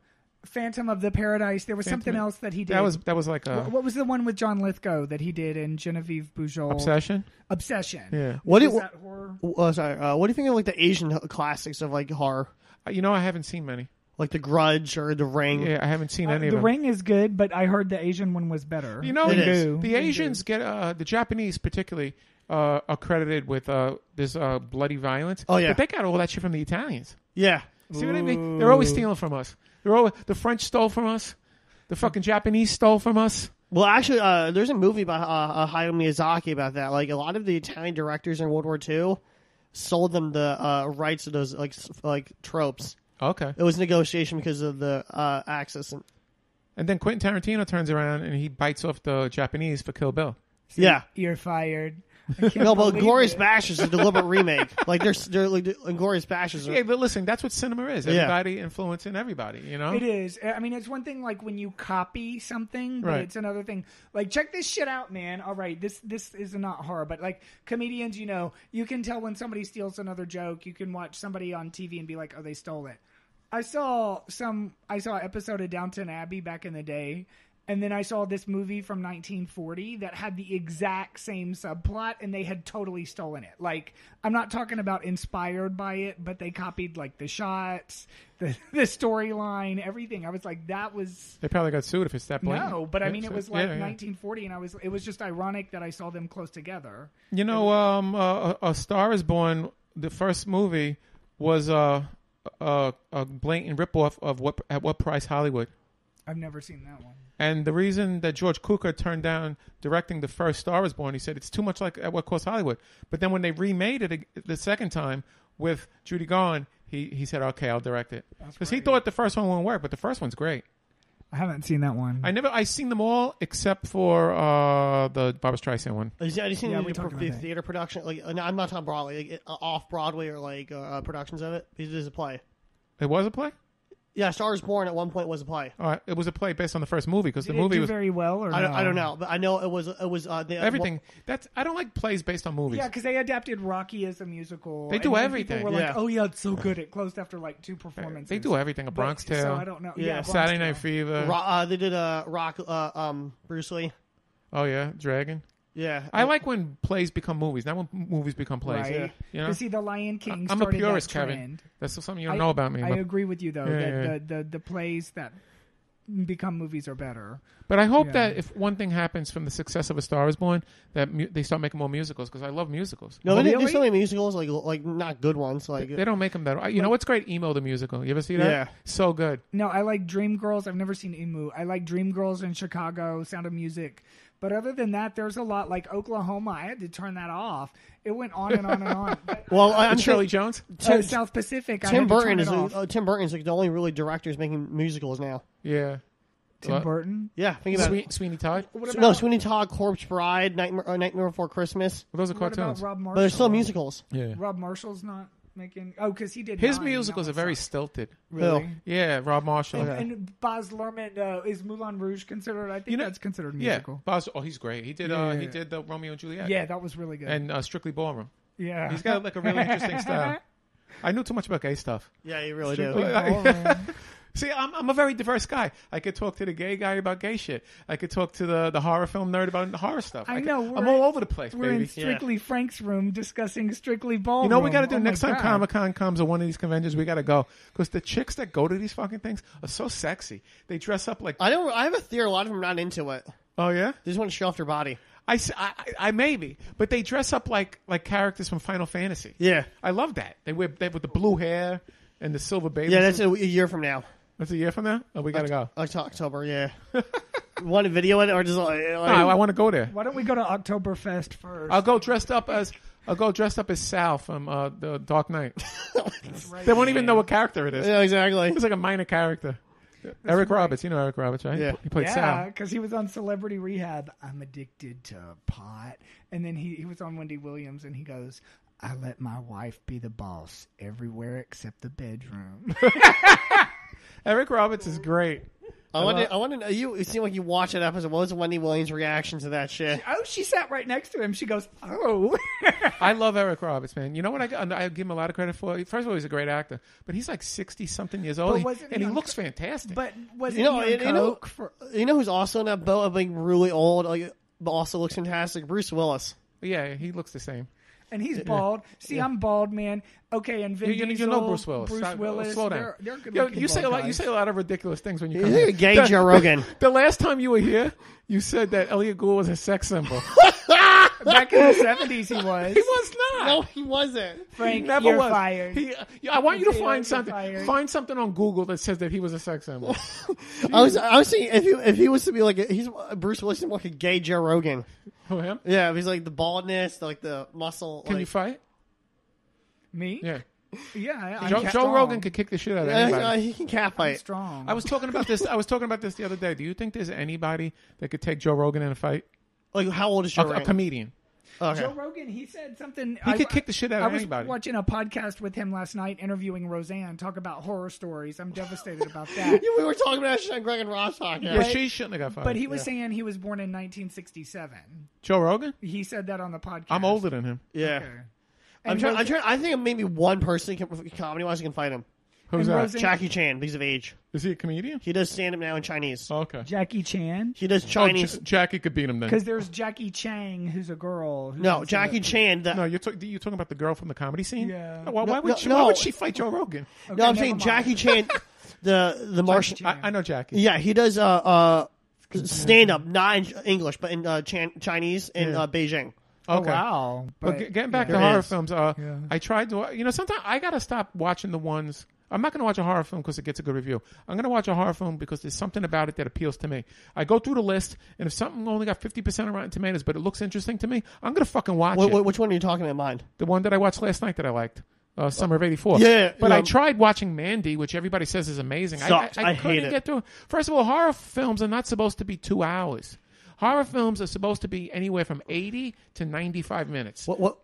Speaker 2: Phantom of the Paradise. There was
Speaker 3: Phantom
Speaker 2: something
Speaker 3: of-
Speaker 2: else that he did.
Speaker 3: That was that was like
Speaker 2: Wh-
Speaker 3: a
Speaker 2: what, was the one with John Lithgow that he did in Genevieve Bujold?
Speaker 3: obsession.
Speaker 2: Obsession.
Speaker 3: Yeah.
Speaker 1: What
Speaker 2: Is
Speaker 1: do-
Speaker 2: that horror?
Speaker 1: Oh, sorry. Uh, what do you think of like the Asian h- classics of like horror,
Speaker 3: Uh, You know, I haven't seen many.
Speaker 1: like The Grudge or The Ring?
Speaker 3: Yeah, I haven't seen
Speaker 2: Uh,
Speaker 3: any
Speaker 2: the
Speaker 3: of them.
Speaker 2: Ring is good, but I heard the Asian one was better.
Speaker 3: You know,
Speaker 1: It
Speaker 3: the-
Speaker 1: is.
Speaker 3: the Asians get uh, the Japanese particularly uh, are credited with uh, this uh, bloody violence.
Speaker 1: Oh, yeah.
Speaker 3: but they got all that shit from the Italians.
Speaker 1: Yeah.
Speaker 3: See what I mean? They're always stealing from us. They're always, the French stole from us. The fucking Japanese stole from us.
Speaker 1: Well, actually, uh, there's a movie by uh, uh, Hayao Miyazaki about that. Like a lot of the Italian directors in World War II sold them the uh, rights of those like s- like tropes.
Speaker 3: Okay.
Speaker 1: It was negotiation because of the uh, Axis. And,
Speaker 3: And then Quentin Tarantino turns around and he bites off the Japanese for Kill Bill.
Speaker 1: yeah.
Speaker 2: You're fired. I can't
Speaker 1: No, but
Speaker 2: believe
Speaker 1: Glorious
Speaker 2: it.
Speaker 1: Bastards is a deliberate remake. Like they're s- they're like Glorious Bastards. Are,
Speaker 3: Yeah, but listen, that's what cinema is.
Speaker 1: Yeah.
Speaker 3: Everybody influencing everybody, you know?
Speaker 2: It is. I mean, it's one thing like when you copy something, but
Speaker 3: Right.
Speaker 2: it's another thing. Like, check this shit out, man. All right, this this is not horror, but like comedians, you know, you can tell when somebody steals another joke. You can watch somebody on TV and be like, oh, they stole it. I saw some. I saw an episode of Downton Abbey back in the day. And then I saw this movie from 1940 that had the exact same subplot, and they had totally stolen it. Like, I'm not talking about inspired by it, but they copied like the shots, the the storyline, everything. I was like, that was
Speaker 3: They probably got sued if it's that blatant.
Speaker 2: no, but I
Speaker 3: Yeah,
Speaker 2: mean, it
Speaker 3: so-
Speaker 2: was like
Speaker 3: yeah, yeah.
Speaker 2: 1940, and I was it was just ironic that I saw them close together.
Speaker 3: You know, um, uh, A Star Is Born, the first movie, was uh, a, a blatant ripoff of what at what price Hollywood.
Speaker 2: I've never seen that one.
Speaker 3: And the reason that George Cukor turned down directing the first Star Is Born, he said it's too much like at what cost Hollywood. But then when they remade it ag- the second time with Judy Garland, he he said, "Okay, I'll direct it," because he thought the first one wouldn't work, but the first one's great.
Speaker 2: I haven't seen that one.
Speaker 3: I never I seen them all except for uh, the Barbra Streisand one.
Speaker 1: Have you seen
Speaker 2: Yeah,
Speaker 1: any
Speaker 2: we
Speaker 1: pro-
Speaker 2: talked about
Speaker 1: the
Speaker 2: that.
Speaker 1: theater production? Like, uh, no, I'm not talking broadly, like, it- uh, off Broadway or like uh, uh, productions of it. Because it is a play.
Speaker 3: It was a play.
Speaker 1: Yeah, Star is Born at one point was a play.
Speaker 3: All right, it was a play based on the first movie because the
Speaker 2: Did it
Speaker 3: movie
Speaker 2: do
Speaker 3: was
Speaker 2: very well, or
Speaker 1: I don't,
Speaker 2: no?
Speaker 1: I don't know, but I know it was it was uh, the,
Speaker 3: everything. That's I don't like plays based on movies.
Speaker 2: Yeah, because they adapted Rocky as a musical.
Speaker 3: They
Speaker 2: and
Speaker 3: do
Speaker 2: then people
Speaker 3: everything.
Speaker 2: Were like,
Speaker 1: Yeah.
Speaker 2: oh yeah, it's so good. It closed after like two performances.
Speaker 3: they do everything. A
Speaker 2: But-
Speaker 3: Bronx Tale,
Speaker 2: So I don't know. Yeah,
Speaker 1: Yeah,
Speaker 2: Bronx
Speaker 3: Saturday Night
Speaker 2: Tale.
Speaker 3: Fever.
Speaker 1: Ro- uh, they did uh, Rock uh, um, Bruce Lee.
Speaker 3: oh yeah, Dragon.
Speaker 1: Yeah,
Speaker 3: I like when plays become movies, not when m- movies become plays.
Speaker 2: Right.
Speaker 3: Yeah. You know?
Speaker 2: Because see, the Lion King.
Speaker 3: I'm a
Speaker 2: started that
Speaker 3: purist, Kevin.
Speaker 2: trend.
Speaker 3: That's something you don't know about me.
Speaker 2: I
Speaker 3: but,
Speaker 2: agree with you though.
Speaker 3: Yeah,
Speaker 2: that
Speaker 3: yeah, yeah.
Speaker 2: The, the the plays that become movies are better.
Speaker 3: but I hope
Speaker 2: Yeah.
Speaker 3: that if one thing happens from the success of A Star Is Born, that mu- they start making more musicals because I love musicals.
Speaker 1: No, they didn't do
Speaker 2: Really?
Speaker 1: so many musicals, like like not good ones. Like
Speaker 3: They don't make them that. You know what's great? Emo the musical. You ever see that?
Speaker 1: Yeah.
Speaker 3: So good.
Speaker 2: No, I like Dream Girls. I've never seen Emu. I like Dream Girls in Chicago, Sound of Music. But other than that, there's a lot like Oklahoma. I had to turn that off. It went on and on and on. But,
Speaker 1: well, I- I'm
Speaker 3: And Shirley
Speaker 1: sure
Speaker 3: Jones.
Speaker 2: uh,
Speaker 1: Tim,
Speaker 2: South Pacific. I
Speaker 1: Tim
Speaker 2: had to turn
Speaker 1: Burton
Speaker 2: it
Speaker 1: is
Speaker 2: off.
Speaker 1: uh, Tim Burton is like the only really directors making musicals now.
Speaker 3: Yeah.
Speaker 2: Tim
Speaker 3: Well,
Speaker 2: Burton.
Speaker 1: Yeah, think about
Speaker 3: Swe- Sweeney Todd. Well,
Speaker 1: it. No, Sweeney Todd, Corpse Bride, Nightmare, uh, Nightmare Before Christmas,
Speaker 3: those are
Speaker 2: What about
Speaker 3: cartoons.
Speaker 2: Rob Marshall?
Speaker 1: but there's still musicals.
Speaker 3: Yeah.
Speaker 2: Rob Marshall's not making. Oh, because he did.
Speaker 3: His
Speaker 2: Nine.
Speaker 3: musicals
Speaker 2: That
Speaker 3: are very
Speaker 2: sucks.
Speaker 3: stilted.
Speaker 2: really.
Speaker 3: Yeah, Rob Marshall.
Speaker 2: And, and Baz Luhrmann uh, is Moulin Rouge considered? I think
Speaker 3: You know-
Speaker 2: that's considered
Speaker 3: yeah,
Speaker 2: musical.
Speaker 3: Buzz. Oh, he's great. He did. Uh,
Speaker 2: Yeah.
Speaker 3: he did the Romeo and Juliet.
Speaker 2: Yeah, that was really good.
Speaker 3: And uh, Strictly Ballroom.
Speaker 2: yeah,
Speaker 3: He's got like a really interesting style. I knew too much about gay stuff.
Speaker 1: Yeah, you really
Speaker 2: Strictly
Speaker 1: do.
Speaker 2: ballroom.
Speaker 3: See, I'm, I'm a very diverse guy. I could talk to the gay guy about gay shit. I could talk to the, the horror film nerd about horror stuff.
Speaker 2: I
Speaker 3: could-
Speaker 2: know,
Speaker 3: I'm
Speaker 2: we're-
Speaker 3: all over the place,
Speaker 2: We're in
Speaker 3: baby.
Speaker 2: Strictly Frank's room discussing Strictly Ballroom.
Speaker 3: You know what we got to do
Speaker 2: Oh my
Speaker 3: next time
Speaker 2: God.
Speaker 3: Comic Con comes or one of these conventions? We got to go because the chicks that go to these fucking things are so sexy. They dress up like
Speaker 1: I don't. I have a theory. A lot of them are not into it.
Speaker 3: oh yeah,
Speaker 1: They just want to show off their body.
Speaker 3: I, s- I- I- I maybe, but they dress up like like characters from Final Fantasy.
Speaker 1: Yeah,
Speaker 3: I love that. They wear they with the blue hair and the silver baby.
Speaker 1: yeah. That's
Speaker 3: suit.
Speaker 1: a, a year from now,
Speaker 3: That's a year from now. Oh, we gotta go.
Speaker 1: Oct- October. Yeah. Want to video it or just like,
Speaker 3: No, I, want to go there.
Speaker 2: Why don't we go to Oktoberfest first?
Speaker 3: I'll go dressed up as I'll go dressed up as Sal from uh, the Dark Knight. they won't even know what character it is.
Speaker 1: yeah, exactly.
Speaker 3: It's like a minor character. Eric Roberts, you know Eric Roberts, right?
Speaker 1: Yeah.
Speaker 3: he played
Speaker 2: yeah,
Speaker 3: Sal.
Speaker 2: because he was on Celebrity Rehab. I'm addicted to pot, and then he he was on Wendy Williams, and he goes. I let my wife be the boss everywhere except the bedroom.
Speaker 3: Eric Roberts is great.
Speaker 1: I want to. I want to know you. It seemed like you watched that episode. What was Wendy Williams' reaction to that shit?
Speaker 2: Oh, she sat right next to him. She goes, "Oh,
Speaker 3: I love Eric Roberts, man. You know what? I, I give him a lot of credit for. First of all, he's a great actor, but he's like sixty something years old,
Speaker 2: wasn't he
Speaker 3: and he
Speaker 2: on-
Speaker 3: looks fantastic.
Speaker 2: but was
Speaker 1: You know,
Speaker 2: it
Speaker 1: and- you know, for, you know who's also in that boat of being really old, like, but also looks fantastic. Bruce Willis.
Speaker 3: yeah, he looks the same.
Speaker 2: and he's bald. See, I'm bald, man. Okay, and Vin
Speaker 3: You, you, you
Speaker 2: Diesel,
Speaker 3: know Bruce Willis.
Speaker 2: Bruce
Speaker 3: Stop-
Speaker 2: Willis.
Speaker 3: Slow down.
Speaker 2: They're, they're good
Speaker 3: Yo, you say a lot. You say a lot of ridiculous things when you come
Speaker 1: You're
Speaker 3: here.
Speaker 1: a gay
Speaker 3: The-
Speaker 1: Joe Rogan.
Speaker 3: The last time you were here, you said that Elliot Gould was a sex symbol.
Speaker 2: back in the '70s, he
Speaker 3: Oh,
Speaker 2: was.
Speaker 3: he was not.
Speaker 1: he wasn't.
Speaker 2: Frank,
Speaker 3: He never
Speaker 2: you're
Speaker 3: was.
Speaker 2: fired.
Speaker 3: He, I want you to
Speaker 2: Okay,
Speaker 3: find
Speaker 2: you're
Speaker 3: something.
Speaker 2: fired.
Speaker 3: Find something on Google that says that he was a sex symbol.
Speaker 1: I was. I was thinking if he if he was to be like a, he's Bruce Willis, is more like a gay Joe Rogan.
Speaker 3: Who him?
Speaker 1: Yeah, he's like the baldness, like the muscle.
Speaker 3: Can
Speaker 1: like,
Speaker 3: you fight?
Speaker 2: Me?
Speaker 3: Yeah.
Speaker 2: Yeah, I- I'm
Speaker 3: Joe, Joe
Speaker 2: strong.
Speaker 3: Rogan could kick the shit out of
Speaker 1: Uh,
Speaker 3: anybody.
Speaker 1: uh, he can cat
Speaker 2: I'm
Speaker 1: fight.
Speaker 2: strong.
Speaker 3: I was talking about this. I was talking about this the other day. Do you think there's anybody that could take Joe Rogan in a fight?
Speaker 1: Like how old is
Speaker 3: A,
Speaker 1: Joe
Speaker 3: a
Speaker 1: Rogan?
Speaker 3: comedian.
Speaker 1: okay.
Speaker 2: Joe Rogan, he said something.
Speaker 3: He could kick the shit out
Speaker 2: I
Speaker 3: of
Speaker 2: was
Speaker 3: anybody.
Speaker 2: watching a podcast with him last night, interviewing Roseanne. Talk about horror stories. I'm devastated about that.
Speaker 1: Yeah, we were talking about that shit on Greg and Ross podcast.
Speaker 3: yeah, she shouldn't have got fired.
Speaker 2: But he was saying he was born in 1967.
Speaker 3: Joe Rogan.
Speaker 2: He said that on the podcast.
Speaker 3: I'm older than him.
Speaker 1: Yeah.
Speaker 2: Okay.
Speaker 1: I'm
Speaker 2: And
Speaker 1: trying, I'm
Speaker 2: Rose-
Speaker 1: trying. I think maybe one person can comedy wise can fight him.
Speaker 3: Who's
Speaker 2: And
Speaker 3: that?
Speaker 2: Roseanne-
Speaker 1: Jackie Chan, because of age.
Speaker 3: Is he a comedian? Oh,
Speaker 1: He does stand up now in Chinese.
Speaker 3: Okay.
Speaker 2: Jackie Chan.
Speaker 1: He does
Speaker 3: Oh,
Speaker 1: Chinese.
Speaker 3: J- Jackie could beat him then.
Speaker 2: Because there's Jackie Chang, who's a girl. who's
Speaker 1: no,
Speaker 2: on
Speaker 1: Jackie
Speaker 2: stand-up.
Speaker 1: Chan. The,
Speaker 3: No,
Speaker 1: no,
Speaker 3: you're, talk- you're talking about the girl from the comedy scene.
Speaker 2: Yeah.
Speaker 3: Why, why
Speaker 1: No,
Speaker 3: would
Speaker 1: no,
Speaker 3: she? Why
Speaker 1: no. Oh,
Speaker 3: would she fight Joe Rogan?
Speaker 2: Okay,
Speaker 1: I'm
Speaker 2: never
Speaker 1: saying
Speaker 2: mind.
Speaker 1: Jackie Chan. The the Martian.
Speaker 3: I, I know Jackie.
Speaker 1: Yeah, he does uh uh stand up, not in English, but in uh, Chan- Chinese in uh, Beijing.
Speaker 2: Oh,
Speaker 3: Okay.
Speaker 2: wow.
Speaker 3: But
Speaker 2: But-
Speaker 3: ge- getting back
Speaker 1: yeah.
Speaker 3: to
Speaker 1: There
Speaker 3: horror
Speaker 1: is.
Speaker 3: films, uh,
Speaker 2: Yeah.
Speaker 3: I tried to. You know, sometimes I gotta stop watching the ones. I'm not gonna watch a horror film because it gets a good review. I'm gonna watch a horror film because there's something about it that appeals to me. I go through the list, and if something only got 50 percent of Rotten Tomatoes, but it looks interesting to me, I'm gonna fucking watch
Speaker 1: Wh-
Speaker 3: it.
Speaker 1: wh- which one are you talking about? Mine.
Speaker 3: The one that I watched last night that I liked, uh, Summer of '84.
Speaker 1: Yeah,
Speaker 3: but
Speaker 1: yeah.
Speaker 3: I tried watching Mandy, which everybody says is amazing.
Speaker 1: Sucked.
Speaker 3: I,
Speaker 1: I hate
Speaker 3: couldn't
Speaker 1: it.
Speaker 3: get through. First of all, horror films are not supposed to be two hours. Horror films are supposed to be anywhere from 80 to 95 minutes.
Speaker 1: What what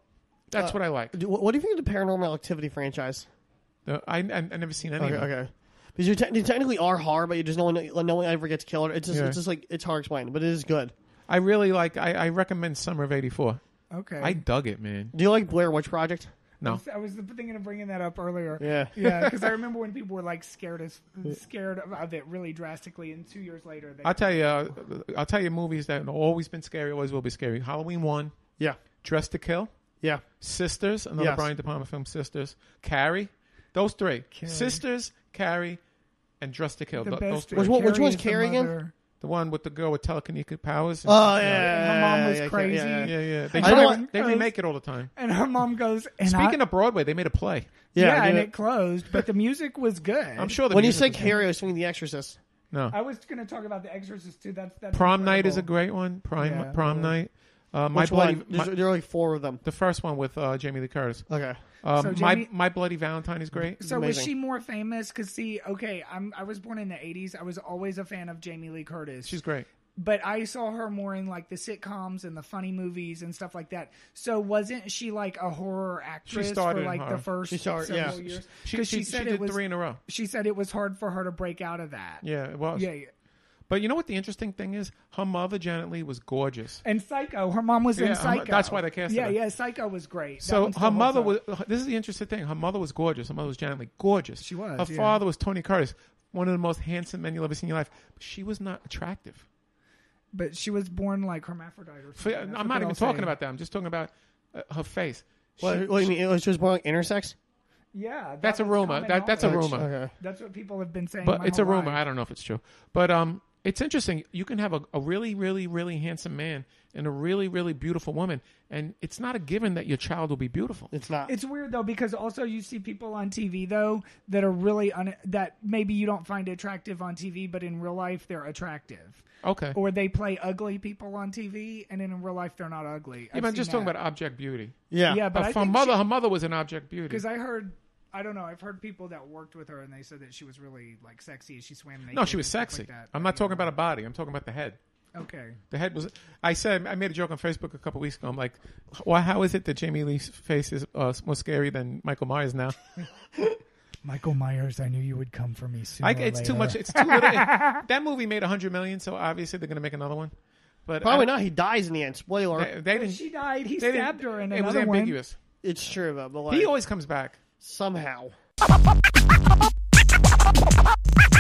Speaker 3: That's what I like.
Speaker 1: do, what do you think of the Paranormal Activity franchise?
Speaker 3: No, I, I, I never seen any.
Speaker 1: Okay,
Speaker 3: of them.
Speaker 1: okay. Because you te- you technically are hard, but you just no one no one ever gets killed. It's just
Speaker 3: Yeah.
Speaker 1: it's just like it's hard to explain, but it is good.
Speaker 3: I really like. I, I recommend Summer of '84.
Speaker 2: Okay.
Speaker 3: I dug it, man.
Speaker 1: Do you like Blair Witch Project?
Speaker 3: No,
Speaker 2: I was thinking of bringing that up earlier.
Speaker 1: Yeah.
Speaker 2: yeah, because I remember when people were like scared as scared of, of it really drastically, and two years later they
Speaker 3: I'll tell you. Uh, I'll tell you movies that have always been scary, always will be scary. Halloween one,
Speaker 1: Yeah,
Speaker 3: Dress to Kill,
Speaker 1: yeah.
Speaker 3: Sisters, another
Speaker 1: Yes.
Speaker 3: Brian De Palma film, Sisters, Carrie, those three, Sisters, Carrie, and Dress to Kill.
Speaker 2: the
Speaker 3: Th- those
Speaker 2: best.
Speaker 3: three.
Speaker 1: Which one- which
Speaker 2: Carrie
Speaker 1: one's
Speaker 2: is the
Speaker 1: Carrie again?
Speaker 2: mother.
Speaker 3: The one with the girl with telekinetic powers. and-
Speaker 1: Oh yeah, yeah,
Speaker 2: My mom
Speaker 1: yeah,
Speaker 2: was
Speaker 1: yeah, yeah,
Speaker 2: crazy.
Speaker 1: Yeah, yeah.
Speaker 3: yeah, yeah. They,
Speaker 1: I know
Speaker 3: try,
Speaker 1: what-
Speaker 3: they remake it all the time.
Speaker 2: And her mom goes. And
Speaker 3: Speaking
Speaker 2: I,
Speaker 3: of Broadway, they made a play.
Speaker 1: Yeah, I
Speaker 2: and
Speaker 1: do
Speaker 2: it closed, but the music was good.
Speaker 3: I'm sure. The
Speaker 1: When you say
Speaker 3: music was-
Speaker 1: Carrie, I was thinking The Exorcist.
Speaker 3: no,
Speaker 2: I was going to talk about The Exorcist too. That's that's
Speaker 3: Prom night is a
Speaker 2: incredible.
Speaker 3: great one. Prime
Speaker 2: Yeah.
Speaker 3: prom night. Uh, my
Speaker 1: Which
Speaker 3: bloody
Speaker 1: one?
Speaker 3: my-
Speaker 1: There's- there are like four of them.
Speaker 3: the first one with uh, Jamie Lee Curtis.
Speaker 1: Okay.
Speaker 3: Um,
Speaker 2: So
Speaker 3: my
Speaker 2: Jamie-
Speaker 3: my bloody Valentine is great.
Speaker 2: So was
Speaker 1: amazing.
Speaker 2: she more famous? Because see, okay, I'm I was born in the '80s. I was always a fan of Jamie Lee Curtis.
Speaker 3: She's great.
Speaker 2: but I saw her more in like the sitcoms and the funny movies and stuff like that. So wasn't she like a horror actress
Speaker 3: started
Speaker 2: for
Speaker 3: in
Speaker 2: like
Speaker 3: horror.
Speaker 2: the first
Speaker 1: She started-
Speaker 2: several
Speaker 1: yeah.
Speaker 2: years?
Speaker 3: She
Speaker 2: 'Cause
Speaker 3: she, she did
Speaker 2: was,
Speaker 3: three in a row.
Speaker 2: She said it was hard for her to break out of that.
Speaker 3: Yeah, it was.
Speaker 2: Yeah, yeah.
Speaker 3: But you know what the interesting thing is? Her mother Janet Lee was gorgeous.
Speaker 2: And Psycho, her mom was
Speaker 3: Yeah,
Speaker 2: in
Speaker 3: her mo-
Speaker 2: Psycho.
Speaker 3: that's why they cast
Speaker 2: Yeah,
Speaker 3: her.
Speaker 2: yeah, Psycho was great. That
Speaker 3: So
Speaker 2: one still
Speaker 3: her
Speaker 2: holds
Speaker 3: mother
Speaker 2: up.
Speaker 3: was. uh, This is the interesting thing. Her mother was gorgeous. Her mother was Janet Lee, gorgeous. She
Speaker 2: was,
Speaker 3: Her
Speaker 2: yeah.
Speaker 3: father was Tony Curtis, one of the most handsome men you'll ever see in your life. But she was not attractive.
Speaker 2: but she was born like hermaphrodite. Or
Speaker 3: For-
Speaker 2: something. That's
Speaker 3: I'm
Speaker 2: what
Speaker 3: not
Speaker 2: they
Speaker 3: even
Speaker 2: all
Speaker 3: talking
Speaker 2: say.
Speaker 3: about that. I'm just talking about uh, her face.
Speaker 1: What,
Speaker 3: She-
Speaker 1: what do you mean? It was just more like intersex.
Speaker 2: Yeah, that
Speaker 3: That's a
Speaker 2: was
Speaker 3: rumor.
Speaker 2: common
Speaker 3: That- that's a
Speaker 2: knowledge.
Speaker 3: rumor.
Speaker 1: Okay.
Speaker 2: That's what people have been saying.
Speaker 3: but
Speaker 2: my
Speaker 3: it's a
Speaker 2: whole
Speaker 3: rumor.
Speaker 2: life.
Speaker 3: I don't know if it's true. But um, it's interesting. You can have a, a really, really, really handsome man and a really, really beautiful woman, and it's not a given that your child will be beautiful.
Speaker 1: It's not.
Speaker 2: It's weird though because also you see people on TV though that are really un- that maybe you don't find attractive on TV, but in real life they're attractive,
Speaker 3: Okay.
Speaker 2: or they play ugly people on TV, and in real life they're not ugly.
Speaker 3: Yeah, but I'm just talking about object beauty.
Speaker 1: yeah.
Speaker 2: yeah, but I
Speaker 3: But her
Speaker 2: think
Speaker 3: mother, her mother was an object beauty.
Speaker 2: because I heard I don't know I've heard people that worked with her and they said that she was really like sexy as she swam. Naked
Speaker 3: No, she was
Speaker 2: and stuff like
Speaker 3: sexy.
Speaker 2: that,
Speaker 3: I'm
Speaker 2: but,
Speaker 3: not
Speaker 2: you
Speaker 3: talking
Speaker 2: know.
Speaker 3: about a body. I'm talking about the head.
Speaker 2: okay.
Speaker 3: The head was. I said I made a joke on Facebook a couple weeks ago. I'm like, why? How is it that Jamie Lee's face is uh, more scary than Michael Myers now?
Speaker 2: Michael Myers, I knew you would come for me soon.
Speaker 1: Oh,
Speaker 3: I, it's too much. It's too little. it- that movie made a hundred million, so obviously they're going to make another one. But
Speaker 1: Probably
Speaker 3: I-
Speaker 1: not. He dies in the end. Spoiler.
Speaker 3: They, they didn't.
Speaker 2: she died. He
Speaker 3: they didn't-
Speaker 2: stabbed her in
Speaker 3: It was
Speaker 2: another one.
Speaker 3: ambiguous.
Speaker 1: it's true, though, but
Speaker 3: He
Speaker 1: like,
Speaker 3: always comes back.
Speaker 1: somehow.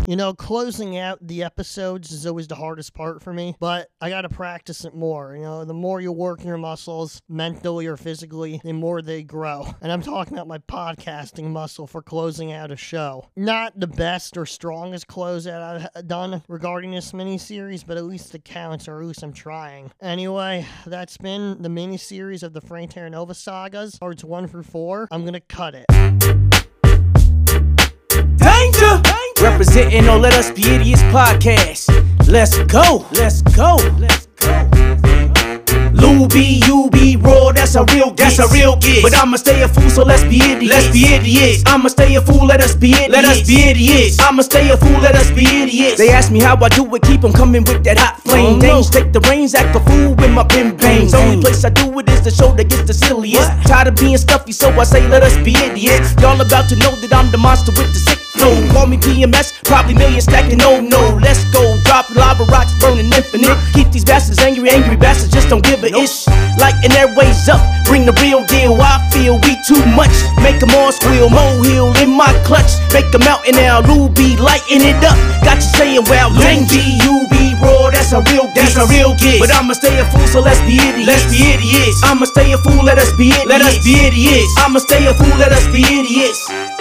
Speaker 8: You know, closing out the episodes is always the hardest part for me, but I got to practice it more. You know, the more you work your muscles, mentally or physically, the more they grow. And I'm talking about my podcasting muscle for closing out a show. Not the best or strongest closeout I've done regarding this miniseries, but at least it counts, or at least I'm trying. Anyway, that's been the miniseries of the Frank Terranova sagas, parts one through four. I'm going to cut it.
Speaker 5: Danger! Representing all let us be idiots podcast. Let's go, let's go, let's go. Luby, you be raw, that's a real giz. That's a real giz. But I'ma stay a fool, so let's be idiots. Let's be idiots. I'ma stay a fool, let us be idiots. Let us be idiots. I'ma stay a fool, let us be idiots. Oh, They ask me how I do it, keep 'em coming with that hot flame. Names take the reins, act a fool with my pin bangs. Only place I do it is the show that gets the silliest. Tired of being stuffy, so I say let us be idiots. Y'all about to know that I'm the monster with the sick flow. Call me PMS, probably million stacking. Oh no, let's go. Drop lava rocks, burning infinite. Keep these bastards angry, angry bastards just don't give a ish. Lighten their ways up, bring the real deal. I feel we too much. Make 'em all squeal, molehill in my clutch. Make 'em out and now Ruby lighten it up. Got you saying, wow, dang B, you be raw, that's a real giz. That's a real giz. But I'ma stay a fool, so let's be idiots. Let's be idiots. I'ma stay a fool, let us be idiots. Let us be idiots. I'ma stay a fool, let us be idiots.